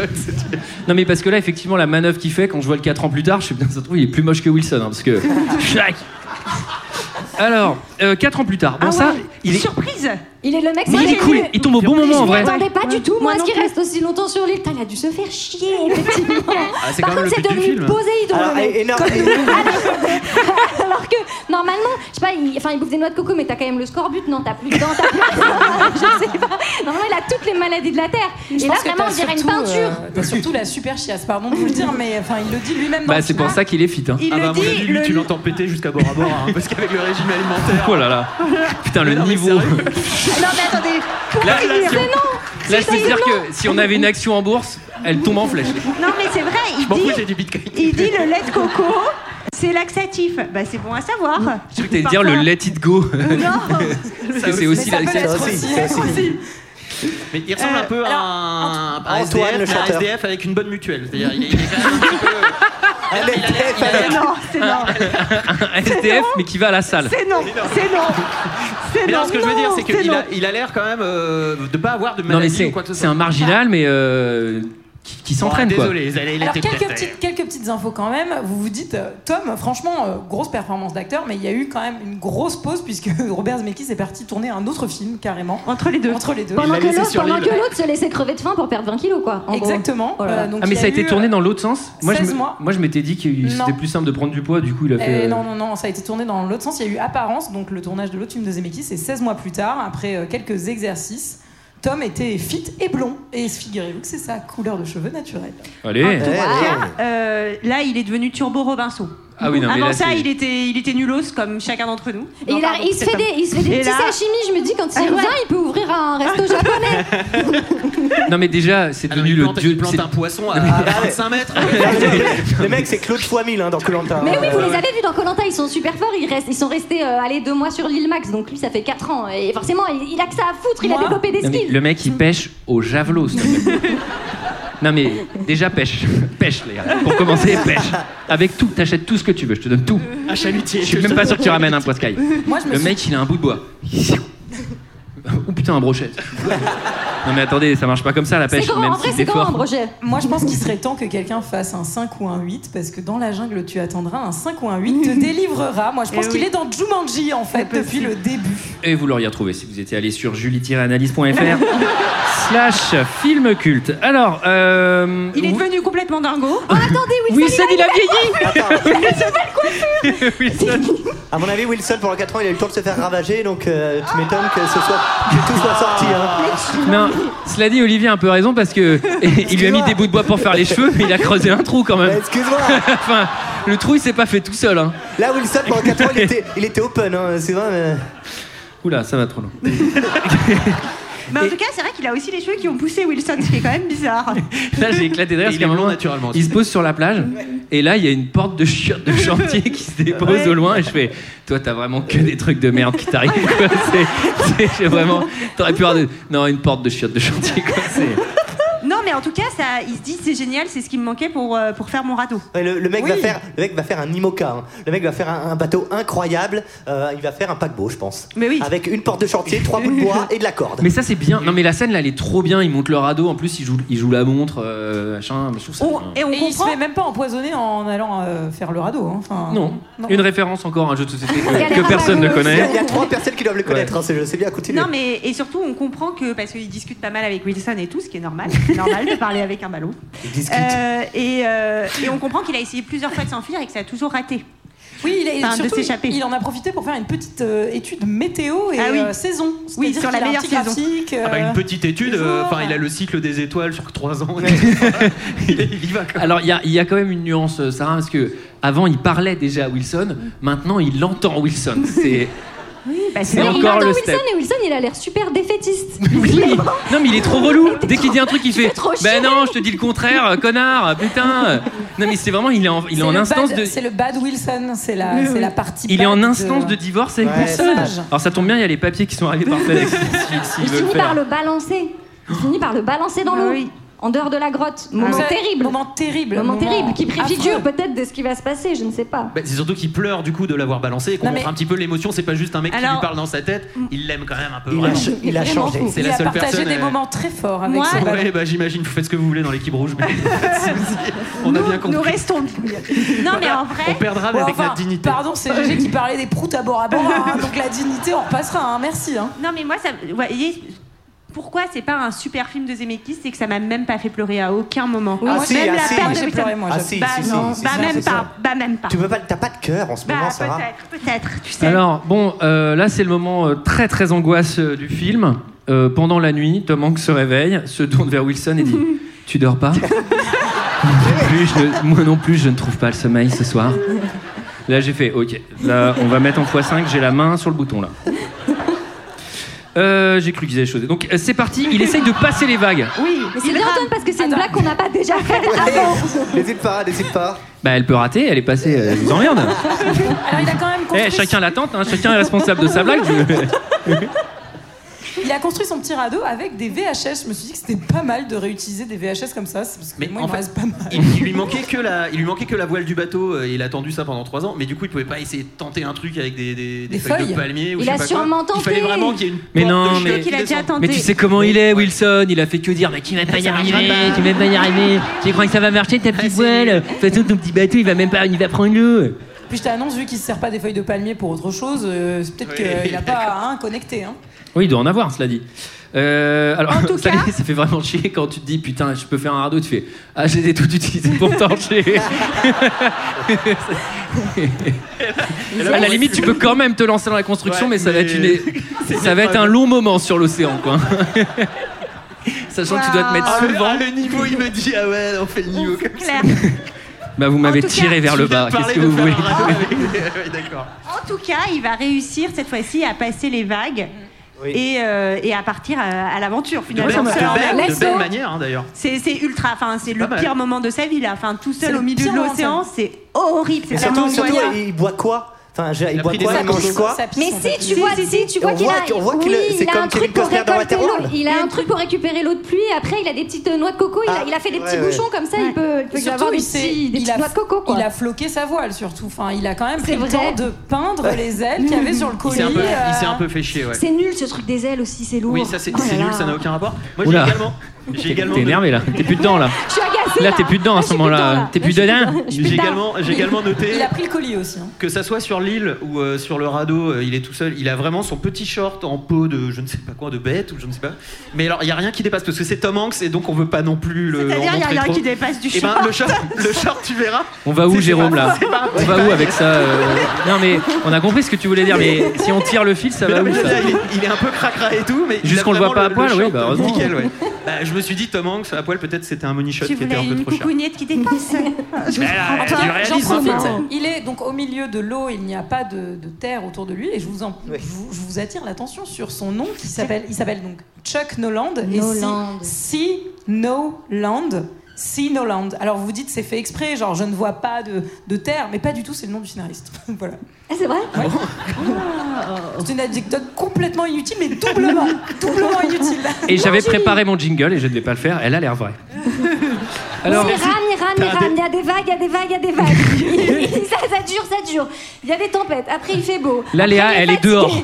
[SPEAKER 1] Non, mais parce que là, effectivement, la manœuvre qu'il fait, quand je vois le 4 ans plus tard, je sais bien, ça se trouve, il est plus moche que Wilson, hein, parce que. Schlack Alors, 4 Euh, ans plus tard. Bon,
[SPEAKER 9] Ah
[SPEAKER 1] ça,
[SPEAKER 9] ouais.
[SPEAKER 1] il est.
[SPEAKER 9] Surprise
[SPEAKER 8] Il est le mec,
[SPEAKER 1] Mais
[SPEAKER 8] ça,
[SPEAKER 1] il est
[SPEAKER 8] j'ai
[SPEAKER 1] cool,
[SPEAKER 8] vu.
[SPEAKER 1] il tombe au bon moment, en vrai.
[SPEAKER 8] Je m'attendais pas du tout, moi,
[SPEAKER 9] Moi
[SPEAKER 8] à ce
[SPEAKER 9] non
[SPEAKER 8] qu'il
[SPEAKER 9] plus.
[SPEAKER 8] reste aussi longtemps sur l'île. Putain, Il a dû se faire chier, effectivement.
[SPEAKER 4] Ah, c'est
[SPEAKER 8] Par
[SPEAKER 4] quand même
[SPEAKER 8] contre,
[SPEAKER 4] le
[SPEAKER 8] c'est
[SPEAKER 4] but du
[SPEAKER 8] devenu
[SPEAKER 4] film.
[SPEAKER 8] Poséidon.
[SPEAKER 4] Alors,
[SPEAKER 8] le
[SPEAKER 13] Ah,
[SPEAKER 8] mec.
[SPEAKER 4] énorme.
[SPEAKER 8] Comme- Alors que, normalement, je sais pas, il, enfin, il bouffe des noix de coco, mais t'as quand même le scorbut. Non, t'as plus de dents, t'as plus de Je sais pas. Normalement, il a toutes les maladies de la Terre.
[SPEAKER 10] Je
[SPEAKER 8] Et là,
[SPEAKER 10] pense que
[SPEAKER 8] vraiment,
[SPEAKER 10] t'as
[SPEAKER 8] on dirait une
[SPEAKER 10] surtout,
[SPEAKER 8] peinture.
[SPEAKER 10] euh, t'as surtout la super chiasse, pardon de vous le dire, mais enfin, il le dit lui-même dans
[SPEAKER 1] Bah,
[SPEAKER 10] le
[SPEAKER 1] c'est
[SPEAKER 10] film.
[SPEAKER 1] pour ça qu'il est fit. Hein.
[SPEAKER 10] Il
[SPEAKER 4] Ah
[SPEAKER 10] le
[SPEAKER 4] bah, à mon
[SPEAKER 10] dit,
[SPEAKER 4] avis, lui,
[SPEAKER 10] le-
[SPEAKER 4] tu l'entends péter jusqu'à bord à bord, hein, parce qu'avec le régime alimentaire.
[SPEAKER 1] Oh là là. Putain, le niveau.
[SPEAKER 9] Non, mais attendez. pour
[SPEAKER 1] Là, là,
[SPEAKER 9] finir-
[SPEAKER 1] si on- Là, je peux te dire que si on avait une action en bourse, elle tombe en flèche.
[SPEAKER 9] Non, mais c'est vrai, il
[SPEAKER 1] m'en fous,
[SPEAKER 9] dit,
[SPEAKER 1] j'ai du bitcoin.
[SPEAKER 9] il dit le lait de coco, c'est laxatif. Bah, c'est bon à savoir.
[SPEAKER 1] Je voulais dire le let it go. Parce que c'est aussi la
[SPEAKER 4] Mais il ressemble un peu à un, à un
[SPEAKER 13] Antoine,
[SPEAKER 4] SDF, mais
[SPEAKER 13] le
[SPEAKER 4] un
[SPEAKER 13] chanteur.
[SPEAKER 4] SDF avec une bonne mutuelle. C'est-à-dire, il est, il est quand même un petit peu.
[SPEAKER 13] Ah,
[SPEAKER 4] Ah, Il a- il a l'air- il a l'air-
[SPEAKER 9] Non, c'est non.
[SPEAKER 1] Un SDF, mais qui va à la salle.
[SPEAKER 9] C'est non, c'est non. C'est
[SPEAKER 4] Mais
[SPEAKER 9] non.
[SPEAKER 4] non, ce que je veux
[SPEAKER 9] non,
[SPEAKER 4] dire, c'est
[SPEAKER 9] c'est
[SPEAKER 4] qu'il
[SPEAKER 9] non.
[SPEAKER 4] a, il a l'air quand même euh, de pas avoir de
[SPEAKER 1] Non, mais
[SPEAKER 4] maladie ou
[SPEAKER 1] c'est
[SPEAKER 4] quoi que ce soit.
[SPEAKER 1] c'est un marginal, mais euh, qui, qui s'entraîne
[SPEAKER 4] Bon,
[SPEAKER 1] quoi.
[SPEAKER 4] Désolé, vous allez
[SPEAKER 10] Alors
[SPEAKER 4] l'été
[SPEAKER 10] quelques
[SPEAKER 4] peut-être.
[SPEAKER 10] petites, quelques petites infos quand même. Vous vous dites, euh, Tom, franchement, euh, grosse performance d'acteur, mais il y a eu quand même une grosse pause puisque Robert Zemeckis est parti tourner un autre film carrément.
[SPEAKER 9] Entre les deux.
[SPEAKER 10] Entre les deux.
[SPEAKER 8] Pendant que l'autre pendant que l'autre se laissait crever de faim pour perdre 20 kilos, quoi. en gros.
[SPEAKER 10] Exactement.
[SPEAKER 8] Oh là là.
[SPEAKER 10] Euh, donc,
[SPEAKER 1] ah,
[SPEAKER 10] il
[SPEAKER 1] mais
[SPEAKER 10] y
[SPEAKER 1] ça a été
[SPEAKER 10] eu,
[SPEAKER 1] tourné dans l'autre sens Moi, je
[SPEAKER 10] 16
[SPEAKER 1] me-
[SPEAKER 10] mois.
[SPEAKER 1] moi, je m'étais dit que
[SPEAKER 10] Non.
[SPEAKER 1] c'était plus simple de prendre du poids, du coup, il a fait.
[SPEAKER 10] Eh
[SPEAKER 1] euh,
[SPEAKER 10] non, non, non, ça a été tourné dans l'autre sens. Il y a eu Apparence, donc le tournage de l'autre film de Zemeckis, c'est 16 mois plus tard, après euh, quelques exercices. Tom était fit et blond. Et figurez-vous que c'est sa couleur de cheveux naturelle.
[SPEAKER 1] Allez.
[SPEAKER 4] Ah,
[SPEAKER 9] En tout cas, euh, là, il est devenu Turbo Robinson.
[SPEAKER 1] Ah oui, non, mais
[SPEAKER 9] Avant
[SPEAKER 1] là,
[SPEAKER 9] ça,
[SPEAKER 1] c'est-
[SPEAKER 9] il était, il était nulos comme chacun d'entre nous.
[SPEAKER 8] Et il, a- il se fait des, il se fait des petits sashimi, je me dis, quand il
[SPEAKER 9] Ah ouais. Ah
[SPEAKER 8] revient, il peut ouvrir un resto japonais.
[SPEAKER 1] Ah Non, mais déjà,
[SPEAKER 4] Ah,
[SPEAKER 1] c'est Ah, devenu le dieu. plante un
[SPEAKER 4] poisson à 25 mètres.
[SPEAKER 13] Le mec, c'est Claude fois mille hein, dans Colantin.
[SPEAKER 8] Mais oui, vous les avez vus dans Colanta, ils sont super forts, ils, restent, ils sont restés euh, allez, deux mois sur l'île Max, donc lui ça fait 4 ans. Et forcément, il, il a que ça à foutre, il a développé des
[SPEAKER 1] Non, mais
[SPEAKER 8] skills.
[SPEAKER 1] le mec il pêche au javelot. ce mec. non mais déjà pêche, pêche les gars. Pour commencer pêche. Avec tout, t'achètes tout ce que tu veux, je te donne tout.
[SPEAKER 4] Un chalutier.
[SPEAKER 1] Je suis même pas sûr que tu ramènes un poiscaille.
[SPEAKER 10] Moi, je me
[SPEAKER 1] Le
[SPEAKER 10] suis-
[SPEAKER 1] mec il a un bout de bois. Ou putain un brochet. Non mais attendez, ça marche pas comme ça la pêche. même si c'est fort.
[SPEAKER 8] Ah,
[SPEAKER 10] Moi, je pense qu'il serait temps que quelqu'un fasse un 5 ou un 8, parce que dans la jungle, tu attendras un 5 ou un 8 te délivrera. Moi, je pense
[SPEAKER 9] Eh
[SPEAKER 10] qu'il
[SPEAKER 9] oui.
[SPEAKER 10] est dans Jumanji, en fait, depuis le début.
[SPEAKER 1] Et vous l'auriez retrouvé si vous étiez allé sur julie-analyse.fr slash film culte. Alors, euh,
[SPEAKER 9] Il est
[SPEAKER 1] vous-
[SPEAKER 9] devenu complètement dingo.
[SPEAKER 8] attendez,
[SPEAKER 1] Wilson, il a
[SPEAKER 8] vieilli
[SPEAKER 13] À mon avis, Wilson, pendant 4 ans, il a eu le temps de se faire ravager, donc euh, tu m'étonnes que ce soit que tout soit sorti. hein.
[SPEAKER 1] Non, cela dit, Olivier a un peu raison Ah parce que il lui a mis
[SPEAKER 13] Excuse-moi.
[SPEAKER 1] des bouts de bois pour faire les cheveux, mais il a creusé un trou quand même.
[SPEAKER 13] Bah, Excuse-moi.
[SPEAKER 1] enfin, le trou il s'est pas fait tout seul. Hein.
[SPEAKER 13] Là, Wilson, pendant 4 ans, il était, il était open, hein, c'est vrai. mais-
[SPEAKER 1] Oula, ça va trop loin.
[SPEAKER 9] Mais en tout cas, c'est vrai qu'il a aussi les cheveux qui ont poussé Wilson, ce qui est quand même bizarre.
[SPEAKER 1] Là, j'ai éclaté derrière
[SPEAKER 4] Et
[SPEAKER 1] parce
[SPEAKER 4] il
[SPEAKER 1] qu'à
[SPEAKER 4] est
[SPEAKER 1] un
[SPEAKER 4] blond
[SPEAKER 1] moment,
[SPEAKER 4] naturellement.
[SPEAKER 1] il se pose sur la plage et là, il y a une porte de chiottes de chantier qui se dépose
[SPEAKER 4] Ouais.
[SPEAKER 1] au loin et je fais Toi, t'as vraiment que des trucs de merde qui t'arrivent. quoi. C'est- c'est- j'ai vraiment. T'aurais pu avoir. de- Non, une porte de chiottes de chantier. Quoi. C'est-
[SPEAKER 9] Non, mais en tout cas, ça, il se dit c'est génial, c'est ce qui me manquait pour, euh, pour faire mon radeau.
[SPEAKER 13] Ouais, le, le mec
[SPEAKER 9] Oui.
[SPEAKER 13] va faire, le mec va faire un IMOCA. hein. Le mec va faire un, un bateau incroyable. euh, il va faire un paquebot, je pense.
[SPEAKER 9] Mais oui.
[SPEAKER 13] Avec une porte de chantier, trois bouts de bois et de la corde.
[SPEAKER 1] Mais ça, c'est bien. Non, mais la scène là, elle est trop bien. Ils montent le radeau. En plus, ils jouent, ils jouent la montre. euh, machin. Je trouve ça bien.
[SPEAKER 10] et il se fait même pas empoisonner en allant euh, faire le radeau. hein. Enfin,
[SPEAKER 1] Non. Une référence encore à un jeu de société
[SPEAKER 10] Il y a
[SPEAKER 1] que,
[SPEAKER 10] les
[SPEAKER 1] que personne ne
[SPEAKER 10] ragots.
[SPEAKER 13] Il y, a, il y
[SPEAKER 1] connaît.
[SPEAKER 13] a trois personnes qui doivent le connaître. hein, c'est je sais bien, continue.
[SPEAKER 9] Non, mais et surtout, on comprend que parce qu'ils discutent pas mal avec Wilson et tout, ce qui est normal. C'est normal de parler avec un ballon. Euh, et, euh, et on comprend qu'il a essayé plusieurs fois de s'enfuir et que ça a toujours raté.
[SPEAKER 10] Oui, il, a, et
[SPEAKER 9] Enfin, de
[SPEAKER 10] surtout, il-
[SPEAKER 9] s'échapper.
[SPEAKER 10] il en a profité pour faire une petite euh, étude météo et
[SPEAKER 9] Ah oui.
[SPEAKER 10] euh, saison.
[SPEAKER 9] Oui,
[SPEAKER 10] C'est-à-dire
[SPEAKER 9] sur la
[SPEAKER 10] qu'il a un
[SPEAKER 9] meilleure
[SPEAKER 10] petit
[SPEAKER 9] saison.
[SPEAKER 10] graphique, euh,
[SPEAKER 4] Ah bah, une petite étude, euh, enfin il a le cycle des étoiles sur 3 ans. il, il y va quoi.
[SPEAKER 1] Alors, il y, a- il y a quand même une nuance, euh, Sarah, parce que avant, il parlait déjà à Wilson. Maintenant, il entend Wilson. C'est.
[SPEAKER 8] Oui,
[SPEAKER 1] bah, C'est
[SPEAKER 8] Mais il
[SPEAKER 1] encore
[SPEAKER 8] entend
[SPEAKER 1] le
[SPEAKER 8] Wilson
[SPEAKER 1] step.
[SPEAKER 8] et Wilson, il a l'air super défaitiste.
[SPEAKER 1] Oui. Non mais il est trop relou. Dès qu'il dit un truc, il fait
[SPEAKER 8] trop
[SPEAKER 1] Ben non, je te dis le contraire, euh, connard, putain. euh. Non mais c'est vraiment il est en, il est
[SPEAKER 13] C'est
[SPEAKER 1] en
[SPEAKER 13] le
[SPEAKER 1] instance
[SPEAKER 13] bad-
[SPEAKER 1] de
[SPEAKER 13] C'est le bad Wilson, c'est la, c'est la partie.
[SPEAKER 1] il est
[SPEAKER 13] bad
[SPEAKER 1] en instance de divorce avec
[SPEAKER 13] Ouais,
[SPEAKER 1] personne.
[SPEAKER 13] c'est sage.
[SPEAKER 1] Alors ça tombe bien, il y a les papiers qui sont arrivés par FedEx. s'il- s'il
[SPEAKER 8] Il
[SPEAKER 1] veut le
[SPEAKER 8] finit
[SPEAKER 1] faire.
[SPEAKER 8] par le balancer. Il finit par le balancer dans l'eau. En dehors de la grotte.
[SPEAKER 9] Ah,
[SPEAKER 8] Moment
[SPEAKER 13] ouais.
[SPEAKER 8] terrible.
[SPEAKER 13] Moment terrible.
[SPEAKER 8] Moment,
[SPEAKER 13] Moment
[SPEAKER 8] terrible qui préfigure
[SPEAKER 13] affreux.
[SPEAKER 8] peut-être de ce qui va se passer, je ne sais pas.
[SPEAKER 4] Bah, c'est surtout qu'il pleure du coup de l'avoir balancé et qu'on
[SPEAKER 8] Non,
[SPEAKER 4] montre
[SPEAKER 8] mais-
[SPEAKER 4] un petit peu l'émotion. C'est pas juste un mec qui
[SPEAKER 8] Alors-
[SPEAKER 4] lui parle dans sa tête. Il l'aime quand même un peu.
[SPEAKER 17] Il a
[SPEAKER 4] vraiment.
[SPEAKER 17] ch- il a Il est changé. vraiment
[SPEAKER 4] C'est
[SPEAKER 13] Il
[SPEAKER 4] la
[SPEAKER 13] a
[SPEAKER 4] seule
[SPEAKER 13] partagé
[SPEAKER 4] personne.
[SPEAKER 13] des
[SPEAKER 4] euh,
[SPEAKER 13] moments très forts avec
[SPEAKER 10] Moi-
[SPEAKER 13] son ballon.
[SPEAKER 4] Ouais, bah j'imagine, vous faites ce que vous voulez dans l'équipe rouge. mais on a bien compris.
[SPEAKER 10] Nous restons Non, mais en vrai.
[SPEAKER 4] On perdra mais
[SPEAKER 13] Ouais,
[SPEAKER 4] avec
[SPEAKER 13] enfin,
[SPEAKER 4] notre dignité.
[SPEAKER 13] Pardon, c'est GG qui parlait des proutes à bord à bord, hein, donc la dignité, on repassera, hein, merci. hein.
[SPEAKER 10] Non, mais moi, ça, vous voyez, pourquoi c'est pas un super film de Zemeckis C'est que ça m'a même pas fait pleurer à aucun moment.
[SPEAKER 17] Ah, si,
[SPEAKER 10] même
[SPEAKER 17] ah,
[SPEAKER 10] la
[SPEAKER 17] si.
[SPEAKER 10] perte de
[SPEAKER 17] J'ai pleuré, moi, j'ai-
[SPEAKER 10] Bah non,
[SPEAKER 17] Ah, si, si,
[SPEAKER 10] bah,
[SPEAKER 17] si, si, si,
[SPEAKER 10] même
[SPEAKER 17] c'est
[SPEAKER 10] pas,
[SPEAKER 17] ça.
[SPEAKER 10] bah même pas.
[SPEAKER 17] Tu veux pas, t'as pas de cœur en ce
[SPEAKER 10] Bah
[SPEAKER 17] moment, Sarah.
[SPEAKER 10] peut-être, peut-être, tu sais.
[SPEAKER 1] Alors, bon, euh, là, c'est le moment euh, très, très angoisse euh, du film. Euh, pendant la nuit, Tom Hanks se réveille, se tourne vers Wilson et dit Tu dors pas Moi non plus, je ne- Moi non plus, je ne trouve pas le sommeil ce soir. Là, j'ai fait Ok, là, on va mettre en x5, j'ai la main sur le bouton, là. Euh, j'ai cru qu'il disait des choses. Donc, euh, c'est parti, il essaye de passer les vagues.
[SPEAKER 10] Oui,
[SPEAKER 8] mais c'est bien Antoine parce que c'est une blague qu'on n'a pas déjà faite avant.
[SPEAKER 17] N'hésite pas, n'hésite pas.
[SPEAKER 1] Bah, elle peut rater, elle est passée, euh, je vous emmerde.
[SPEAKER 13] Alors il a quand même
[SPEAKER 1] Eh,
[SPEAKER 13] construit,
[SPEAKER 1] chacun la tente, hein, chacun est responsable de sa blague. je-
[SPEAKER 13] il a construit son petit radeau avec des VHS. Je me suis dit que c'était pas mal de réutiliser des VHS comme ça, c'est parce que
[SPEAKER 4] Mais
[SPEAKER 13] moi
[SPEAKER 4] en
[SPEAKER 13] il me
[SPEAKER 4] fait-
[SPEAKER 13] reste pas mal.
[SPEAKER 4] Il, il lui manquait que la, il lui manquait que la voile du bateau. euh, Il a attendu ça pendant 3 ans, mais du coup, il pouvait pas essayer de tenter un truc avec des, des- des
[SPEAKER 13] Des
[SPEAKER 4] feuilles,
[SPEAKER 13] feuilles.
[SPEAKER 4] de palmier ou
[SPEAKER 13] Il
[SPEAKER 4] je sais
[SPEAKER 13] a
[SPEAKER 4] pas quoi.
[SPEAKER 13] sûrement
[SPEAKER 4] Il fallait
[SPEAKER 13] tenté.
[SPEAKER 4] vraiment qu'il y ait une.
[SPEAKER 1] Mais
[SPEAKER 4] porte
[SPEAKER 1] non,
[SPEAKER 4] de
[SPEAKER 1] mais,
[SPEAKER 4] chiottes qui descend.
[SPEAKER 1] mais tu sais comment il est, Wilson. Il a fait que dire, mais tu vas pas y
[SPEAKER 4] Ça
[SPEAKER 1] arriver,
[SPEAKER 4] marchera pas.
[SPEAKER 1] tu vas pas y arriver. Tu crois que ça va marcher
[SPEAKER 13] Ah,
[SPEAKER 1] ta petite voile De toute façon, ton petit bateau, il va même pas, il va prendre l'eau.
[SPEAKER 13] Puis je t'annonce, vu qu'il se sert pas des feuilles de palmier pour autre chose, euh, c'est peut-être
[SPEAKER 1] Oui.
[SPEAKER 13] qu'il a pas un connecté. Hein.
[SPEAKER 1] Oui, il doit en avoir, cela dit. Euh, alors,
[SPEAKER 13] En tout
[SPEAKER 1] ça, ça fait vraiment chier quand tu te dis putain, je peux faire un radeau. Tu fais ah, je les ai tout utilisés pour torcher. à la limite, tu peux quand même te lancer dans la construction, mais ça va être une, ça va être un long moment sur l'océan, quoi. Sachant que tu dois te mettre
[SPEAKER 4] Ah, le-
[SPEAKER 1] souvent.
[SPEAKER 4] ah, le niveau, il me dit ah ouais, on fait le niveau comme ça.
[SPEAKER 1] Bah, vous m'avez
[SPEAKER 10] tout cas,
[SPEAKER 1] tiré vers
[SPEAKER 4] tu
[SPEAKER 1] le
[SPEAKER 4] viens
[SPEAKER 1] bas.
[SPEAKER 4] de
[SPEAKER 1] Qu'est-ce
[SPEAKER 4] parler
[SPEAKER 1] que
[SPEAKER 4] de
[SPEAKER 1] vous
[SPEAKER 4] faire
[SPEAKER 1] voulez
[SPEAKER 4] un radeau avec des- ouais, D'accord.
[SPEAKER 10] En tout cas, il va réussir cette fois-ci à passer les vagues et, euh, et à partir à, à l'aventure
[SPEAKER 4] De
[SPEAKER 10] finalement.
[SPEAKER 4] belle,
[SPEAKER 10] seul en
[SPEAKER 4] de belle- de
[SPEAKER 10] mer.
[SPEAKER 4] belle manière hein, d'ailleurs.
[SPEAKER 10] C'est c'est ultra, enfin c'est le
[SPEAKER 4] Pas mal.
[SPEAKER 10] pire moment de sa vie là, enfin tout
[SPEAKER 13] C'est
[SPEAKER 10] seul
[SPEAKER 13] le
[SPEAKER 10] au milieu
[SPEAKER 13] pire
[SPEAKER 10] de
[SPEAKER 13] moment de sa
[SPEAKER 10] l'océan,
[SPEAKER 13] vie.
[SPEAKER 10] c'est horrible, c'est
[SPEAKER 17] Mais
[SPEAKER 10] vraiment
[SPEAKER 17] surtout, surtout,
[SPEAKER 10] moyen.
[SPEAKER 17] il boit quoi Enfin, je veux dire, il boit
[SPEAKER 4] pris des
[SPEAKER 17] quoi Il mange
[SPEAKER 4] vacances.
[SPEAKER 17] quoi
[SPEAKER 13] Ça pisse,
[SPEAKER 8] Mais
[SPEAKER 13] en
[SPEAKER 8] si,
[SPEAKER 13] fait.
[SPEAKER 8] tu vois,
[SPEAKER 17] si,
[SPEAKER 8] si,
[SPEAKER 17] si,
[SPEAKER 8] tu vois
[SPEAKER 17] on
[SPEAKER 8] qu'il
[SPEAKER 17] voit
[SPEAKER 8] a,
[SPEAKER 17] qu'on voit qu'il
[SPEAKER 8] oui,
[SPEAKER 17] a- c'est
[SPEAKER 8] il a
[SPEAKER 17] comme
[SPEAKER 8] un
[SPEAKER 17] Kevin
[SPEAKER 8] truc pour
[SPEAKER 17] Costner dans
[SPEAKER 8] récolter l'eau.
[SPEAKER 17] Waterworld.
[SPEAKER 8] Il a un truc pour récupérer l'eau de pluie. Après, il a des petites euh, noix de coco. Il, a, il a fait des
[SPEAKER 17] ouais,
[SPEAKER 8] petits
[SPEAKER 17] ouais.
[SPEAKER 8] bouchons comme ça. Il peut, il peut y
[SPEAKER 13] Surtout,
[SPEAKER 8] avoir des,
[SPEAKER 13] il s'est-
[SPEAKER 8] petits- des
[SPEAKER 13] il
[SPEAKER 8] petites
[SPEAKER 13] a-
[SPEAKER 8] noix de coco. Quoi.
[SPEAKER 13] Il a floqué sa voile surtout. Enfin, il a quand même
[SPEAKER 8] C'est
[SPEAKER 13] pris le
[SPEAKER 8] vrai.
[SPEAKER 13] temps de peindre les ailes qu'il y avait sur le
[SPEAKER 4] Il
[SPEAKER 13] colis.
[SPEAKER 4] s'est un peu, il
[SPEAKER 13] euh,
[SPEAKER 4] s'est un peu fait chier, ouais.
[SPEAKER 8] C'est nul ce truc des ailes aussi. C'est lourd.
[SPEAKER 4] Oui, ça c'est
[SPEAKER 8] Oh là
[SPEAKER 4] c'est nul,
[SPEAKER 8] là.
[SPEAKER 4] ça n'a aucun rapport. Moi j'ai
[SPEAKER 1] Oula.
[SPEAKER 4] également. J'ai
[SPEAKER 1] T'es
[SPEAKER 4] également.
[SPEAKER 1] t'es énervé là, t'es plus dedans là.
[SPEAKER 8] Je suis agacée.
[SPEAKER 1] Là, t'es plus dedans à ce moment-là. T'es plus dedans.
[SPEAKER 8] Je suis
[SPEAKER 4] J'ai
[SPEAKER 8] plus
[SPEAKER 4] également,
[SPEAKER 8] dedans.
[SPEAKER 4] j'ai également noté
[SPEAKER 13] Il a pris le colis aussi. hein.
[SPEAKER 4] que ça soit sur l'île ou euh, sur le radeau, euh, il est tout seul. Il a vraiment son petit short en peau de je ne sais pas quoi, de bête ou je ne sais pas. Mais alors il y a rien qui dépasse parce que c'est Tom Hanks et donc on veut pas non plus le.
[SPEAKER 10] C'est-à-dire,
[SPEAKER 4] en
[SPEAKER 10] il y a
[SPEAKER 4] montrer
[SPEAKER 10] rien
[SPEAKER 4] trop.
[SPEAKER 10] qui dépasse du
[SPEAKER 4] Eh ben,
[SPEAKER 10] short.
[SPEAKER 4] le short, le short, tu verras.
[SPEAKER 1] On va où, Jérôme là
[SPEAKER 4] C'est pas-
[SPEAKER 1] On
[SPEAKER 4] c'est
[SPEAKER 1] va
[SPEAKER 4] pas-
[SPEAKER 1] où avec ça euh Non, mais on a compris ce que tu voulais dire, mais si on tire le fil, ça
[SPEAKER 4] Mais
[SPEAKER 1] va
[SPEAKER 4] non, mais
[SPEAKER 1] où
[SPEAKER 4] je veux
[SPEAKER 1] ça
[SPEAKER 4] dire, il, est, il est un peu cracra et tout, mais. il
[SPEAKER 1] Juste
[SPEAKER 4] a
[SPEAKER 1] qu'on le voit
[SPEAKER 4] vraiment
[SPEAKER 1] pas à poil,
[SPEAKER 4] le
[SPEAKER 1] oui, bah,
[SPEAKER 4] short
[SPEAKER 1] heureusement.
[SPEAKER 4] nickel, ouais. Bah, je me suis dit, Tom Hanks à poil, peut-être c'était un money shot
[SPEAKER 10] Tu
[SPEAKER 4] qui était un
[SPEAKER 10] voulais
[SPEAKER 4] peu
[SPEAKER 10] une
[SPEAKER 4] trop cher.
[SPEAKER 10] coucounette qui dépasse.
[SPEAKER 4] Mais là,
[SPEAKER 13] Enfin,
[SPEAKER 4] tu
[SPEAKER 13] j'en
[SPEAKER 4] réalises, hein.
[SPEAKER 13] profite. Il est donc au milieu de l'eau, il n'y a pas de, de terre autour de lui, et je vous, en- je vous, je vous attire l'attention sur son nom qui s'appelle, il s'appelle donc Chuck Noland.
[SPEAKER 8] Noland.
[SPEAKER 13] Et si, si Noland, si Noland. Alors vous vous dites c'est fait exprès, genre je ne vois pas de, de terre, mais pas du tout, c'est le nom du scénariste. voilà.
[SPEAKER 8] Ah, c'est vrai
[SPEAKER 10] Oh.
[SPEAKER 13] C'est une anecdote complètement inutile, mais doublement, doublement inutile.
[SPEAKER 1] Et j'avais préparé mon jingle et je ne vais pas le faire, elle a l'air vraie. Alors,
[SPEAKER 8] Miram, Miram, Miram, il y a des vagues, il y a des vagues, il y a des vagues. ça, ça dure, ça dure. Il y a des tempêtes, après il fait beau.
[SPEAKER 1] là, Léa, elle est dehors.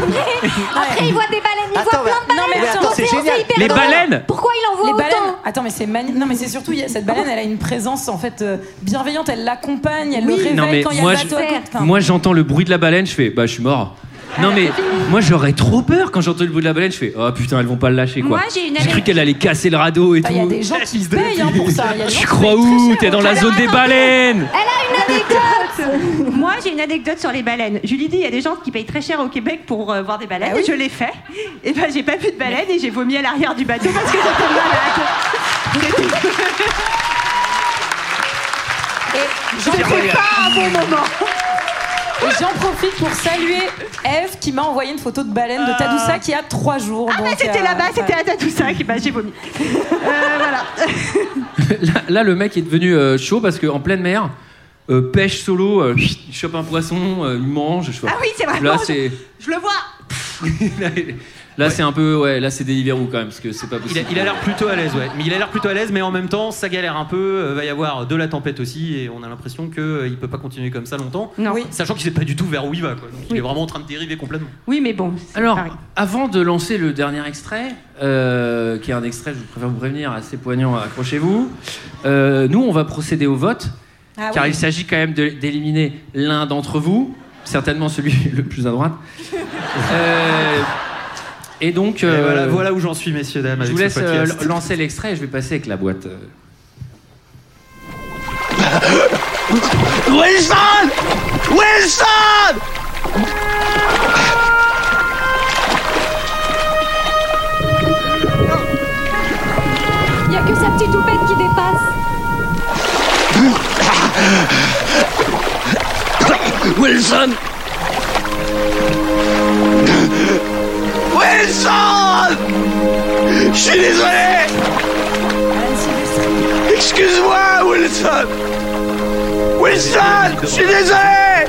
[SPEAKER 8] Après il voit des baleines, il
[SPEAKER 13] Attends,
[SPEAKER 8] voit plein de
[SPEAKER 13] mais- non,
[SPEAKER 8] baleines.
[SPEAKER 13] mais
[SPEAKER 8] dans
[SPEAKER 13] attends,
[SPEAKER 8] son
[SPEAKER 13] c'est
[SPEAKER 8] océan,
[SPEAKER 13] génial.
[SPEAKER 8] hyper
[SPEAKER 1] Les
[SPEAKER 8] drôle.
[SPEAKER 1] baleines
[SPEAKER 8] Pourquoi il en voit
[SPEAKER 13] Les
[SPEAKER 8] autant
[SPEAKER 13] baleines. Attends, mais c'est magnifique. Non, mais c'est surtout il y a- cette baleine, elle a une présence en fait euh, bienveillante. Elle l'accompagne, elle le réveille
[SPEAKER 1] Non, mais
[SPEAKER 13] quand il y a
[SPEAKER 1] moi,
[SPEAKER 13] le
[SPEAKER 1] je-
[SPEAKER 13] bateau à côté. Enfin,
[SPEAKER 1] Moi, j'entends le bruit de la baleine, je fais bah, je suis mort. Non, mais moi, j'aurais trop peur quand j'entends le bruit de la baleine, je fais oh putain, elles vont pas le lâcher quoi.
[SPEAKER 10] Moi, j'ai une
[SPEAKER 1] J'ai cru
[SPEAKER 10] anecdote.
[SPEAKER 1] qu'elle allait casser le radeau et
[SPEAKER 13] bah,
[SPEAKER 1] tout.
[SPEAKER 13] il y a des gens qui payent hein, pour ça. Il y a des gens
[SPEAKER 1] Tu
[SPEAKER 13] qui
[SPEAKER 1] crois
[SPEAKER 13] payent
[SPEAKER 1] où
[SPEAKER 13] très
[SPEAKER 1] T'es
[SPEAKER 13] cher.
[SPEAKER 1] dans la zone des baleines
[SPEAKER 8] Elle a une anecdote
[SPEAKER 10] Moi, j'ai une anecdote sur les baleines. Julie dit, il y a des gens qui payent très cher au Québec pour euh, voir des baleines.
[SPEAKER 13] Ah oui.
[SPEAKER 10] Je l'ai fait. Et ben, j'ai pas vu de baleine et j'ai vomi à l'arrière du bateau parce que j'étais malade.
[SPEAKER 13] Et j'en-
[SPEAKER 10] C'était pas un bon moment. Et j'en profite pour saluer Eve qui m'a envoyé une photo de baleine de Tadoussac il y a trois jours.
[SPEAKER 9] Ah, mais c'était là-bas, c'était à Tadoussac. Bah, j'ai vomi.
[SPEAKER 1] Là, là, le mec est devenu euh, chaud parce qu'en pleine mer, euh, pêche solo, euh, chut, il chope un poisson, euh, il mange. Je sais pas.
[SPEAKER 9] Ah oui, c'est vrai.
[SPEAKER 1] Là,
[SPEAKER 9] bon,
[SPEAKER 1] c'est.
[SPEAKER 9] Je le vois.
[SPEAKER 13] Eh.
[SPEAKER 1] Là, c'est un peu, ouais, là, c'est Deliveroo quand même, parce que c'est pas
[SPEAKER 4] Il a
[SPEAKER 1] possible.
[SPEAKER 4] il a l'air plutôt à l'aise, ouais. Mais il a l'air plutôt à l'aise, mais en même temps, ça galère un peu. euh, va y avoir de la tempête aussi, et on a l'impression qu'il peut pas continuer comme ça longtemps.
[SPEAKER 9] Non. Oui.
[SPEAKER 4] Sachant qu'il sait pas du tout vers où il va, quoi. Donc, il est vraiment en train de dériver complètement.
[SPEAKER 9] Oui, mais bon.
[SPEAKER 1] Alors, avant de lancer le dernier extrait, euh, qui est un extrait, je préfère vous prévenir, assez poignant, accrochez-vous. Euh, nous, on va procéder au vote,
[SPEAKER 10] Ah
[SPEAKER 1] car
[SPEAKER 10] oui.
[SPEAKER 1] il s'agit quand même de- d'éliminer l'un d'entre vous, certainement celui le plus à droite. Euh, et donc,
[SPEAKER 4] Et
[SPEAKER 1] euh,
[SPEAKER 4] voilà, voilà où j'en suis, messieurs, dames.
[SPEAKER 1] je
[SPEAKER 4] avec
[SPEAKER 1] vous
[SPEAKER 4] ce
[SPEAKER 1] laisse euh,
[SPEAKER 4] podcast.
[SPEAKER 1] lancer l'extrait et je vais passer avec la boîte. euh.
[SPEAKER 2] Wilson Wilson
[SPEAKER 14] Il y a que sa petite toupette qui dépasse.
[SPEAKER 2] Wilson Wilson Je suis désolé Excuse-moi, Wilson Wilson Je suis désolé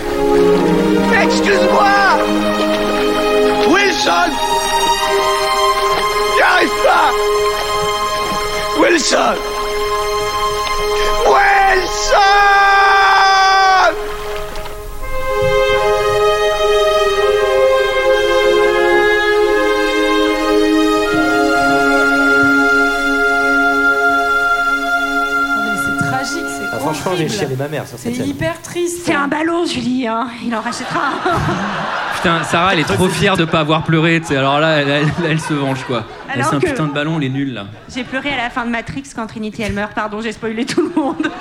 [SPEAKER 2] Excuse-moi Wilson J'y arrive pas Wilson Wilson
[SPEAKER 10] C'est tragique, c'est
[SPEAKER 13] Ah, franchement, j'ai
[SPEAKER 10] horrible.
[SPEAKER 13] chialé ma mère sur
[SPEAKER 10] C'est
[SPEAKER 13] cette scène.
[SPEAKER 10] hyper triste.
[SPEAKER 9] C'est un ballon, Julie. hein. Il en rachètera un.
[SPEAKER 1] Putain, Sarah, elle est trop fière de pas avoir pleuré. tu sais. Alors là, elle, elle- elle se venge, quoi. Là,
[SPEAKER 9] Alors
[SPEAKER 1] c'est un
[SPEAKER 9] que-
[SPEAKER 1] putain de ballon, les nuls, là.
[SPEAKER 9] J'ai pleuré à la fin de Matrix quand Trinity elle meurt. Pardon, j'ai spoilé tout le monde.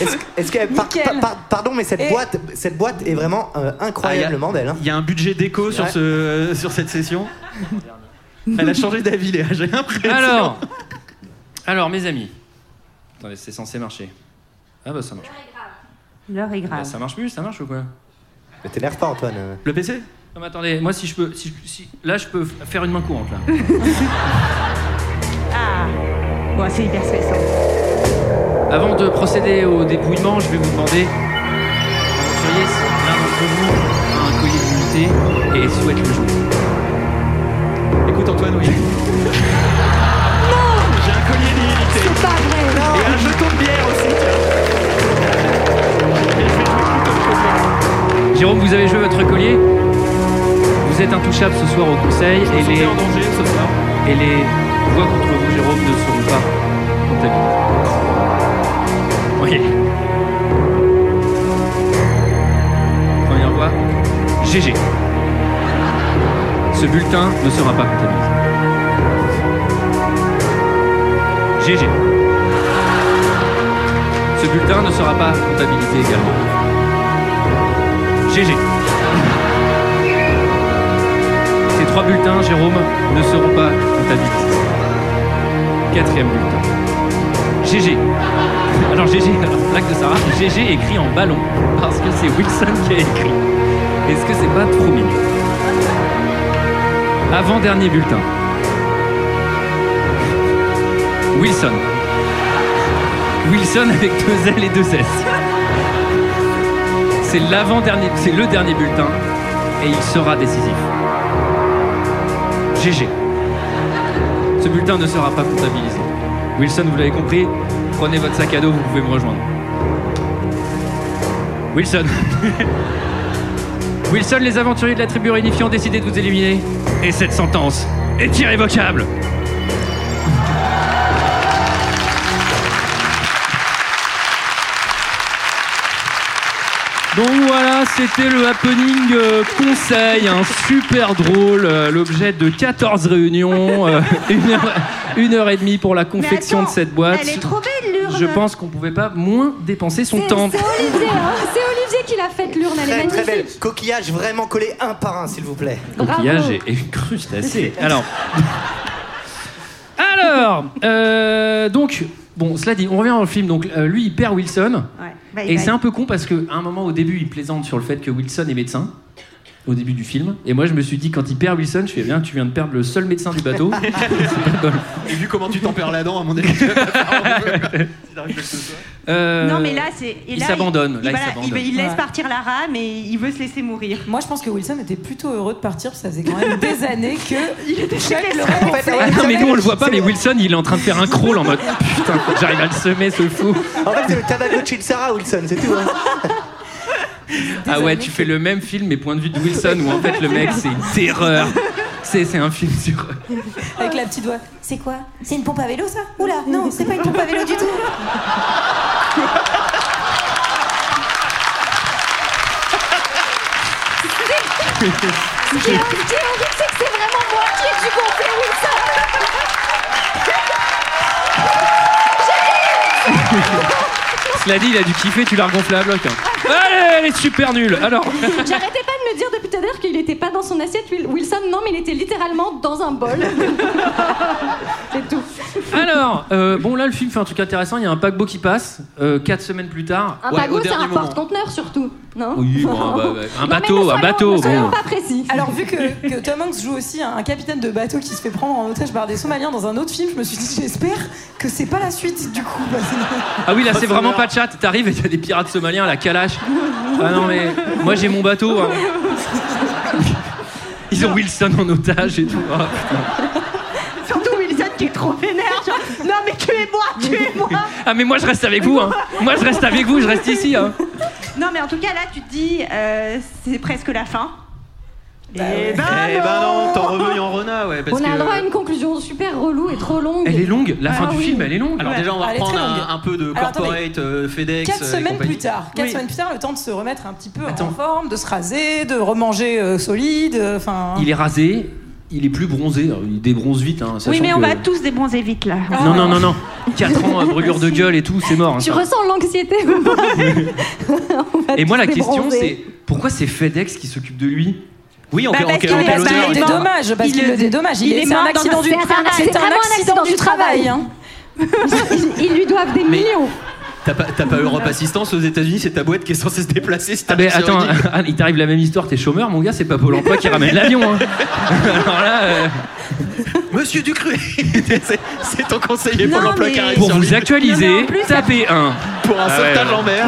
[SPEAKER 13] Est-ce que- est-ce que- par- par- par- pardon, mais cette boîte, cette boîte est vraiment euh, incroyablement belle. hein.
[SPEAKER 4] Il y a un budget déco sur,
[SPEAKER 13] Ouais.
[SPEAKER 4] ce, sur cette session. Elle a changé d'avis, Léa, j'ai l'impression.
[SPEAKER 1] Alors, alors, mes amis. Attendez, c'est censé marcher. Ah bah ça marche.
[SPEAKER 9] L'heure est
[SPEAKER 1] Bah,
[SPEAKER 9] grave.
[SPEAKER 1] ça marche plus, ça marche ou quoi
[SPEAKER 13] Mais t'énerve pas, Antoine.
[SPEAKER 4] Le PC
[SPEAKER 1] Non mais attendez, moi si je peux, si, je- si- là je peux f- faire une main courante là.
[SPEAKER 9] Ah. Bon, c'est hyper stressant.
[SPEAKER 1] Avant de procéder au dépouillement, je vais vous demander. Soyez l'un d'entre vous a un collier d'immunité et souhaite le jouer.
[SPEAKER 4] Écoute Antoine, oui. J'ai un collier d'immunité. C'est pas vrai, Et un jeton de bière aussi,
[SPEAKER 1] Jérôme, vous avez joué votre collier. Vous êtes intouchable ce soir au conseil et les et les voix contre vous, Jérôme, ne seront pas comptabilisées. Oui. Première voix. GG. Ce bulletin ne sera pas comptabilisé. GG. Ce bulletin ne sera pas comptabilisé également. GG. Ces trois bulletins, Jérôme, ne seront pas comptabilisés. Quatrième bulletin. GG. Alors GG, alors blague de Sarah, GG écrit en ballon, parce que c'est Wilson qui a écrit. Est-ce que c'est pas trop mignon Avant-dernier bulletin. Wilson. Wilson avec deux L et deux S. C'est l'avant-dernier, c'est le dernier bulletin et il sera décisif. GG. Ce bulletin ne sera pas comptabilisé. Wilson, vous l'avez compris, prenez votre sac à dos, vous pouvez me rejoindre. Wilson. Wilson, les aventuriers de la tribu réunifiée ont décidé de vous éliminer. Et cette sentence est irrévocable. Donc voilà, c'était le happening euh, conseil, un super drôle, euh, l'objet de 14 réunions, euh, une, heure, une heure et demie pour la confection de cette boîte.
[SPEAKER 14] elle est trop belle, l'urne.
[SPEAKER 1] Je pense qu'on pouvait pas moins dépenser son
[SPEAKER 14] C'est c'est
[SPEAKER 1] temps.
[SPEAKER 14] Olivier, hein. c'est Olivier qui l'a faite l'urne, elle est
[SPEAKER 13] Très, très
[SPEAKER 14] magnifique.
[SPEAKER 13] belle. Coquillage vraiment collé un par un, s'il vous plaît.
[SPEAKER 1] Coquillage et, et crustacé. Alors, alors, euh, donc, bon, cela dit, on revient au film. Donc, euh, lui, il perd Wilson.
[SPEAKER 9] Ouais. Bye
[SPEAKER 1] et
[SPEAKER 9] bye.
[SPEAKER 1] c'est un peu con parce qu'à un moment au début, il plaisante sur le fait que Wilson est médecin au début du film. Et moi, je me suis dit, quand il perd Wilson, je fais eh bien, tu viens de perdre le seul médecin du bateau.
[SPEAKER 4] Et vu comment tu t'en perds là-dedans, à mon avis,
[SPEAKER 1] Euh,
[SPEAKER 9] Non, mais là, c'est. et
[SPEAKER 1] il
[SPEAKER 9] là,
[SPEAKER 1] s'abandonne, là, il
[SPEAKER 9] voilà,
[SPEAKER 1] s'abandonne.
[SPEAKER 9] il laisse
[SPEAKER 10] Ouais.
[SPEAKER 9] partir Lara, mais il veut se laisser mourir.
[SPEAKER 10] Moi, je pense que Wilson était plutôt heureux de partir, parce que ça faisait quand même des années que
[SPEAKER 9] il était
[SPEAKER 10] Chuck le
[SPEAKER 1] Ah non, mais nous on le voit pas, mais Wilson il est en train de faire un crawl en mode putain, faut que j'arrive à le semer ce fou.
[SPEAKER 13] En fait, c'est le Tamagotchi de Sarah Wilson, c'est tout. hein.
[SPEAKER 1] Ah ouais, tu fais le même film, mais point de vue de Wilson, où en fait le mec c'est une terreur. C'est c'est un film sur.
[SPEAKER 10] avec la petite voix. C'est quoi C'est une pompe à vélo, ça Oula, non, c'est pas une pompe à vélo du tout.
[SPEAKER 14] Ce qui est ce qui est horrible, c'est que c'est vraiment moi qui ai dû gonfler Wilson.
[SPEAKER 1] Cela dit, il a dû kiffer, tu l'as regonflé à bloc. hein. Allez, elle est super nulle. Alors.
[SPEAKER 14] J'arrêtais pas de me dire depuis tout à l'heure qu'il était pas dans son assiette, Wil- Wilson, non, mais il était littéralement dans un bol. c'est tout.
[SPEAKER 1] Alors, euh, bon là le film fait un truc intéressant, il y a un paquebot qui passe, euh, quatre semaines plus tard.
[SPEAKER 14] Un
[SPEAKER 1] Ouais, au
[SPEAKER 14] paquebot, c'est
[SPEAKER 1] dernier
[SPEAKER 14] un
[SPEAKER 1] moment.
[SPEAKER 14] porte-conteneur surtout, non
[SPEAKER 1] Oui, bon, bah, bah, un
[SPEAKER 14] Non,
[SPEAKER 1] bateau,
[SPEAKER 14] mais
[SPEAKER 1] un
[SPEAKER 14] ne soyons-
[SPEAKER 1] bateau,
[SPEAKER 14] ne soyons
[SPEAKER 1] bon.
[SPEAKER 14] pas précis.
[SPEAKER 10] Alors, vu que, que Tom Hanks joue aussi un, un capitaine de bateau qui se fait prendre en otage par des Somaliens dans un autre film, je me suis dit, j'espère que c'est pas la suite du coup. Bah, parce que-
[SPEAKER 1] Ah oui, là c'est vraiment pas de chat. T'arrives et t'as des pirates somaliens à la calache. Ah non, mais moi j'ai mon bateau. hein. Ils ont Wilson en otage et tout. Ah, putain.
[SPEAKER 9] Surtout Wilson qui est trop vénère. Genre, non, mais tuez-moi, tuez-moi.
[SPEAKER 1] Ah, mais moi je reste avec vous. hein. Moi je reste avec vous, je reste ici. hein.
[SPEAKER 9] Non, mais en tout cas, là, tu te dis, euh, c'est presque la fin.
[SPEAKER 4] Eh ben non, t'en remets en renard, ouais. Parce
[SPEAKER 14] On a
[SPEAKER 4] que...
[SPEAKER 14] le droit à une conclusion super relou et trop longue.
[SPEAKER 1] euh, Elle est longue, la fin
[SPEAKER 14] Ah
[SPEAKER 1] du
[SPEAKER 14] oui.
[SPEAKER 1] film elle est longue.
[SPEAKER 4] Alors déjà, on va
[SPEAKER 10] Bah, Elle est
[SPEAKER 4] reprendre
[SPEAKER 10] très
[SPEAKER 4] un,
[SPEAKER 10] longue.
[SPEAKER 4] un peu de
[SPEAKER 10] Alors, attendez.
[SPEAKER 4] corporate, euh, FedEx.
[SPEAKER 10] Quatre
[SPEAKER 4] euh, et
[SPEAKER 10] semaines
[SPEAKER 4] compagnie.
[SPEAKER 10] plus tard, quatre
[SPEAKER 4] Oui.
[SPEAKER 10] semaines plus tard, le temps de se remettre un petit peu
[SPEAKER 1] Attends.
[SPEAKER 10] en forme, de se raser, de remanger euh, solide, euh,
[SPEAKER 9] Ah.
[SPEAKER 10] enfin.
[SPEAKER 1] Il est rasé, il est plus bronzé. Alors, Il débronze vite. hein,
[SPEAKER 9] Oui,
[SPEAKER 1] sachant
[SPEAKER 9] mais on
[SPEAKER 1] que-
[SPEAKER 9] va tous débronzer vite là. Ah.
[SPEAKER 1] Non, non, non, non. 4 ans, euh, brûlure de gueule et tout, c'est mort. hein,
[SPEAKER 14] Tu
[SPEAKER 1] ça.
[SPEAKER 14] ressens l'anxiété ou pas On va
[SPEAKER 1] Et moi la
[SPEAKER 14] tous
[SPEAKER 1] question
[SPEAKER 14] débronzer.
[SPEAKER 1] c'est pourquoi c'est FedEx qui s'occupe de lui Oui,
[SPEAKER 10] Bah, parce qu'il est- bah, il dédommage, parce qu'il le dédommage. Il est- c'est un accident du-
[SPEAKER 14] C'est un
[SPEAKER 10] c'est
[SPEAKER 14] accident,
[SPEAKER 10] un
[SPEAKER 14] vraiment un accident du travail.
[SPEAKER 10] hein.
[SPEAKER 14] Ils, ils lui doivent des millions.
[SPEAKER 4] T'as pas, t'as pas Europe Assistance aux États-Unis, c'est ta boîte qui est censée se déplacer. Si
[SPEAKER 1] Ah ben
[SPEAKER 4] t'arrives sur
[SPEAKER 1] attends,
[SPEAKER 4] une île.
[SPEAKER 1] il t'arrive la même histoire, t'es chômeur, mon gars, c'est pas Pôle emploi qui ramène l'avion. hein. Alors là, euh,
[SPEAKER 4] Monsieur Ducru, c'est c'est ton conseiller pour
[SPEAKER 1] Non,
[SPEAKER 4] l'emploi
[SPEAKER 1] mais-
[SPEAKER 4] qui arrive
[SPEAKER 1] Pour
[SPEAKER 4] sur
[SPEAKER 1] vous
[SPEAKER 4] l'île.
[SPEAKER 1] actualiser,
[SPEAKER 4] Non, mais en plus,
[SPEAKER 1] tapez un.
[SPEAKER 4] Pour un
[SPEAKER 1] Ah ouais,
[SPEAKER 4] sauvetage
[SPEAKER 1] ouais.
[SPEAKER 4] en mer.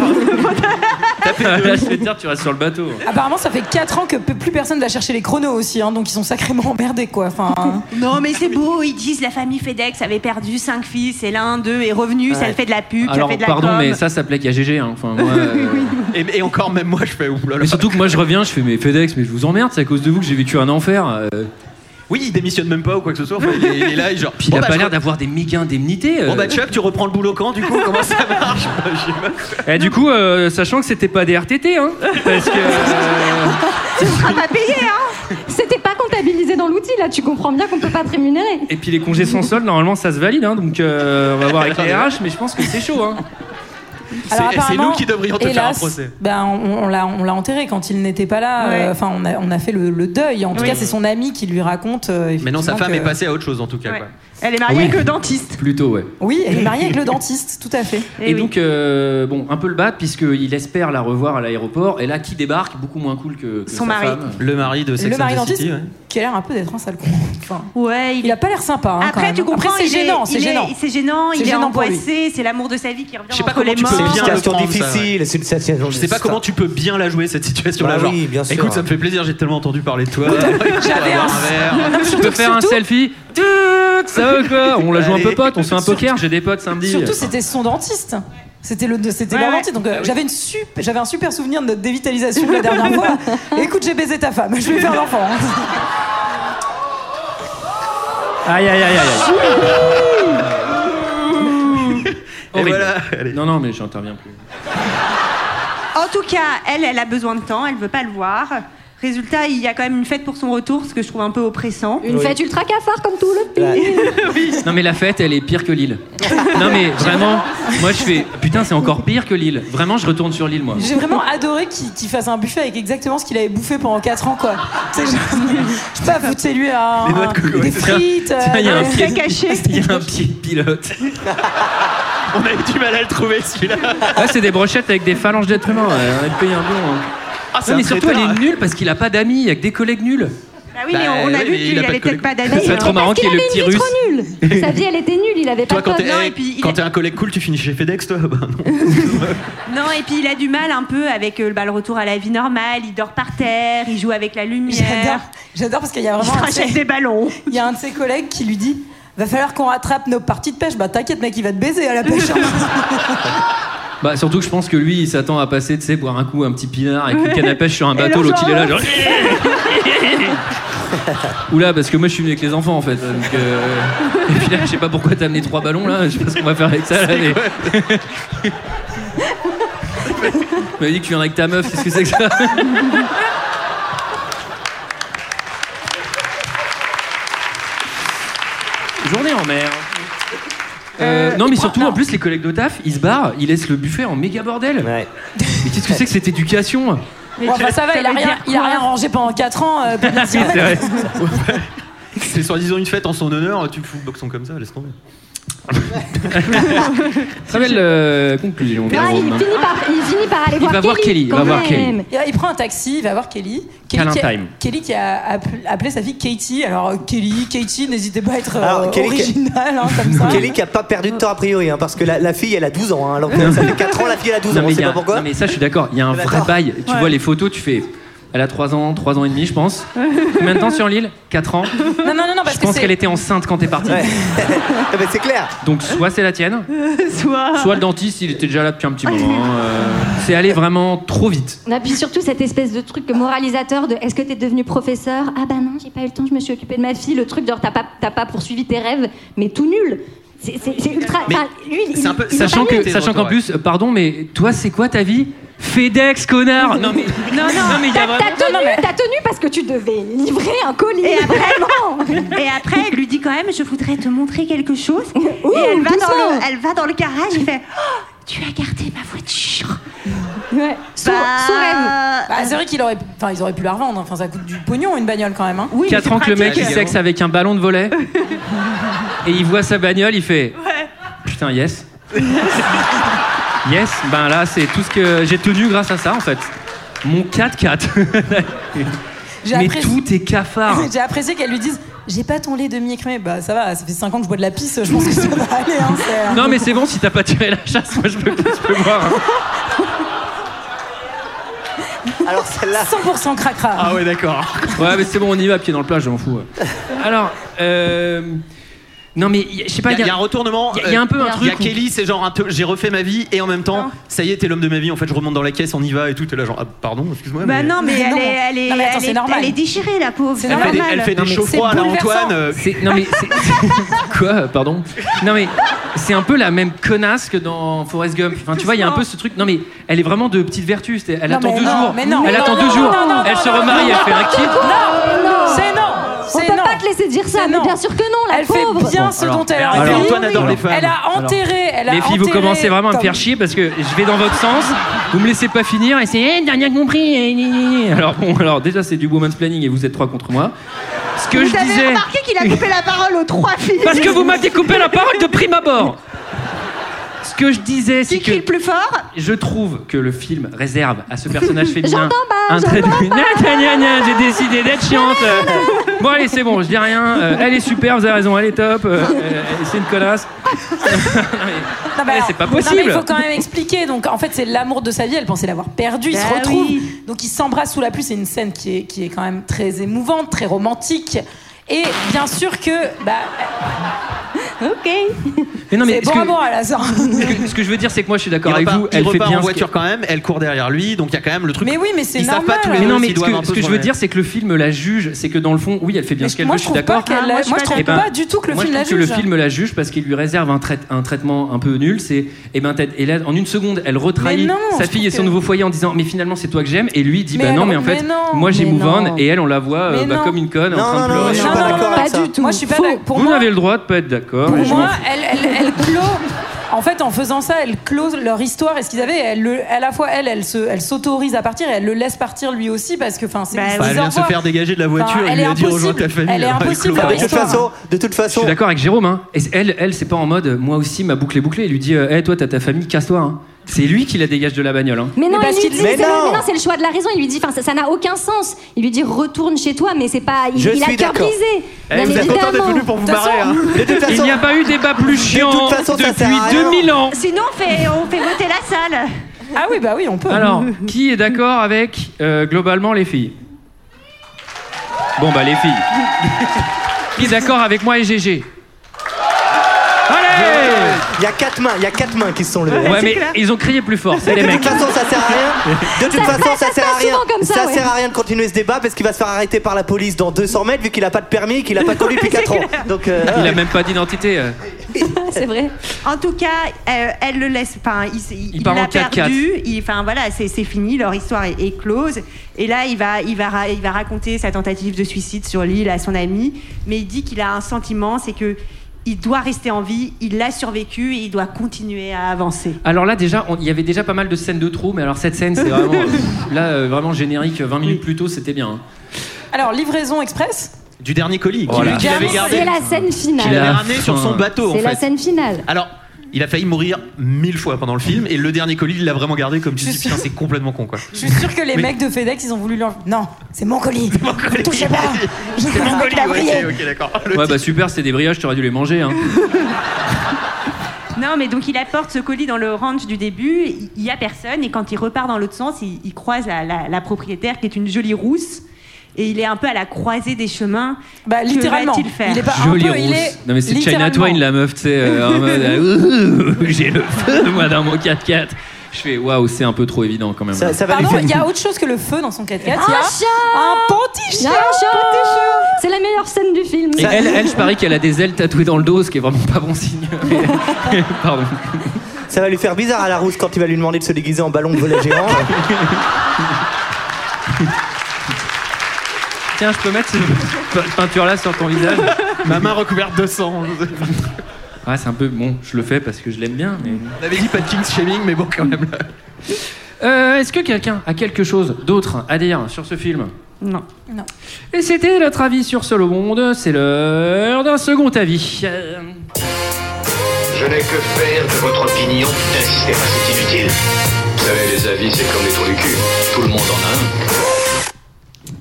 [SPEAKER 4] tapez deux.
[SPEAKER 1] là, Ah, je vais te dire, tu restes sur le bateau.
[SPEAKER 10] Apparemment, ça fait 4 ans que p- plus personne va chercher les chronos aussi, hein, donc ils sont sacrément emmerdés, quoi. Enfin, hein.
[SPEAKER 9] Non, mais c'est beau, ils disent la famille FedEx avait perdu 5 fils et l'un d'eux est revenu, ça le fait de la pub, ça
[SPEAKER 1] Alors
[SPEAKER 9] fait de la
[SPEAKER 1] pardon,
[SPEAKER 9] com.
[SPEAKER 1] mais ça, ça plaît qu'à GG. hein. Enfin, moi, euh,
[SPEAKER 4] Et, et encore, même moi, je fais oulala.
[SPEAKER 1] Mais surtout que moi, je reviens, je fais mais FedEx, mais je vous emmerde, c'est à cause de vous que j'ai vécu un enfer. euh.
[SPEAKER 4] Oui, il démissionne même pas ou quoi que ce soit. Enfin, il, est, il est là, il genre.
[SPEAKER 1] Puis il
[SPEAKER 4] bon,
[SPEAKER 1] a
[SPEAKER 4] bah,
[SPEAKER 1] pas
[SPEAKER 4] je
[SPEAKER 1] l'air
[SPEAKER 4] crois-
[SPEAKER 1] d'avoir des méga indemnités. euh.
[SPEAKER 4] Bon bah Chuck, tu reprends le boulot quand du coup Comment ça marche Bah, je sais pas.
[SPEAKER 1] Et du coup, euh, sachant que c'était pas des RTT, hein, parce que. euh,
[SPEAKER 9] Tu seras pas payé, hein
[SPEAKER 14] C'était pas comptabilisé dans l'outil, là, tu comprends bien qu'on peut pas te rémunérer.
[SPEAKER 1] Et puis les congés sans solde, normalement ça se valide, hein, donc euh, on va voir avec les RH, mais je pense que c'est chaud. Hein.
[SPEAKER 10] Alors,
[SPEAKER 4] C'est- c'est
[SPEAKER 10] apparemment,
[SPEAKER 4] nous qui devrions te faire un
[SPEAKER 10] hélas,
[SPEAKER 4] procès.
[SPEAKER 10] Ben, on, on l'a, on l'a enterré quand il n'était pas là.
[SPEAKER 9] Ouais.
[SPEAKER 10] euh, Enfin, on, a, on a fait le, le deuil. En tout
[SPEAKER 9] Oui.
[SPEAKER 10] cas, c'est son ami qui lui raconte. euh,
[SPEAKER 4] Mais non, sa
[SPEAKER 10] effectivement
[SPEAKER 4] femme
[SPEAKER 10] que-
[SPEAKER 4] est passée à autre chose en tout cas.
[SPEAKER 9] Ouais.
[SPEAKER 4] quoi.
[SPEAKER 9] Elle est mariée
[SPEAKER 1] Ah Oui.
[SPEAKER 9] avec le dentiste.
[SPEAKER 1] Plutôt, ouais.
[SPEAKER 10] Oui, elle est mariée avec le dentiste, tout à fait.
[SPEAKER 9] Eh
[SPEAKER 1] Et,
[SPEAKER 9] oui.
[SPEAKER 1] donc, euh, bon, un peu le bas, puisqu'il espère la revoir à l'aéroport. Et là, qui débarque Beaucoup moins cool que, que sa
[SPEAKER 9] Son mari.
[SPEAKER 1] femme.
[SPEAKER 4] Le mari de Sex
[SPEAKER 10] le
[SPEAKER 4] and
[SPEAKER 10] mari
[SPEAKER 4] the
[SPEAKER 10] dentiste,
[SPEAKER 4] City, ouais.
[SPEAKER 10] qui a l'air un peu d'être un sale con. Enfin,
[SPEAKER 9] Ouais, il
[SPEAKER 10] il a pas l'air sympa. hein, quand
[SPEAKER 9] Après,
[SPEAKER 10] même.
[SPEAKER 9] tu comprends,
[SPEAKER 10] Après, c'est
[SPEAKER 9] il est-
[SPEAKER 10] gênant, c'est
[SPEAKER 9] il est-
[SPEAKER 10] gênant.
[SPEAKER 9] C'est gênant,
[SPEAKER 10] C'est
[SPEAKER 9] il est
[SPEAKER 10] gênant pour lui.
[SPEAKER 9] angoissé, c'est l'amour de sa vie qui revient
[SPEAKER 4] Je sais pas
[SPEAKER 9] entre les
[SPEAKER 4] comment tu peux
[SPEAKER 13] C'est une
[SPEAKER 9] morts.
[SPEAKER 4] bien le
[SPEAKER 13] situation
[SPEAKER 4] prendre, ça,
[SPEAKER 13] difficile, c'est une situation
[SPEAKER 4] Je sais pas comment tu peux bien la jouer cette situation là.
[SPEAKER 13] Bah
[SPEAKER 4] genre,
[SPEAKER 13] oui, bien sûr.
[SPEAKER 4] écoute, ça me fait plaisir, j'ai tellement entendu parler de toi.
[SPEAKER 10] j'avais un-
[SPEAKER 1] Je peux faire un selfie Tout, Ça va, quoi On la joue un peu
[SPEAKER 4] Allez.
[SPEAKER 1] pote, on se fait un poker, j'ai des potes samedi.
[SPEAKER 10] Surtout, c'était son dentiste. C'était le, c'était
[SPEAKER 9] Ouais,
[SPEAKER 10] leur
[SPEAKER 9] ouais.
[SPEAKER 10] dentiste.
[SPEAKER 1] Ah
[SPEAKER 10] Donc, euh, j'avais une super, j'avais un super souvenir de notre dévitalisation de la dernière fois. Écoute, j'ai baisé ta femme. Je vais faire l'enfant.
[SPEAKER 1] Aïe, aïe, aïe, aïe. aïe.
[SPEAKER 4] Et
[SPEAKER 1] Horrible.
[SPEAKER 4] voilà. Allez.
[SPEAKER 1] Non, non, mais j'interviens plus.
[SPEAKER 9] En tout cas, elle, elle a besoin de temps, elle veut pas le voir. Résultat, il y a quand même une fête pour son retour, ce que je trouve un peu oppressant.
[SPEAKER 14] Une fête ultra cafard comme tout le pays.
[SPEAKER 1] Non, mais la fête, elle est pire que Lille. Non, mais vraiment, moi je fais. Putain, c'est encore pire que Lille. Vraiment, je retourne sur Lille, moi.
[SPEAKER 10] J'ai vraiment adoré qu'il qu'il fasse un buffet avec exactement ce qu'il avait bouffé pendant 4 ans, quoi. Tu sais, genre, je sais pas, vous tu sais, lui un,
[SPEAKER 4] noix de coco,
[SPEAKER 10] des
[SPEAKER 4] c'est ça.
[SPEAKER 10] frites, euh,
[SPEAKER 1] Tiens, il y a un
[SPEAKER 10] des-
[SPEAKER 1] pied,
[SPEAKER 9] caché.
[SPEAKER 1] il y a un pied de pilote.
[SPEAKER 4] On a eu du mal à le trouver celui-là.
[SPEAKER 1] Ouais, c'est des brochettes avec des phalanges d'êtres humains. euh, On a payé un bon. hein.
[SPEAKER 4] Ah, c'est
[SPEAKER 1] Non, mais
[SPEAKER 4] un
[SPEAKER 1] surtout, elle
[SPEAKER 4] traiteur,
[SPEAKER 1] est nulle parce qu'il a pas d'amis, il y a que des collègues nuls.
[SPEAKER 9] Bah oui, mais on, on a
[SPEAKER 1] ouais,
[SPEAKER 9] vu
[SPEAKER 1] mais il
[SPEAKER 9] qu'il
[SPEAKER 1] a pas de
[SPEAKER 9] n'allait peut-être
[SPEAKER 1] collègue.
[SPEAKER 9] pas
[SPEAKER 10] Eh
[SPEAKER 9] d'amis.
[SPEAKER 1] Ça serait trop marrant qu'il y ait le petit russe.
[SPEAKER 14] nul. Sa vie, elle était nulle. Il avait
[SPEAKER 4] Toi,
[SPEAKER 14] pas
[SPEAKER 4] quand
[SPEAKER 14] de
[SPEAKER 4] t'es
[SPEAKER 9] Non,
[SPEAKER 4] eh,
[SPEAKER 9] et puis il
[SPEAKER 4] quand
[SPEAKER 9] a-
[SPEAKER 4] t'es un collègue cool, tu finis chez FedEx, toi Bah non.
[SPEAKER 9] Non, et puis il a du mal un peu avec euh, bah, le retour à la vie normale. Il dort par terre, il joue avec la lumière.
[SPEAKER 10] J'adore parce qu'il y a vraiment.
[SPEAKER 9] Il se rachète des ballons.
[SPEAKER 10] Il y a un de ses collègues qui lui dit Va falloir qu'on rattrape nos parties de pêche. Bah t'inquiète, mec, il va te baiser à la pêche. hein.
[SPEAKER 1] Bah, surtout que je pense que lui, il s'attend à passer, tu sais, boire un coup, un petit pinard avec une
[SPEAKER 10] Ouais.
[SPEAKER 1] canne à pêche sur un
[SPEAKER 10] Et
[SPEAKER 1] bateau,
[SPEAKER 10] le
[SPEAKER 1] l'autre il est là, genre.
[SPEAKER 2] T'as
[SPEAKER 1] Oula, parce que moi je suis venu avec les enfants en fait. Donc, euh, Et puis là, je sais pas pourquoi t'as amené trois ballons là, je sais pas ce qu'on va faire avec ça là, mais. Tu m'as dit que tu viens avec ta meuf, qu'est-ce que c'est que ça Journée en mer. Euh, non mais surtout en plus les collègues de taf ils se barrent ils laissent le buffet en méga bordel mais qu'est-ce que c'est que cette éducation
[SPEAKER 10] Bon, enfin, ça va, il a, rien, il a rien rangé pendant 4 ans. euh, peut-être
[SPEAKER 4] c'est
[SPEAKER 10] bien.
[SPEAKER 4] vrai. C'est soi-disant une fête en son honneur, tu me fous le boxon comme ça, laisse tomber.
[SPEAKER 1] très belle euh, conclusion
[SPEAKER 8] Ah, il,
[SPEAKER 1] Jérôme.
[SPEAKER 8] finit par, il finit par aller
[SPEAKER 1] Il va
[SPEAKER 8] voir
[SPEAKER 1] voir Kelly, il va
[SPEAKER 8] quand
[SPEAKER 1] voir
[SPEAKER 8] même.
[SPEAKER 1] Kelly.
[SPEAKER 10] Il, il prend un taxi, il va voir Kelly. Kelly,
[SPEAKER 1] Câlin
[SPEAKER 10] qui a,
[SPEAKER 1] time.
[SPEAKER 10] Kelly qui a appel- appelé sa fille Katie. Alors euh, Kelly, Katie, n'hésitez pas à être euh,
[SPEAKER 13] Alors, Ah, Kelly qui-
[SPEAKER 10] originale hein, comme ça.
[SPEAKER 13] Kelly qui a pas perdu de temps a priori, hein, parce que la, la fille elle a 12 ans, hein, alors que ça fait 4 ans la fille elle a 12
[SPEAKER 1] Non
[SPEAKER 13] ans,
[SPEAKER 1] mais,
[SPEAKER 13] on
[SPEAKER 1] il
[SPEAKER 13] sait
[SPEAKER 1] y a-
[SPEAKER 13] pas pourquoi.
[SPEAKER 1] non, mais ça je suis d'accord, il y a un vrai bail. Tu
[SPEAKER 13] Ouais.
[SPEAKER 1] vois les photos, tu fais. Elle a 3 ans, 3 ans et demi je pense. Combien de temps sur l'île 4 ans.
[SPEAKER 10] Non, non, non, non, parce
[SPEAKER 1] Je
[SPEAKER 10] que
[SPEAKER 1] pense
[SPEAKER 10] c'est-
[SPEAKER 1] qu'elle était enceinte quand t'es parti.
[SPEAKER 13] Ah, c'est clair.
[SPEAKER 1] Donc soit c'est la tienne,
[SPEAKER 9] Soit.
[SPEAKER 1] soit le dentiste il était déjà là depuis un petit moment. hein, euh, c'est allé vraiment trop vite.
[SPEAKER 8] On appuie surtout cette espèce de truc moralisateur de est-ce que t'es devenu professeur Ah bah non, j'ai pas eu le temps, je me suis occupée de ma fille. Le truc genre t'as pas, t'as pas poursuivi tes rêves, mais tout nul. C'est c'est- c'est ultra.
[SPEAKER 1] Mais
[SPEAKER 8] enfin, lui, il-
[SPEAKER 1] C'est un peu-
[SPEAKER 8] il est
[SPEAKER 1] sachant
[SPEAKER 8] pas
[SPEAKER 1] que,
[SPEAKER 8] nul.
[SPEAKER 1] sachant qu'en plus, euh, pardon mais toi c'est quoi ta vie FedEx connard Non mais non non mais il y a
[SPEAKER 8] T'as
[SPEAKER 1] vraiment.
[SPEAKER 8] t'as tenu, t'as tenu parce que tu devais livrer un colis.
[SPEAKER 9] Et après,
[SPEAKER 8] vraiment.
[SPEAKER 9] et après, elle lui dit quand même Je voudrais te montrer quelque chose.
[SPEAKER 8] Ouh,
[SPEAKER 9] et elle va,
[SPEAKER 8] doucement.
[SPEAKER 9] dans le, elle va dans le garage et fait Oh, Tu as gardé ma voiture.
[SPEAKER 8] Ouais.
[SPEAKER 10] Son,
[SPEAKER 9] son rêve.
[SPEAKER 10] Bah, c'est vrai qu'ils auraient, enfin, ils auraient pu la revendre. Enfin, ça coûte du pognon une bagnole quand même. Hein.
[SPEAKER 1] 4 ans que le mec il sexe avec un ballon de volet et il voit sa bagnole, il fait Putain, yes. yes, ben là, c'est tout ce que j'ai tenu grâce à ça en fait. Mon 4x4.
[SPEAKER 10] J'ai
[SPEAKER 1] Mais
[SPEAKER 10] apprécié-
[SPEAKER 1] tout est cafard.
[SPEAKER 10] J'ai apprécié qu'elle lui dise J'ai pas ton lait demi-écrémé. Bah, ça va, ça fait 5 ans que je bois de la pisse, je pense que ça va aller. hein, c'est-
[SPEAKER 1] Non, mais c'est bon, si t'as pas tiré la chasse, moi je peux, je peux boire. hein.
[SPEAKER 13] Alors celle-là.
[SPEAKER 10] 100% cracra.
[SPEAKER 4] Ah
[SPEAKER 1] ouais, d'accord. Ouais, mais c'est bon, on y va, pied dans le plat, je m'en fous. ouais. Alors, euh, non, mais y- je sais pas,
[SPEAKER 4] Il y, a- il y a un retournement.
[SPEAKER 1] Il y, a un peu
[SPEAKER 4] euh,
[SPEAKER 1] un
[SPEAKER 4] Il
[SPEAKER 1] truc.
[SPEAKER 4] y a
[SPEAKER 1] où-
[SPEAKER 4] Kelly, c'est genre un peu, j'ai refait ma vie et en même temps, ça y est, t'es l'homme de ma vie. En fait, je remonte dans la caisse, on y va et tout. T'es là, genre, ah, pardon, excuse-moi.
[SPEAKER 9] Bah non, mais,
[SPEAKER 10] Mais
[SPEAKER 9] elle,
[SPEAKER 10] non.
[SPEAKER 9] est, elle, est,
[SPEAKER 10] Non, mais attends,
[SPEAKER 9] elle,
[SPEAKER 10] c'est
[SPEAKER 9] est,
[SPEAKER 10] normal.
[SPEAKER 9] elle est déchirée, la pauvre. C'est
[SPEAKER 4] Elle fait,
[SPEAKER 9] normal.
[SPEAKER 4] des, elle fait
[SPEAKER 1] Non,
[SPEAKER 4] des
[SPEAKER 1] mais
[SPEAKER 4] chauds
[SPEAKER 1] c'est
[SPEAKER 4] froids, là,
[SPEAKER 1] bouleversant.
[SPEAKER 4] Antoine. euh,
[SPEAKER 1] C'est- non mais c'est- quoi pardon non mais c'est un peu la même connasse que dans Forrest Gump enfin tu vois il y a un peu ce truc non mais elle est vraiment de petite vertu c'est- elle
[SPEAKER 10] Non,
[SPEAKER 1] attend
[SPEAKER 10] mais
[SPEAKER 1] deux
[SPEAKER 10] non,
[SPEAKER 1] jours
[SPEAKER 10] mais non,
[SPEAKER 1] elle
[SPEAKER 10] mais
[SPEAKER 1] attend
[SPEAKER 10] non,
[SPEAKER 1] deux
[SPEAKER 10] non,
[SPEAKER 1] jours
[SPEAKER 10] non, non,
[SPEAKER 1] elle
[SPEAKER 10] non,
[SPEAKER 1] se
[SPEAKER 10] non,
[SPEAKER 1] remarie
[SPEAKER 10] non,
[SPEAKER 1] elle fait un
[SPEAKER 10] non,
[SPEAKER 1] kit
[SPEAKER 10] Non, c'est non.
[SPEAKER 8] On
[SPEAKER 10] c'est
[SPEAKER 8] peut
[SPEAKER 10] non.
[SPEAKER 8] pas te laisser dire ça,
[SPEAKER 10] C'est
[SPEAKER 8] mais
[SPEAKER 10] non.
[SPEAKER 8] bien sûr que non, la
[SPEAKER 10] elle
[SPEAKER 8] pauvre.
[SPEAKER 10] fait bien
[SPEAKER 1] Bon,
[SPEAKER 10] ce
[SPEAKER 1] alors,
[SPEAKER 10] dont elle a
[SPEAKER 1] alors,
[SPEAKER 10] rêvé.
[SPEAKER 1] Antoine adore les femmes.
[SPEAKER 10] Elle a enterré. Elle a
[SPEAKER 1] les filles vous
[SPEAKER 10] enterré
[SPEAKER 1] commencez vraiment à me
[SPEAKER 10] Tom.
[SPEAKER 1] faire chier parce que je vais dans votre sens vous me laissez pas finir et c'est eh, t'as rien compris eh, gna, gna, gna. alors bon alors déjà c'est du woman's planning et vous êtes trois contre moi ce que
[SPEAKER 9] Vous
[SPEAKER 1] je
[SPEAKER 9] avez
[SPEAKER 1] disais
[SPEAKER 9] remarqué qu'il a coupé la parole aux trois filles.
[SPEAKER 1] Parce que vous m'avez coupé la parole de prime abord. Ce que je disais, c'est que
[SPEAKER 9] plus fort.
[SPEAKER 1] je trouve que le film réserve à ce personnage féminin
[SPEAKER 2] J'entends pas,
[SPEAKER 1] un trait de...
[SPEAKER 2] j'entends
[SPEAKER 1] Gna, gna, gna, j'ai décidé d'être chiante. Bon allez, c'est bon, je dis rien. Euh, elle est super, vous avez raison, elle est top. Euh, euh, c'est une connasse.
[SPEAKER 10] Non, mais
[SPEAKER 1] Eh,
[SPEAKER 10] alors-
[SPEAKER 1] c'est pas
[SPEAKER 10] Non, mais
[SPEAKER 1] possible.
[SPEAKER 10] il faut quand même expliquer. Donc, en fait, c'est l'amour de sa vie. Elle pensait l'avoir perdu. Il se
[SPEAKER 9] Bah
[SPEAKER 10] retrouve.
[SPEAKER 9] oui.
[SPEAKER 10] Donc, il s'embrasse sous la pluie. C'est une scène qui est, qui est quand même très émouvante, très romantique. Et bien sûr que. Bah,
[SPEAKER 8] ok.
[SPEAKER 1] Mais non, mais
[SPEAKER 10] c'est
[SPEAKER 1] est-ce
[SPEAKER 10] bon à
[SPEAKER 1] que-
[SPEAKER 10] bon à la sorte.
[SPEAKER 1] Ce que, ce que je veux dire, c'est que moi, je suis
[SPEAKER 4] Il
[SPEAKER 1] d'accord avec
[SPEAKER 4] repart,
[SPEAKER 1] vous.
[SPEAKER 4] il
[SPEAKER 1] Elle fait
[SPEAKER 4] repart
[SPEAKER 1] bien
[SPEAKER 4] en
[SPEAKER 1] ce que-
[SPEAKER 4] voiture quand même, elle court derrière lui, donc il y a quand même le truc.
[SPEAKER 10] Mais oui, mais c'est
[SPEAKER 4] Ils savent
[SPEAKER 10] normal.
[SPEAKER 4] pas tous les
[SPEAKER 1] Mais
[SPEAKER 4] deux
[SPEAKER 1] non, mais
[SPEAKER 4] s'ils
[SPEAKER 1] ce
[SPEAKER 4] doivent un
[SPEAKER 1] que,
[SPEAKER 4] peu
[SPEAKER 1] ce que
[SPEAKER 4] se
[SPEAKER 1] je veux
[SPEAKER 4] remettre.
[SPEAKER 1] dire, c'est que le film la juge. C'est que dans le fond, oui, elle fait bien ce qu'elle
[SPEAKER 10] moi,
[SPEAKER 1] veut.
[SPEAKER 10] je
[SPEAKER 1] Je suis
[SPEAKER 10] trouve pas
[SPEAKER 1] d'accord.
[SPEAKER 10] qu'elle la- moi, je trouve
[SPEAKER 1] Eh ben,
[SPEAKER 10] pas du tout que le
[SPEAKER 1] moi,
[SPEAKER 10] film
[SPEAKER 1] je
[SPEAKER 10] la
[SPEAKER 1] trouve que
[SPEAKER 10] juge.
[SPEAKER 1] le film la juge parce qu'il lui réserve un, trai- un traitement un peu nul. C'est, eh ben, t'as- et là, en une seconde, elle
[SPEAKER 10] Mais
[SPEAKER 1] retrahit
[SPEAKER 10] non, je
[SPEAKER 1] sa fille
[SPEAKER 10] trouve
[SPEAKER 1] et son
[SPEAKER 10] que-
[SPEAKER 1] nouveau foyer en disant, mais finalement, c'est toi que j'aime. Et lui il dit,
[SPEAKER 10] Mais
[SPEAKER 1] bah non,
[SPEAKER 10] alors-
[SPEAKER 1] mais en
[SPEAKER 10] mais
[SPEAKER 1] fait,
[SPEAKER 10] non,
[SPEAKER 1] moi, j'ai
[SPEAKER 10] mais
[SPEAKER 1] move
[SPEAKER 10] non.
[SPEAKER 1] on. Et elle, on la voit euh,
[SPEAKER 10] Mais
[SPEAKER 1] bah,
[SPEAKER 10] non.
[SPEAKER 1] comme une conne
[SPEAKER 10] Non,
[SPEAKER 1] en train de
[SPEAKER 10] non,
[SPEAKER 1] pleurer.
[SPEAKER 10] non, non, non, non, pas du tout. Moi, je suis pas d'accord. Pour
[SPEAKER 1] Vous
[SPEAKER 10] moi,
[SPEAKER 1] n'avez le droit de pas être d'accord.
[SPEAKER 10] pour
[SPEAKER 1] et je m'en
[SPEAKER 10] moi
[SPEAKER 1] fous.
[SPEAKER 10] elle, elle, elle clôt.
[SPEAKER 9] En fait, en faisant ça, elle close leur histoire et ce qu'ils avaient. Elle, le- à la fois, elle, elle, se, elle s'autorise à partir et elle le laisse partir lui aussi parce que, enfin, c'est
[SPEAKER 4] Bah,
[SPEAKER 9] ils se
[SPEAKER 4] elle
[SPEAKER 9] disent au
[SPEAKER 4] vient se
[SPEAKER 9] revoir.
[SPEAKER 4] faire dégager de la voiture,
[SPEAKER 9] Enfin,
[SPEAKER 4] il
[SPEAKER 9] elle
[SPEAKER 4] lui
[SPEAKER 9] est
[SPEAKER 4] a dit rejoins
[SPEAKER 9] impossible.
[SPEAKER 4] ta famille. euh,
[SPEAKER 9] Elle est
[SPEAKER 4] alors, il
[SPEAKER 9] impossible.
[SPEAKER 13] Ah,
[SPEAKER 4] clôt.
[SPEAKER 9] leur histoire.
[SPEAKER 13] de toute
[SPEAKER 1] Je suis d'accord avec Jérôme. Hein. Et elle, elle c'est pas en mode moi aussi ma boucle est bouclée. Il lui dit Eh toi, t'as ta famille, casse-toi. hein. C'est lui qui la dégage de la bagnole. hein.
[SPEAKER 8] Mais non,
[SPEAKER 9] Mais parce
[SPEAKER 8] il lui
[SPEAKER 9] qu'il-
[SPEAKER 8] dit,
[SPEAKER 1] Mais
[SPEAKER 8] c'est le,
[SPEAKER 1] non.
[SPEAKER 8] mais non, c'est le choix de la raison. Il lui dit, enfin, ça ça n'a aucun sens. Il lui dit, retourne chez toi, mais c'est pas. Il,
[SPEAKER 1] Je
[SPEAKER 8] il a
[SPEAKER 1] suis
[SPEAKER 8] le cœur
[SPEAKER 1] d'accord.
[SPEAKER 8] brisé.
[SPEAKER 1] Eh,
[SPEAKER 8] Bien
[SPEAKER 1] vous êtes content d'être
[SPEAKER 8] évidemment.
[SPEAKER 1] venu pour vous
[SPEAKER 8] De toute
[SPEAKER 1] barrer,
[SPEAKER 8] façon-
[SPEAKER 1] hein. De toute façon- Il n'y a pas eu débat plus chiant De toute façon, ça sert à depuis rien. 2000 ans.
[SPEAKER 10] Sinon, on fait, on fait voter la salle.
[SPEAKER 9] Ah oui, bah oui, on peut.
[SPEAKER 1] Alors, qui est d'accord avec euh, globalement les filles Bon bah les filles. qui est d'accord avec moi et GG Allez
[SPEAKER 13] Il y a quatre mains, il y a quatre mains qui se sont levées.
[SPEAKER 1] Ouais, mais ils ont crié plus fort, c'est les
[SPEAKER 13] de
[SPEAKER 1] mecs.
[SPEAKER 13] toute façon, ça sert à rien. De toute
[SPEAKER 1] Ça-
[SPEAKER 13] façon,
[SPEAKER 1] ça-
[SPEAKER 13] ça,
[SPEAKER 1] ça se
[SPEAKER 13] sert à
[SPEAKER 1] passe
[SPEAKER 13] rien.
[SPEAKER 1] souvent comme ça, ouais.
[SPEAKER 13] sert à rien de continuer ce débat parce qu'il va se faire arrêter par la police dans 200 mètres vu qu'il a pas de permis et qu'il a pas conduit depuis 4 ans. Donc, euh,
[SPEAKER 1] Il a même pas d'identité. euh.
[SPEAKER 8] C'est vrai.
[SPEAKER 10] En tout cas, euh, elle le laisse. Enfin, il, s- il-
[SPEAKER 1] Il part
[SPEAKER 10] il
[SPEAKER 1] en
[SPEAKER 10] l'a
[SPEAKER 1] 4x4.
[SPEAKER 10] perdu. Il- Enfin voilà, c'est c'est fini. Leur histoire est, est close. Et là, il va, il va, ra- il va raconter sa tentative de suicide sur l'île à son ami. Mais il dit qu'il a un sentiment, c'est que il doit rester en vie. Il a survécu et il doit continuer à avancer.
[SPEAKER 1] Alors là déjà, on- il y avait déjà pas mal de scènes de trou, mais alors cette scène c'est vraiment euh, là euh, vraiment générique. 20 minutes plus tôt, c'était bien. hein.
[SPEAKER 9] Alors, livraison express.
[SPEAKER 4] Du dernier colis qu'il
[SPEAKER 1] Voilà.
[SPEAKER 4] qu'il avait gardé.
[SPEAKER 8] C'est la scène
[SPEAKER 4] Il l'avait
[SPEAKER 8] finale.
[SPEAKER 4] ramené sur son bateau en
[SPEAKER 8] C'est la
[SPEAKER 4] fait.
[SPEAKER 8] scène
[SPEAKER 1] Ah,
[SPEAKER 8] finale.
[SPEAKER 4] Alors, il a failli mourir mille fois pendant le film et le dernier colis, il l'a vraiment gardé comme tu dis,
[SPEAKER 9] suis-
[SPEAKER 4] putain, c'est complètement con quoi.
[SPEAKER 9] Je suis sûr que les
[SPEAKER 4] Mais-
[SPEAKER 9] mecs de FedEx, ils ont voulu leur. Non, c'est mon colis. Vous touchez pas. Je
[SPEAKER 4] C'est mon
[SPEAKER 9] vous
[SPEAKER 4] colis,
[SPEAKER 9] la
[SPEAKER 4] ouais,
[SPEAKER 9] briller.
[SPEAKER 4] ok, ok, d'accord.
[SPEAKER 1] Ouais bah super, c'est des brioches, t'aurais dû les manger. Hein.
[SPEAKER 10] Non, mais donc il apporte ce colis dans le ranch du début, il- il n'y a personne, et quand il repart dans l'autre sens, il, il croise la, la- la propriétaire qui est une jolie rousse, et il est un peu à la croisée des chemins.
[SPEAKER 9] Bah, littéralement.
[SPEAKER 10] il faire
[SPEAKER 9] Il est pas un
[SPEAKER 1] Jolie
[SPEAKER 9] peu, Bah, il
[SPEAKER 1] rousse.
[SPEAKER 9] est
[SPEAKER 1] Non mais c'est China
[SPEAKER 9] littéralement-
[SPEAKER 1] Twain la meuf, tu sais, euh, en mode, euh, Ouh, j'ai le feu moi dans mon 4x4. Je fais waouh, c'est un peu trop évident quand même.
[SPEAKER 9] Pardon, il y a autre chose que le feu dans son 4x4.
[SPEAKER 8] Un
[SPEAKER 9] il y a
[SPEAKER 8] chat
[SPEAKER 9] un petit
[SPEAKER 8] Il y a
[SPEAKER 9] chat.
[SPEAKER 8] un chat. C'est la meilleure scène du film.
[SPEAKER 1] Et elle, elle, je parie qu'elle a des ailes tatouées dans le dos, ce qui est vraiment pas bon signe. Pardon.
[SPEAKER 13] ça va lui faire bizarre à la rousse quand il va lui demander de se déguiser en ballon de volet géant.
[SPEAKER 1] Tiens, je peux mettre cette peinture là sur ton visage.
[SPEAKER 4] Ma main recouverte de sang.
[SPEAKER 1] Ouais, Ah, c'est un peu bon. Je le fais parce que je l'aime bien. Mais...
[SPEAKER 4] On avait dit pas de King's Shaming, mais bon, quand même. là.
[SPEAKER 1] Euh, Est-ce que quelqu'un a quelque chose d'autre à dire sur ce film
[SPEAKER 10] Non.
[SPEAKER 9] Non.
[SPEAKER 1] Et c'était notre avis sur Solo Monde. C'est l'heure d'un second avis. Euh,
[SPEAKER 18] Je n'ai que faire de votre opinion. N'insistez pas, c'est inutile. Vous savez, les avis, c'est comme les trous du cul. Tout le monde en a un.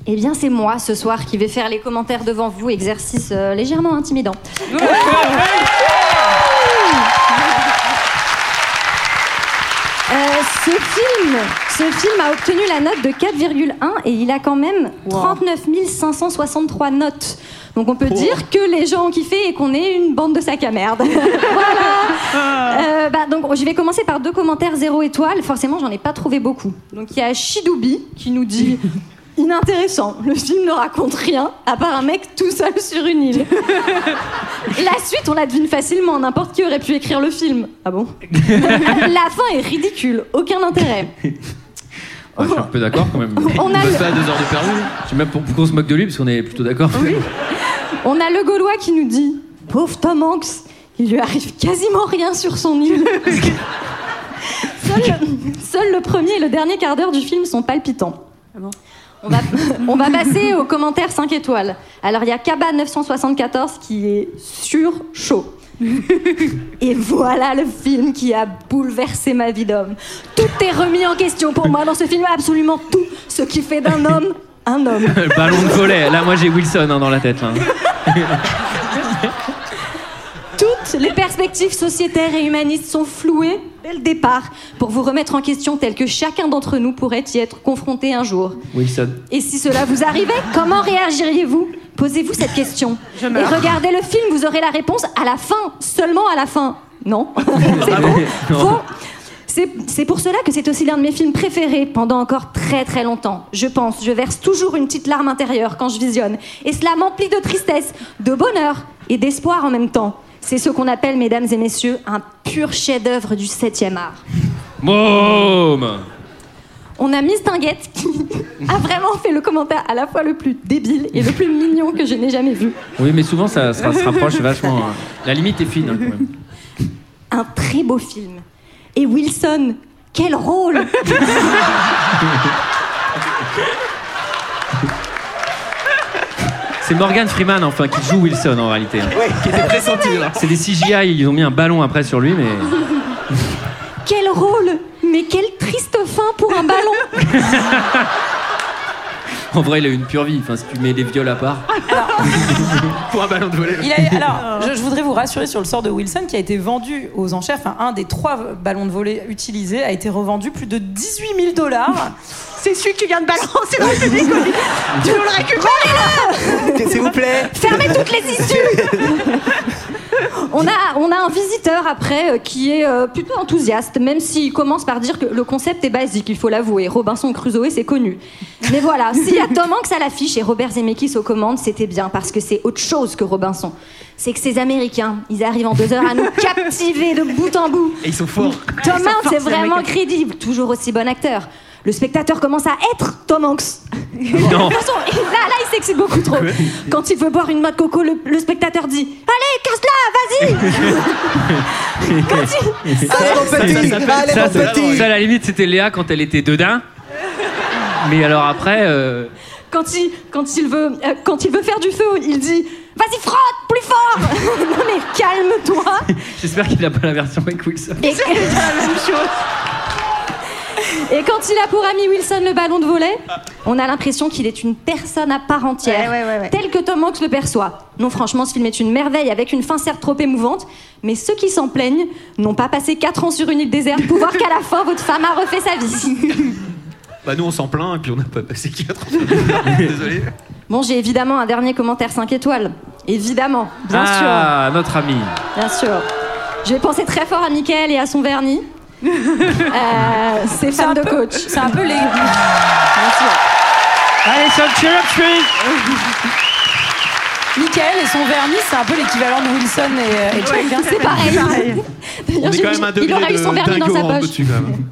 [SPEAKER 8] Eh bien, c'est moi ce soir qui vais faire les commentaires devant vous, exercice euh, légèrement intimidant. Euh, ce film, ce film a obtenu la note de 4,1 et il a quand même 39 563 notes. Donc on peut dire que les gens ont kiffé et qu'on est une bande de sacs à merde. voilà. Euh, bah, donc je vais commencer par deux commentaires zéro étoile. Forcément, j'en ai pas trouvé beaucoup. Donc il y a Shidoubi qui nous dit. Inintéressant, le film ne raconte rien à part un mec tout seul sur une île. La suite, on la devine facilement, n'importe qui aurait pu écrire le film. Ah bon la fin est ridicule, aucun intérêt.
[SPEAKER 1] ouais, je suis un peu d'accord quand même.
[SPEAKER 8] On a
[SPEAKER 1] bosse
[SPEAKER 8] le-
[SPEAKER 1] pas à deux heures de perdu. Je sais même pour- pourquoi on se moque de lui parce qu'on est plutôt d'accord.
[SPEAKER 8] On a le Gaulois qui nous dit Pauvre Tom Hanks, il lui arrive quasiment rien sur son île. Seul le, seul le premier et le dernier quart d'heure du film sont palpitants. On va, on va passer aux commentaires 5 étoiles. Alors, il y a Kaba974 qui est sur chaud. Et voilà le film qui a bouleversé ma vie d'homme. Tout est remis en question pour moi dans ce film, absolument tout ce qui fait d'un homme un homme.
[SPEAKER 1] Le Euh, ballon de volet. Là, moi, j'ai Wilson hein, dans la tête. là.
[SPEAKER 8] Toutes les perspectives sociétaires et humanistes sont flouées dès le départ pour vous remettre en question tel que chacun d'entre nous pourrait y être confronté un jour.
[SPEAKER 1] Wilson.
[SPEAKER 8] Et si cela vous arrivait, comment réagiriez-vous Posez-vous cette question.
[SPEAKER 10] Je
[SPEAKER 8] et
[SPEAKER 10] meurs.
[SPEAKER 8] regardez le film, vous aurez la réponse à la fin, seulement à la fin. Non.
[SPEAKER 1] Non.
[SPEAKER 8] C'est c'est pour cela que c'est aussi l'un de mes films préférés pendant encore très très longtemps. Je pense, je verse toujours une petite larme intérieure quand je visionne. Et cela m'emplit de tristesse, de bonheur et d'espoir en même temps. C'est ce qu'on appelle, mesdames et messieurs, un pur chef-d'œuvre du 7e art.
[SPEAKER 1] Môme
[SPEAKER 8] On a Miss Tinguette qui a vraiment fait le commentaire à la fois le plus débile et le plus mignon que je n'ai jamais vu.
[SPEAKER 1] Oui, mais souvent, ça, ça se rapproche vachement. hein. La limite est fine. hein, quand même.
[SPEAKER 8] un très beau film. Et Wilson, quel rôle
[SPEAKER 1] C'est Morgan Freeman enfin qui joue Wilson en réalité.
[SPEAKER 4] qui était pressenti là.
[SPEAKER 1] C'est des CGI, ils ont mis un ballon après sur lui, mais.
[SPEAKER 8] Quel rôle Mais quelle triste fin pour un ballon
[SPEAKER 1] En vrai, il a eu une pure vie. Enfin, si tu mets les viols à part. Pour un ballon de volet.
[SPEAKER 10] Il a- alors, je, je voudrais vous rassurer sur le sort de Wilson qui a été vendu aux enchères. Enfin, un des trois ballons de volet utilisés a été revendu plus de 18 000 dollars.
[SPEAKER 9] C'est celui que tu viens de balancer dans le public. Oli. tu nous le récupères.
[SPEAKER 13] S'il vous plaît.
[SPEAKER 8] Fermez toutes les issues On a, on a un visiteur après euh, qui est euh, plutôt enthousiaste, même s'il commence par dire que le concept est basique, il faut l'avouer. Robinson Crusoe, c'est connu. Mais voilà, s'il y a Tom Hanks à l'affiche et Robert Zemeckis aux commandes, c'était bien, parce que c'est autre chose que Robinson. C'est que ces Américains, ils arrivent en deux heures à nous captiver de bout en bout.
[SPEAKER 4] Et ils sont forts.
[SPEAKER 8] Tom
[SPEAKER 9] ils sont
[SPEAKER 8] Hanks
[SPEAKER 9] forts,
[SPEAKER 8] est
[SPEAKER 9] ces
[SPEAKER 8] vraiment
[SPEAKER 9] Américains.
[SPEAKER 8] crédible, toujours aussi bon acteur. Le spectateur commence à être Tom Hanks.
[SPEAKER 1] Non.
[SPEAKER 8] De toute façon, il- là, là, il s'excite beaucoup trop. Quand il veut boire une noix de coco, le, le spectateur dit Allez, casse-la, vas-y Continue.
[SPEAKER 1] Ça,
[SPEAKER 8] Allez, mon
[SPEAKER 1] ça,
[SPEAKER 8] petit,
[SPEAKER 1] ça s'appelle-
[SPEAKER 8] allez,
[SPEAKER 1] ça,
[SPEAKER 8] mon
[SPEAKER 1] ça,
[SPEAKER 8] petit.
[SPEAKER 1] ça, à la limite, c'était Léa quand elle était dedans. Mais alors après. euh,
[SPEAKER 8] Quand il, quand, il veut, euh, quand il veut faire du feu, il dit Vas-y, frotte, plus fort Non, mais calme-toi
[SPEAKER 1] J'espère qu'il n'a pas la version avec Wilson.
[SPEAKER 8] Et... Et quand il a pour ami Wilson le ballon de volet, on a l'impression qu'il est une personne à part entière, tel que Tom Hanks le perçoit. Non, franchement, ce film est une merveille avec une fin certes trop émouvante, mais ceux qui s'en plaignent n'ont pas passé 4 ans sur une île déserte pour voir qu'à la fin, votre femme a refait sa vie.
[SPEAKER 4] Bah nous on s'en plaint et puis on n'a pas passé 4 ans. Désolé.
[SPEAKER 8] Bon, j'ai évidemment un dernier commentaire 5 étoiles. Évidemment, bien sûr.
[SPEAKER 1] ah, notre ami.
[SPEAKER 8] Bien sûr. Je vais penser très fort à Mickaël et à son vernis. Euh, c'est fan de coach. C'est un peu les.
[SPEAKER 1] Allez, sur le
[SPEAKER 10] Michael et son vernis, c'est un peu l'équivalent de Wilson et, et Chuck,
[SPEAKER 8] Ouais,
[SPEAKER 10] hein.
[SPEAKER 8] c'est pareil.
[SPEAKER 4] On
[SPEAKER 8] D'ailleurs,
[SPEAKER 4] est
[SPEAKER 8] j'ai-
[SPEAKER 4] quand même à deux
[SPEAKER 8] il aura eu
[SPEAKER 4] minutes
[SPEAKER 8] son
[SPEAKER 4] de
[SPEAKER 8] vernis dans
[SPEAKER 4] dingo
[SPEAKER 8] sa
[SPEAKER 4] en
[SPEAKER 8] poche.
[SPEAKER 4] dessus, quand même.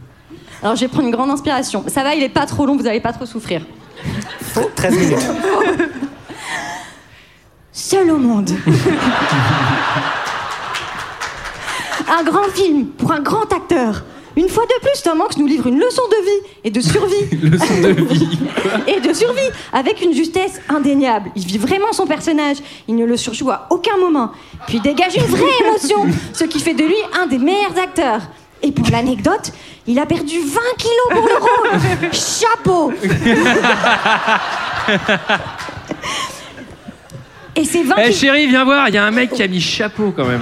[SPEAKER 8] Alors je vais prendre une grande inspiration. Ça va, il est pas trop long, vous allez pas trop souffrir.
[SPEAKER 13] 13 minutes.
[SPEAKER 8] Seul au monde. un grand film pour un grand acteur. Une fois de plus, Tom Hanks nous livre une leçon de vie et de survie.
[SPEAKER 1] leçon de vie.
[SPEAKER 8] et de survie avec une justesse indéniable. Il vit vraiment son personnage, il ne le surjoue à aucun moment, puis dégage une vraie émotion, ce qui fait de lui un des meilleurs acteurs. Et pour l'anecdote, il a perdu 20 kilos pour le rôle. Chapeau Et c'est 20
[SPEAKER 1] Eh
[SPEAKER 8] kilos.
[SPEAKER 1] chérie, viens voir, il y a un mec qui a mis chapeau quand même.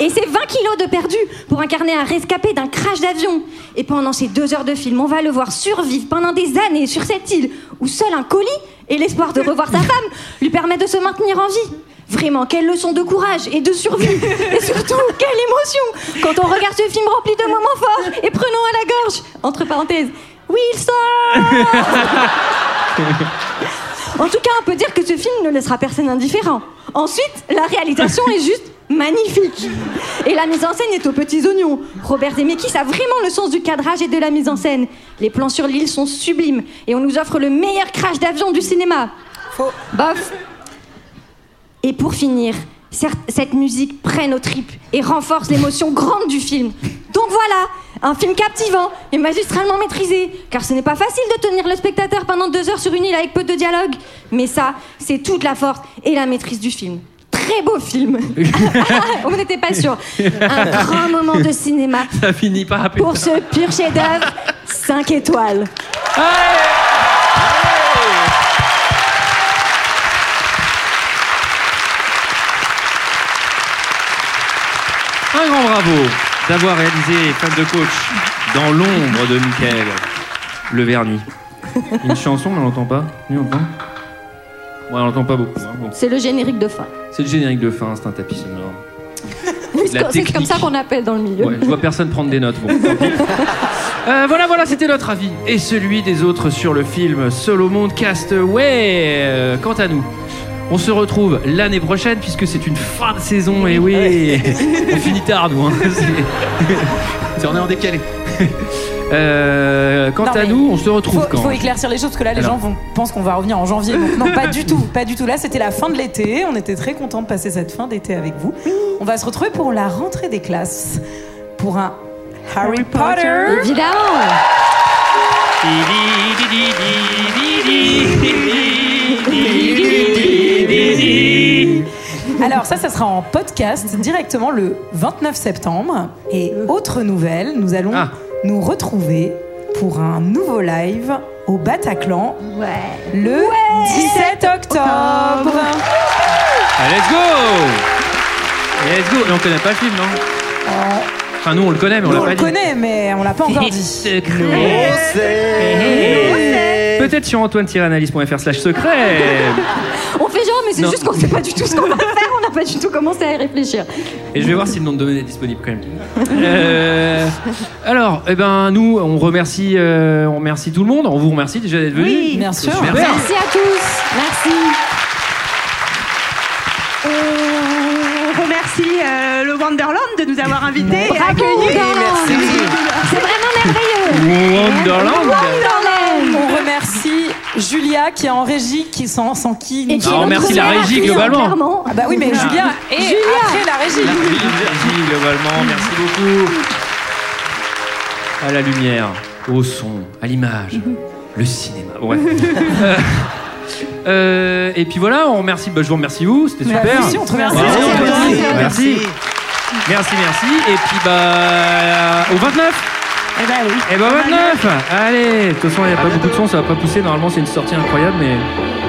[SPEAKER 8] Et c'est 20 kilos de perdu pour incarner un rescapé d'un crash d'avion. Et pendant ces deux heures de film, on va le voir survivre pendant des années sur cette île où seul un colis et l'espoir de revoir sa femme lui permet de se maintenir en vie. Vraiment, quelle leçon de courage et de survie Et surtout, quelle émotion Quand on regarde ce film rempli de moments forts et prenons à la gorge Entre parenthèses, Wilson En tout cas, on peut dire que ce film ne laissera personne indifférent. Ensuite, la réalisation est juste magnifique. Et la mise en scène est aux petits oignons. Robert Zemeckis a vraiment le sens du cadrage et de la mise en scène. Les plans sur l'île sont sublimes et on nous offre le meilleur crash d'avion du cinéma. Faux. Bof. Et pour finir, certes, cette musique prend nos tripes et renforce l'émotion grande du film. Donc voilà, un film captivant et magistralement maîtrisé, car ce n'est pas facile de tenir le spectateur pendant deux heures sur une île avec peu de dialogue. Mais ça, c'est toute la force et la maîtrise du film. Très beau film. On n'était pas sûr. Un grand moment de cinéma
[SPEAKER 1] Ça finit pas à
[SPEAKER 8] pour ce pur chef-d'œuvre. 5 étoiles.
[SPEAKER 1] Un grand bravo d'avoir réalisé Fan de Coach dans l'ombre de Michael Le Vernu. Une chanson, mais on l'entend pas Nous, on l'entend Ouais, on l'entend pas beaucoup. hein. Bon.
[SPEAKER 8] C'est le générique de fin.
[SPEAKER 1] C'est le générique de fin, c'est un tapis sonore. La
[SPEAKER 8] C'est comme
[SPEAKER 1] technique.
[SPEAKER 8] ça qu'on appelle dans le milieu.
[SPEAKER 1] Ouais, je vois personne prendre des notes. Bon, tant pis. Euh, voilà, voilà, c'était notre avis et celui des autres sur le film Solo Monde Castaway. Euh, quant à nous, on se retrouve l'année prochaine puisque c'est une fin de saison. Et oui, on finit tard, nous. hein. C'est-
[SPEAKER 4] Si on est en décalé.
[SPEAKER 1] Euh, quant
[SPEAKER 13] Non,
[SPEAKER 1] à
[SPEAKER 13] mais
[SPEAKER 1] nous, on se retrouve
[SPEAKER 13] faut,
[SPEAKER 1] quand
[SPEAKER 13] faut éclaircir les choses parce que là, les
[SPEAKER 1] Alors.
[SPEAKER 13] gens vont, pensent qu'on va revenir en janvier. Donc non, pas du tout, pas du tout. Là, c'était la fin de l'été. On était très contents de passer cette fin d'été avec vous. On va se retrouver pour la rentrée des classes pour un Harry Potter.
[SPEAKER 1] Potter.
[SPEAKER 13] Évidemment. Alors ça, ça sera en podcast directement le 29 septembre. Et autre nouvelle, nous allons
[SPEAKER 1] Ah,
[SPEAKER 13] nous retrouver pour un nouveau live au Bataclan le 17 octobre.
[SPEAKER 1] Ah, let's go Let's go Et on connaît pas le film, non Enfin, nous, on le connaît, mais on
[SPEAKER 13] Euh, Nous,
[SPEAKER 1] l'a
[SPEAKER 13] on
[SPEAKER 1] pas
[SPEAKER 13] le
[SPEAKER 1] dit.
[SPEAKER 13] connaît, mais on l'a pas encore dit.
[SPEAKER 1] Peut-être sur antoine-analyse.fr slash secret.
[SPEAKER 8] On fait genre, mais c'est
[SPEAKER 1] Non.
[SPEAKER 8] juste qu'on sait pas du tout ce qu'on va faire, on n'a pas du tout commencé à y réfléchir.
[SPEAKER 1] Et je vais voir si le nom de domaine est disponible quand même. Euh, alors, eh ben, nous, on remercie, euh, on remercie tout le monde. On vous remercie déjà d'être venus.
[SPEAKER 13] Oui, bien sûr.
[SPEAKER 1] Super.
[SPEAKER 8] Merci à tous. Merci.
[SPEAKER 19] On remercie euh, le Wonderland de nous avoir invités et
[SPEAKER 8] Bravo,
[SPEAKER 19] accueillis.
[SPEAKER 8] Wonderland. C'est vraiment merveilleux.
[SPEAKER 1] Wonderland.
[SPEAKER 8] Wonderland.
[SPEAKER 13] On remercie Julia qui est en régie, qui sans, sans qui
[SPEAKER 8] Et qui est Ah, on notre remercie la première régie, actrice, globalement. clairement.
[SPEAKER 13] Ah bah oui, mais
[SPEAKER 8] Ah.
[SPEAKER 13] Julia et
[SPEAKER 8] Julia.
[SPEAKER 13] après la régie.
[SPEAKER 1] Merci, Virginie, globalement. Merci beaucoup. À la lumière, au son, à l'image, le cinéma. Ouais. Euh, euh, et puis voilà, on remercie. bah, je vous remercie vous, c'était
[SPEAKER 13] Bah,
[SPEAKER 1] super.
[SPEAKER 13] nous aussi, on te remercie.
[SPEAKER 1] Bravo,
[SPEAKER 13] Merci à toi.
[SPEAKER 1] merci.
[SPEAKER 13] Merci.
[SPEAKER 1] Merci. Merci, merci. Et puis bah au 29.
[SPEAKER 19] Eh ben oui.
[SPEAKER 1] Eh ben 29. Allez, de toute façon il n'y a pas beaucoup de son, ça va pas pousser. Normalement c'est une sortie incroyable, mais